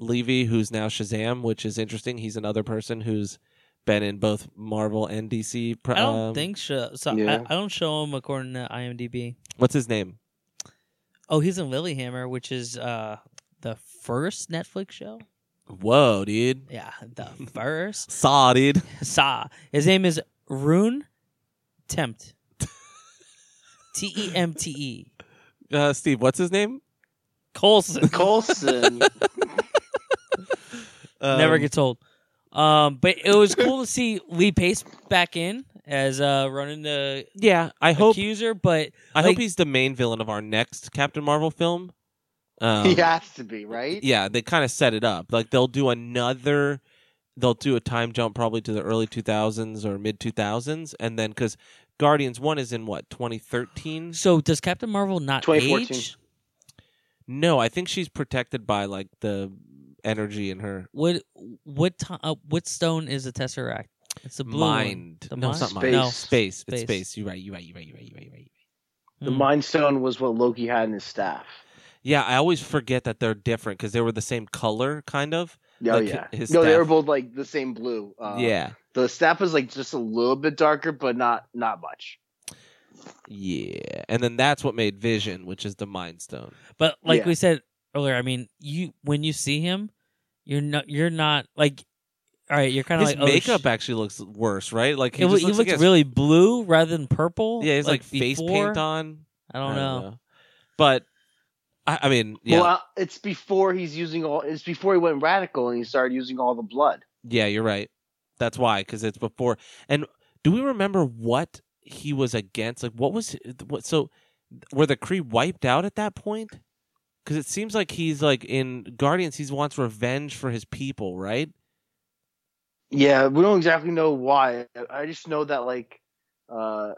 [SPEAKER 1] Levy, who's now Shazam, which is interesting. He's another person who's been in both Marvel and DC. Pro-
[SPEAKER 2] I don't
[SPEAKER 1] um,
[SPEAKER 2] think so. so
[SPEAKER 6] yeah.
[SPEAKER 2] I, I don't show him according to IMDb.
[SPEAKER 1] What's his name?
[SPEAKER 2] Oh, he's in Lilyhammer, which is uh the first Netflix show.
[SPEAKER 1] Whoa, dude.
[SPEAKER 2] Yeah, the first.
[SPEAKER 1] Saw, dude.
[SPEAKER 2] Sa. His name is Rune Tempt. T E M T E.
[SPEAKER 1] uh, Steve, what's his name?
[SPEAKER 2] Colson
[SPEAKER 6] Colson.
[SPEAKER 1] Um,
[SPEAKER 2] never gets old. Um, but it was cool to see Lee Pace back in as uh running the
[SPEAKER 1] Yeah, I hope
[SPEAKER 2] accuser. But
[SPEAKER 1] I
[SPEAKER 2] like-
[SPEAKER 1] hope he's the main villain of our next Captain Marvel film. Um,
[SPEAKER 6] he has to be right.
[SPEAKER 1] yeah, they kind of set it up. Like they'll do another, they'll do a time jump probably to the early 2000s or mid 2000s, and then because Guardians One is in what 2013.
[SPEAKER 2] so does Captain Marvel not
[SPEAKER 6] 2014.
[SPEAKER 2] age?
[SPEAKER 1] No, I think she's protected by like the energy in her
[SPEAKER 2] What what ti uh, what stone is a tesseract? It's a blue One.
[SPEAKER 1] mind.
[SPEAKER 2] The
[SPEAKER 1] no, it's not
[SPEAKER 2] mind?
[SPEAKER 1] mind.
[SPEAKER 6] No.
[SPEAKER 1] Space. It's
[SPEAKER 2] Space.
[SPEAKER 1] space. You're right. You're right. You're right. You're right. You're right. You're right.
[SPEAKER 6] The
[SPEAKER 2] Mm.
[SPEAKER 6] Mind Stone was what Loki had in his staff.
[SPEAKER 1] Yeah, I always forget that they're different because they were the same color, kind of.
[SPEAKER 6] Oh
[SPEAKER 1] Like,
[SPEAKER 6] yeah,
[SPEAKER 1] his
[SPEAKER 6] no, they
[SPEAKER 1] staff.
[SPEAKER 6] were both like the same blue. Uh,
[SPEAKER 1] yeah.
[SPEAKER 6] the staff was like just a little bit darker, but not not much.
[SPEAKER 1] Yeah, and then that's what made Vision, which is the Mind Stone.
[SPEAKER 2] But like
[SPEAKER 6] Yeah.
[SPEAKER 2] we said earlier, I mean, you when you see him, you're not you're not like all right. You're kind of
[SPEAKER 1] His
[SPEAKER 2] like oh,
[SPEAKER 1] makeup
[SPEAKER 2] sh-
[SPEAKER 1] actually looks worse, right? Like he
[SPEAKER 2] It,
[SPEAKER 1] just looks
[SPEAKER 2] loo- he
[SPEAKER 1] like
[SPEAKER 2] looked
[SPEAKER 1] he has-
[SPEAKER 2] really blue rather than purple.
[SPEAKER 1] yeah, he's like, face
[SPEAKER 2] before.
[SPEAKER 1] paint on.
[SPEAKER 2] I don't, know.
[SPEAKER 1] but I, I mean, yeah,
[SPEAKER 6] Well, uh, it's before he's using all. It's before he went radical and he started using all the blood.
[SPEAKER 1] yeah, you're right. That's why, because it's before. And do we remember what he was against? Like, what was what? So were the Kree wiped out at that point? Because it seems like he's like in Guardians, he wants revenge for his people, right?
[SPEAKER 6] Yeah, we don't exactly know why. I just know that like, uh,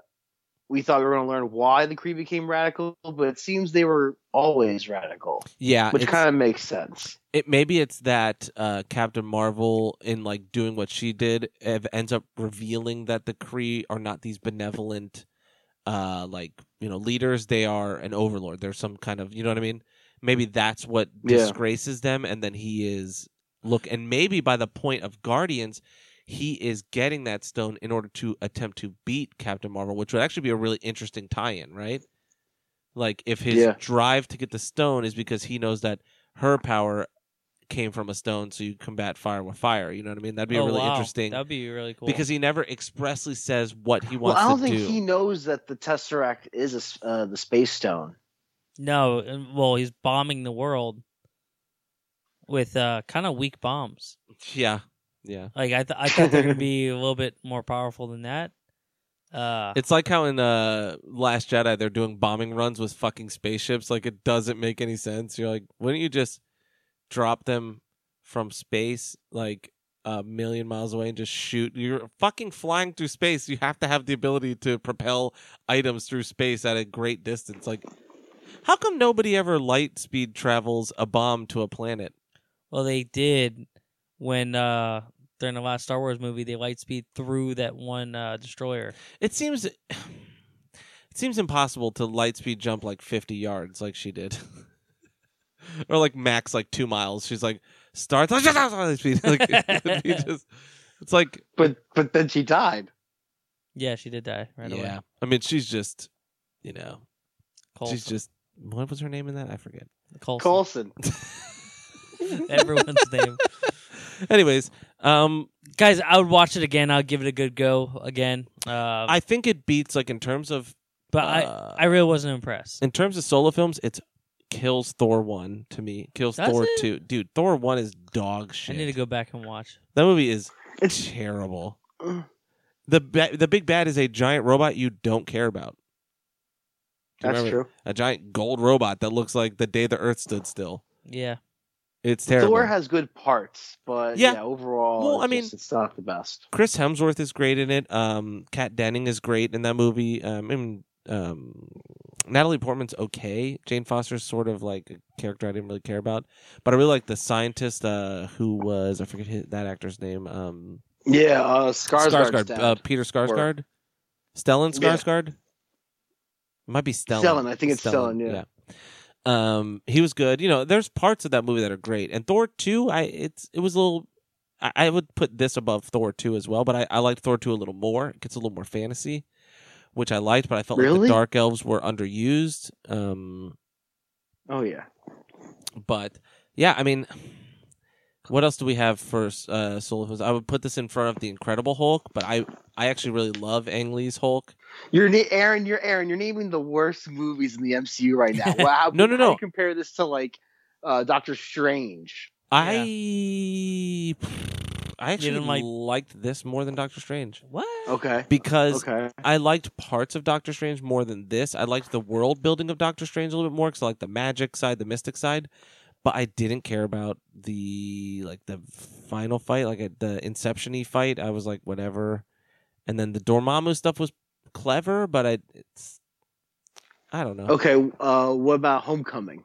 [SPEAKER 6] we thought we were going to learn why the Kree became radical, but it seems they were always radical,
[SPEAKER 1] Yeah,
[SPEAKER 6] which
[SPEAKER 1] Uh, it's-
[SPEAKER 6] kind of makes sense.
[SPEAKER 1] it maybe it's that uh, Captain Marvel in like doing what she did ev- ends up revealing that the Kree are not these benevolent uh like you know leaders they are an overlord they're some kind of you know what I mean maybe that's what
[SPEAKER 6] Yeah.
[SPEAKER 1] disgraces them and then he is look and maybe by the point of Guardians he is getting that stone in order to attempt to beat Captain Marvel which would actually be a really interesting tie-in right like if his
[SPEAKER 6] Yeah.
[SPEAKER 1] drive to get the stone is because he knows that her power came from a stone, so you combat fire with fire. You know what I mean? That'd be
[SPEAKER 2] Oh,
[SPEAKER 1] really
[SPEAKER 2] wow.
[SPEAKER 1] interesting
[SPEAKER 2] That'd be really cool
[SPEAKER 1] because he never expressly says what he
[SPEAKER 6] Well,
[SPEAKER 1] wants
[SPEAKER 6] I don't
[SPEAKER 1] to
[SPEAKER 6] think
[SPEAKER 1] do.
[SPEAKER 6] he knows that the Tesseract is a s uh, the Space Stone.
[SPEAKER 2] No, and- well, he's bombing the world with uh, kind of weak bombs.
[SPEAKER 1] Yeah, yeah.
[SPEAKER 2] Like I, th- I thought they're gonna be a little bit more powerful than that. Uh,
[SPEAKER 1] It's like how in uh, Last Jedi they're doing bombing runs with fucking spaceships. Like it doesn't make any sense. You're like, wouldn't you just drop them from space like a million miles away and just shoot? You're fucking flying through space. You have to have the ability to propel items through space at a great distance. Like, how come nobody ever light speed travels a bomb to a planet?
[SPEAKER 2] well, they did when uh, during the last Star Wars movie, they light speed through that one uh, destroyer.
[SPEAKER 1] It seems it seems impossible to light speed jump like 50 yards like she did. or like max like 2 miles. She's like starts like, light speed. Like, it would be just- it's like
[SPEAKER 6] But but then she died.
[SPEAKER 2] Yeah, she did die right
[SPEAKER 1] yeah.
[SPEAKER 2] away.
[SPEAKER 1] I mean, she's just you know,
[SPEAKER 2] Coulson.
[SPEAKER 1] she's just what was her name in that? I forget.
[SPEAKER 2] Coulson.
[SPEAKER 6] Coulson.
[SPEAKER 2] Everyone's name,
[SPEAKER 1] Anyways, um
[SPEAKER 2] guys. I would watch it again. I'll give it a good go again. Uh,
[SPEAKER 1] I think it beats like in terms of
[SPEAKER 2] but I,
[SPEAKER 1] uh,
[SPEAKER 2] I really wasn't impressed.
[SPEAKER 1] in terms of solo films, it's kills Thor 1 to me. Kills
[SPEAKER 2] Does
[SPEAKER 1] Thor
[SPEAKER 2] it?
[SPEAKER 1] 2. Dude, Thor 1 is dog
[SPEAKER 2] I
[SPEAKER 1] shit.
[SPEAKER 2] need to go back and watch.
[SPEAKER 1] That movie is
[SPEAKER 6] It's-
[SPEAKER 1] terrible. The ba- the big bad is a giant robot you don't care about. Do you
[SPEAKER 6] That's
[SPEAKER 1] remember?
[SPEAKER 6] true.
[SPEAKER 1] A giant gold robot that looks like the day the Earth stood still.
[SPEAKER 2] Yeah.
[SPEAKER 1] It's terrible.
[SPEAKER 6] Thor has good parts, but
[SPEAKER 1] Yeah.
[SPEAKER 6] yeah, overall,
[SPEAKER 1] Well,
[SPEAKER 6] well,
[SPEAKER 1] I
[SPEAKER 6] I
[SPEAKER 1] mean-
[SPEAKER 6] mean, it's not the best.
[SPEAKER 1] Chris Hemsworth is great in it. Um, Kat Denning is great in that movie. Um, and, um, Natalie Portman's okay. Jane Foster's sort of like a character I didn't really care about, but I really like the scientist uh, who was I forget his, that actor's name. Um,
[SPEAKER 6] Yeah, uh, Skarsgård's dad.
[SPEAKER 1] uh, Peter Skarsgård, Stellan
[SPEAKER 6] Yeah.
[SPEAKER 1] Skarsgård. It might be Stellan.
[SPEAKER 6] Stellan, I think it's Stellan, yeah.
[SPEAKER 1] yeah. Um, he was good. You know, there's parts of that movie that are great, and Thor two, I it's it was a little. I, I would put this above Thor two as well, but I, I liked Thor two a little more. It gets a little more fantasy, which I liked, but I felt like the
[SPEAKER 6] Really?
[SPEAKER 1] Dark Elves were underused. Um,
[SPEAKER 6] Oh yeah,
[SPEAKER 1] but yeah, I mean, What else do we have for uh, Soul Films? I would put this in front of the Incredible Hulk, but I I actually really love Ang Lee's Hulk.
[SPEAKER 3] You're na- Aaron. You're Aaron. You're naming the worst movies in the MCU right now. Wow. How,
[SPEAKER 1] No, no,
[SPEAKER 3] how do
[SPEAKER 1] no.
[SPEAKER 3] you compare this to like uh, Doctor Strange.
[SPEAKER 1] I I actually
[SPEAKER 2] didn't like-
[SPEAKER 1] liked this more than Doctor Strange
[SPEAKER 2] What?
[SPEAKER 3] Okay.
[SPEAKER 1] because
[SPEAKER 3] Okay.
[SPEAKER 1] I liked parts of Doctor Strange more than this. I liked the world building of Doctor Strange a little bit more because I like the magic side, the mystic side. But I didn't care about the like the final fight, like uh, the Inception-y fight. I was like, whatever. And then the Dormammu stuff was clever, but I it's I don't know.
[SPEAKER 3] Okay. Uh, what about Homecoming?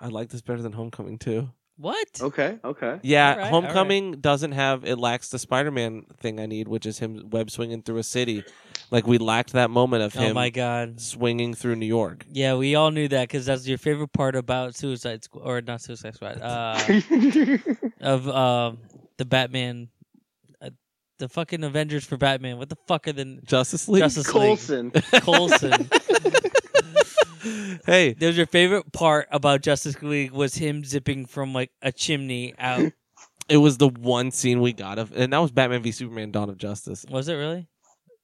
[SPEAKER 1] I like this better than Homecoming too.
[SPEAKER 2] What?
[SPEAKER 3] Okay. Okay.
[SPEAKER 1] Yeah,
[SPEAKER 2] All right, all right.
[SPEAKER 1] Homecoming doesn't have it lacks the Spider-Man thing I need, which is him web swinging through a city. Like we lacked that moment of
[SPEAKER 2] Oh
[SPEAKER 1] him
[SPEAKER 2] my god.
[SPEAKER 1] swinging through New York.
[SPEAKER 2] Yeah, we all knew that because that's your favorite part about Suicide Squad, or not Suicide Squad, uh, of uh, the Batman, uh, the fucking Avengers for Batman. What the fuck are the
[SPEAKER 1] Justice League.
[SPEAKER 2] Justice
[SPEAKER 3] Colson.
[SPEAKER 2] League? Colson.
[SPEAKER 1] hey,
[SPEAKER 2] That was your favorite part about Justice League was him zipping from like a chimney out.
[SPEAKER 1] it was the one scene we got of, and that was Batman v Superman: Dawn of Justice.
[SPEAKER 2] Was it really?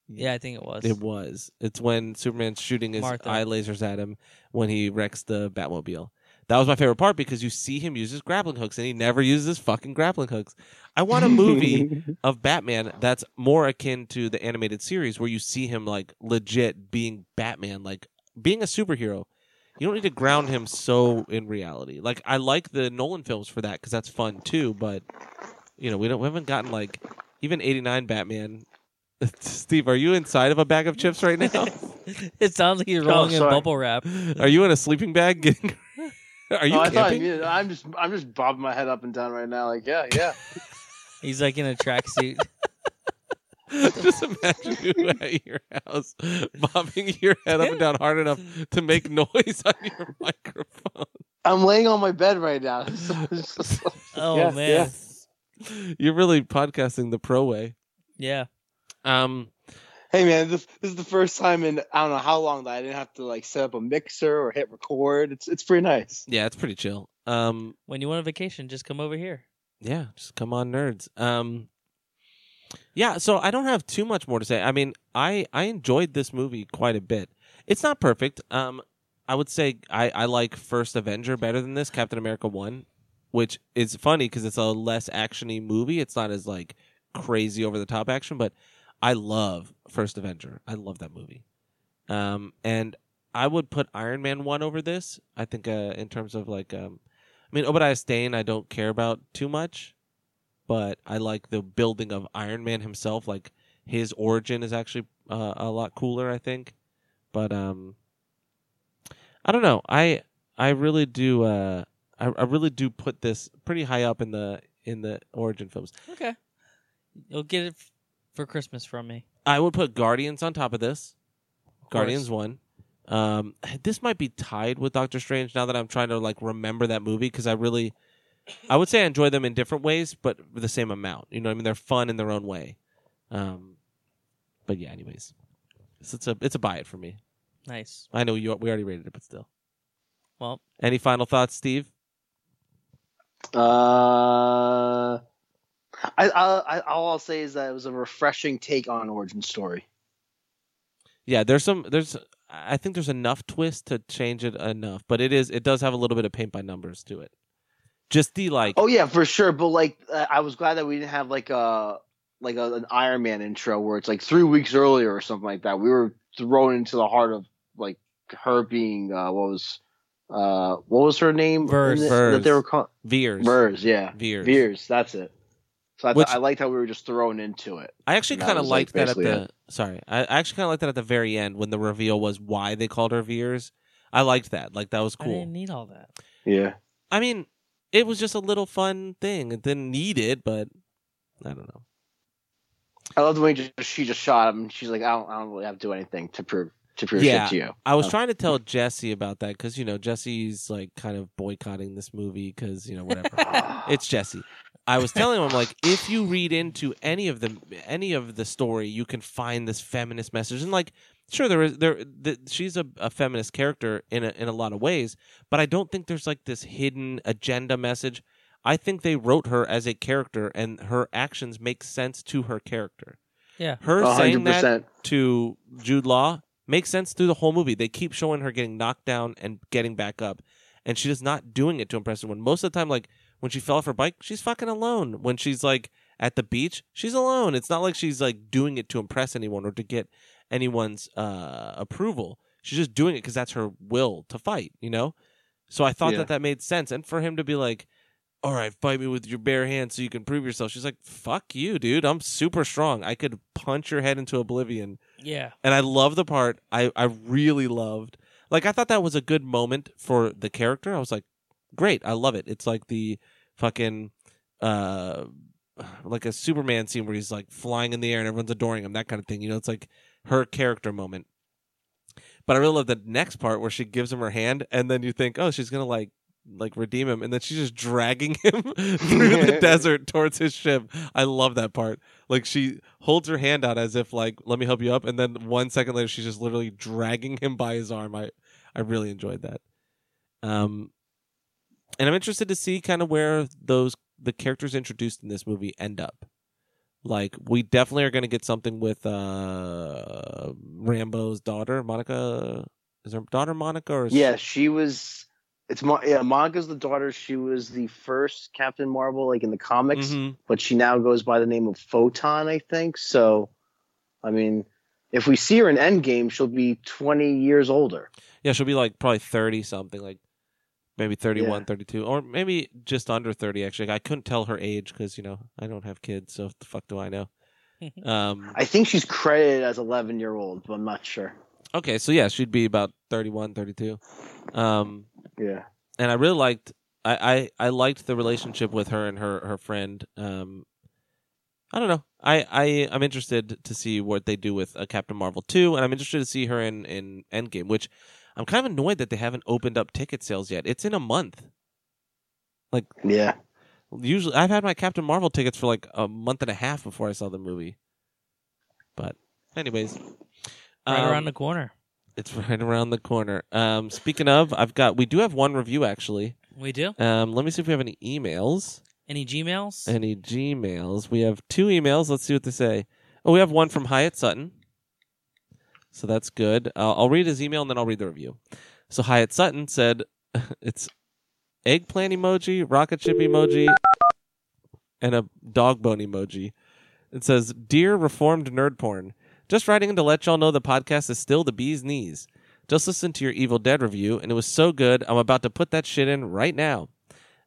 [SPEAKER 2] Yeah, I think it was.
[SPEAKER 1] It was. It's when Superman's shooting his
[SPEAKER 2] Martha.
[SPEAKER 1] eye lasers at him when he wrecks the Batmobile. That was my favorite part because you see him use his grappling hooks, and he never uses his fucking grappling hooks. I want a movie of Batman that's more akin to the animated series where you see him like legit being Batman, like being a superhero. You don't need to ground him so in reality. Like I like the Nolan films for that because that's fun too. But you know we don't we haven't gotten like even '89 Batman. Steve, are you inside of a bag of chips right now?
[SPEAKER 2] it sounds like he's rolling in
[SPEAKER 3] sorry.
[SPEAKER 2] bubble wrap.
[SPEAKER 1] are you in a sleeping bag? Getting... are you
[SPEAKER 3] oh, I thought I
[SPEAKER 1] camping?
[SPEAKER 3] muted. I'm just I'm just bobbing my head up and down right now. Like yeah, yeah.
[SPEAKER 2] He's like in a tracksuit.
[SPEAKER 1] Just imagine you at your house bobbing your head up and down hard enough to make noise on your microphone.
[SPEAKER 3] I'm laying on my bed right now. It's just like-
[SPEAKER 2] Oh
[SPEAKER 3] Yeah,
[SPEAKER 2] man,
[SPEAKER 3] yeah.
[SPEAKER 1] You're really podcasting the pro way.
[SPEAKER 2] yeah.
[SPEAKER 1] Um,
[SPEAKER 3] hey man, this, this is the first time in I don't know how long that I didn't have to like set up a mixer or hit record. It's it's pretty nice.
[SPEAKER 1] yeah, it's pretty chill. Um,
[SPEAKER 2] When you want a vacation, just come over here.
[SPEAKER 1] yeah, just come on, nerds. Um, yeah, so I don't have too much more to say. I mean, I I enjoyed this movie quite a bit. It's not perfect. Um, I would say I I like First Avenger better than this Captain America one, which is funny because it's a less actiony movie. It's not as like crazy over the top action, but I love First Avenger. I love that movie. Um, and I would put Iron Man one over this. I think uh, in terms of like um, I mean, Obadiah Stane, I don't care about too much, but I like the building of Iron Man himself. Like his origin is actually uh, a lot cooler, I think. But um, I don't know. I I really do. Uh, I, I really do put this pretty high up in the in the origin films.
[SPEAKER 2] Okay. You'll get it f- for Christmas from me.
[SPEAKER 1] I would put Guardians on top of this.
[SPEAKER 2] course.
[SPEAKER 1] Guardians one. Um, this might be tied with Doctor Strange now that I'm trying to like remember that movie because I really, I would say I enjoy them in different ways, but with the same amount. You know, what I mean, they're fun in their own way. Um, but yeah, anyways, it's, it's a it's a buy it for me.
[SPEAKER 2] Nice.
[SPEAKER 1] I know you we already rated it, but still.
[SPEAKER 2] Well,
[SPEAKER 1] Any final thoughts, Steve?
[SPEAKER 3] Uh, I, I, I all I'll say is that it was a refreshing take on origin story.
[SPEAKER 1] Yeah, there's some there's I think there's enough twist to change it enough, but it is it does have a little bit of paint by numbers to it. Just the like
[SPEAKER 3] Oh yeah, for sure. But like, uh, I was glad that we didn't have like a like a, an Iron Man intro where it's like three weeks earlier or something like that. We were thrown into the heart of like her being uh, what was uh, what was her name?
[SPEAKER 2] Vers.
[SPEAKER 3] That-
[SPEAKER 1] Vers.
[SPEAKER 3] That they were called
[SPEAKER 1] Veers.
[SPEAKER 3] Vers. Yeah,
[SPEAKER 1] Veers.
[SPEAKER 3] Veers. That's it. So I,
[SPEAKER 1] Which-
[SPEAKER 3] thought I liked how we were just thrown into it.
[SPEAKER 1] I actually
[SPEAKER 3] And that
[SPEAKER 1] kind of
[SPEAKER 3] was, like,
[SPEAKER 1] liked that at
[SPEAKER 3] basically
[SPEAKER 1] the sorry. I I actually kind of liked that at the very end when the reveal was why they called her Veers. I liked that. Like that was
[SPEAKER 2] I didn't
[SPEAKER 1] cool.
[SPEAKER 2] need all that.
[SPEAKER 3] Yeah.
[SPEAKER 1] I, mean, it was just a little fun thing. It didn't need it, but I don't know.
[SPEAKER 3] I love the way just, she just shot him. She's like, I don't, I don't really have to do anything to prove to prove
[SPEAKER 1] Yeah.
[SPEAKER 3] shit to you.
[SPEAKER 1] I was
[SPEAKER 3] Oh.
[SPEAKER 1] trying to tell Jesse about that because you know Jesse's like kind of boycotting this movie because you know whatever. it's Jesse. I was telling him, I'm like, if you read into any of the any of the story, you can find this feminist message. And like, sure there is there the, she's a, a feminist character in a, in a lot of ways but i don't think there's like this hidden agenda message i think they wrote her as a character and her actions make sense to her character
[SPEAKER 2] Yeah.
[SPEAKER 1] her saying that
[SPEAKER 6] 100%.
[SPEAKER 1] to Jude Law makes sense through the whole movie. They keep showing her getting knocked down and getting back up, and she's not doing it to impress everyone. Most of the time, like when she fell off her bike, she's fucking alone. When she's like at the beach, she's alone. It's not like she's like doing it to impress anyone or to get anyone's uh, approval. She's just doing it because that's her will to fight. You know. So I thought
[SPEAKER 6] Yeah.
[SPEAKER 1] that that made sense, and for him to be like. All right, fight me with your bare hands so you can prove yourself. She's like, "Fuck you, dude. I'm super strong. I could punch your head into oblivion
[SPEAKER 2] Yeah.
[SPEAKER 1] and I love the part I, I really loved. Like I thought that was a good moment for the character. I was like, great, I love it. It's like the fucking uh like a Superman scene where he's like flying in the air and everyone's adoring him, that kind of thing. You know, it's like her character moment. But I really love the next part where she gives him her hand and then you think, oh, she's gonna like like redeem him and then she's just dragging him through the desert towards his ship. I love that part. Like she holds her hand out as if like, let me help you up, and then one second later she's just literally dragging him by his arm. I I really enjoyed that. Um and I'm interested to see kind of where those the characters introduced in this movie end up. Like we definitely are going to get something with uh Rambo's daughter, Monica. Is her daughter Monica or is
[SPEAKER 6] Yeah, she was. It's Mo- yeah, Monica's the daughter. She was the first Captain Marvel, like in the comics,
[SPEAKER 1] Mhm.
[SPEAKER 6] but she now goes by the name of Photon, I think. So, I mean, if we see her in Endgame, she'll be 20 years older.
[SPEAKER 1] Yeah, she'll be like probably 30 something, like maybe 31,
[SPEAKER 6] Yeah.
[SPEAKER 1] 32, or maybe just under 30, actually. I couldn't tell her age because, you know, I don't have kids, so the fuck do I know? um,
[SPEAKER 6] I think she's credited as 11 year old, but I'm not sure.
[SPEAKER 1] okay, so yeah, she'd be about 31, 32. Um,
[SPEAKER 6] Yeah.
[SPEAKER 1] and I really liked I, I I liked the relationship with her and her her friend. Um, I don't know. I I am interested to see what they do with uh, Captain Marvel two, and I'm interested to see her in in Endgame, which I'm kind of annoyed that they haven't opened up ticket sales yet. It's in a month.
[SPEAKER 6] Yeah.
[SPEAKER 1] Usually, I've had my Captain Marvel tickets for like a month and a half before I saw the movie. But, anyways,
[SPEAKER 2] Right
[SPEAKER 1] um,
[SPEAKER 2] around the corner.
[SPEAKER 1] it's right around the corner. Um, speaking of, I've got we do have one review actually.
[SPEAKER 2] We do.
[SPEAKER 1] Um, let me see if we have any emails.
[SPEAKER 2] Any Gmails?
[SPEAKER 1] Any Gmails? We have two emails. Let's see what they say. Oh, we have one from Hyatt Sutton. So that's good. Uh, I'll read his email and then I'll read the review. So Hyatt Sutton said, "It's eggplant emoji, rocket ship emoji, and a dog bone emoji." It says, "Dear reformed nerd porn, just writing in to let y'all know the podcast is still the bee's knees. Just listened to your Evil Dead review and it was so good. I'm about to put that shit in right now."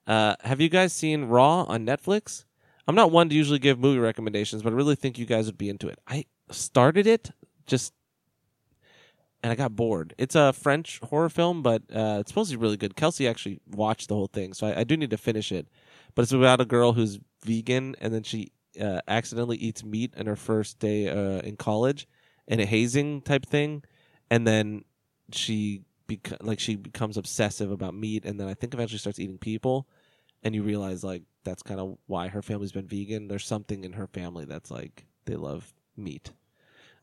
[SPEAKER 1] Uh, have you guys seen Raw on Netflix? I'm not one to usually give movie recommendations, but I really think you guys would be into it. I started it just, and I got bored. It's a French horror film, but uh, it's supposed to be really good. Kelsey actually watched the whole thing, so I, I do need to finish it. But it's about a girl who's vegan, and then she uh, accidentally eats meat on her first day uh, in college, in a hazing type thing, and then she bec- like she becomes obsessive about meat, and then I think eventually starts eating people and you realize like that's kind of why her family's been vegan. There's something in her family that's like they love meat.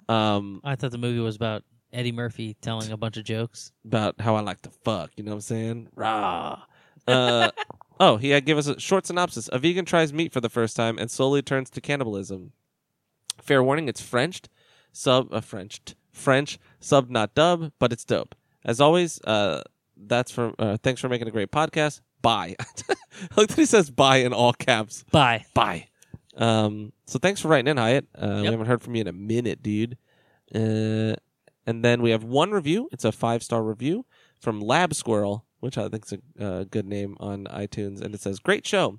[SPEAKER 1] Um,
[SPEAKER 2] I thought the movie was about Eddie Murphy telling a bunch of jokes.
[SPEAKER 1] about how I like to fuck. You know what I'm saying? Rah.
[SPEAKER 2] Ah.
[SPEAKER 1] Uh, oh, he had give us a short synopsis. A vegan tries meat for the first time and slowly turns to cannibalism. Fair warning, it's Frenched, sub uh, Frenched, French sub not dub, but it's dope. As always, uh, that's for uh, thanks for making a great podcast. Bye. I like that he says bye in all caps.
[SPEAKER 2] Bye.
[SPEAKER 1] Bye. Um, so thanks for writing in, Hyatt. Uh, We
[SPEAKER 2] Yep.
[SPEAKER 1] haven't heard from you in a minute, dude. Uh, and then we have one review. It's a five star review from Lab Squirrel, which I think is a uh, good name on iTunes. And it says, Great show.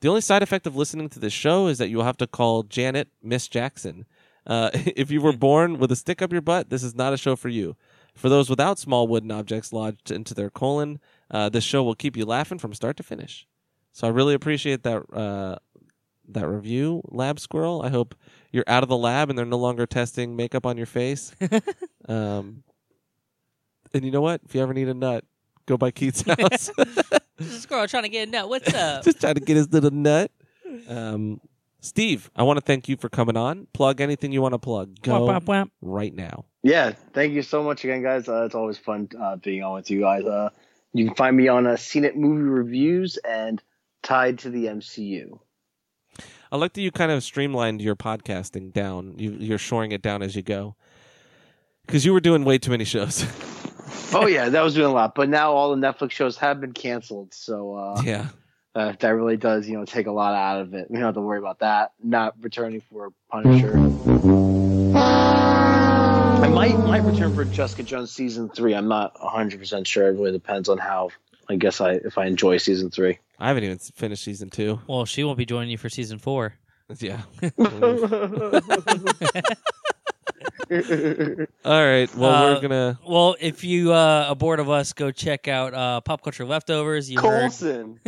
[SPEAKER 1] The only side effect of listening to this show is that you'll have to call Janet Miss Jackson. Uh, if you were born with a stick up your butt, this is not a show for you. For those without small wooden objects lodged into their colon, uh, this show will keep you laughing from start to finish. So I really appreciate that uh, that review, Lab Squirrel. I hope you're out of the lab and they're no longer testing makeup on your face. um, and you know what? If you ever need a nut, go by Keith's house.
[SPEAKER 2] This girl trying to get a nut. What's up?
[SPEAKER 1] Just trying to get his little nut. Um, Steve, I want to thank you for coming on. Plug anything you want to plug. Go
[SPEAKER 2] Womp, womp, womp.
[SPEAKER 1] right now.
[SPEAKER 3] Yeah, thank you so much again, guys. Uh, it's always fun uh, being on with you guys. Uh, you can find me on uh, CNET Movie Reviews and Tied to the MCU.
[SPEAKER 1] I like that you kind of streamlined your podcasting down. You, you're shoring it down as you go because you were doing way too many shows.
[SPEAKER 3] Oh yeah, that was doing a lot, but now all the Netflix shows have been canceled, so uh,
[SPEAKER 1] yeah,
[SPEAKER 3] uh, that really does you know take a lot out of it. We don't have to worry about that. Not returning for Punisher. I might might return for Jessica Jones season three. I'm not 100 percent sure. It really depends on how I guess I if I enjoy season three.
[SPEAKER 1] I haven't even finished season two.
[SPEAKER 2] Well, she won't be joining you for season four.
[SPEAKER 1] Yeah. All right. Well,
[SPEAKER 2] Uh,
[SPEAKER 1] we're gonna.
[SPEAKER 2] Well, if you uh, are bored of us, go check out uh, Pop Culture Leftovers. You heard
[SPEAKER 3] Colson.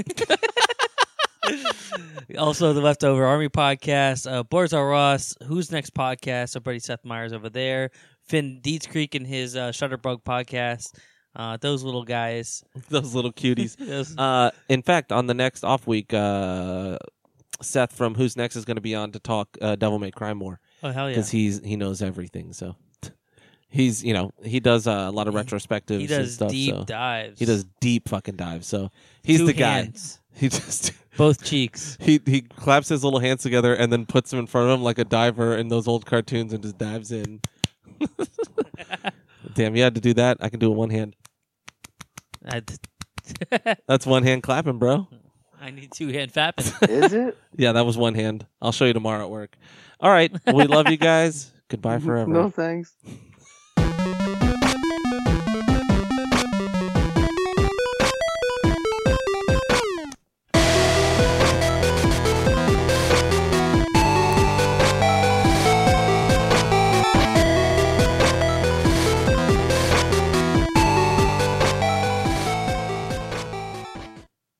[SPEAKER 2] also the Leftover Army podcast, uh, Blurs R Us, Who's Next podcast, our buddy Seth Meyers over there, Finn Dietz Creek and his uh, Shutterbug podcast. Uh, those little guys.
[SPEAKER 1] those little cuties.
[SPEAKER 2] Those-
[SPEAKER 1] Uh, in fact, on the next off week, uh, Seth from Who's Next is going to be on to talk uh, Devil May Cry more
[SPEAKER 2] oh hell yeah!
[SPEAKER 1] because he's he knows everything. So he's you know he does uh, a lot of retrospectives.
[SPEAKER 2] He
[SPEAKER 1] and
[SPEAKER 2] does
[SPEAKER 1] stuff,
[SPEAKER 2] deep
[SPEAKER 1] so-
[SPEAKER 2] dives.
[SPEAKER 1] He does deep fucking dives. So he's
[SPEAKER 2] Two
[SPEAKER 1] the guy.
[SPEAKER 2] hands,
[SPEAKER 1] He just.
[SPEAKER 2] both cheeks.
[SPEAKER 1] He he claps his little hands together and then puts them in front of him like a diver in those old cartoons and just dives in. Damn, you had to do that. I can do it one hand.
[SPEAKER 2] I,
[SPEAKER 1] That's one hand clapping, bro.
[SPEAKER 2] I need two hand fapping.
[SPEAKER 3] Is it?
[SPEAKER 1] Yeah, that was one hand. I'll show you tomorrow at work. All right, we love you guys. Goodbye forever.
[SPEAKER 3] Mm-hmm. No thanks.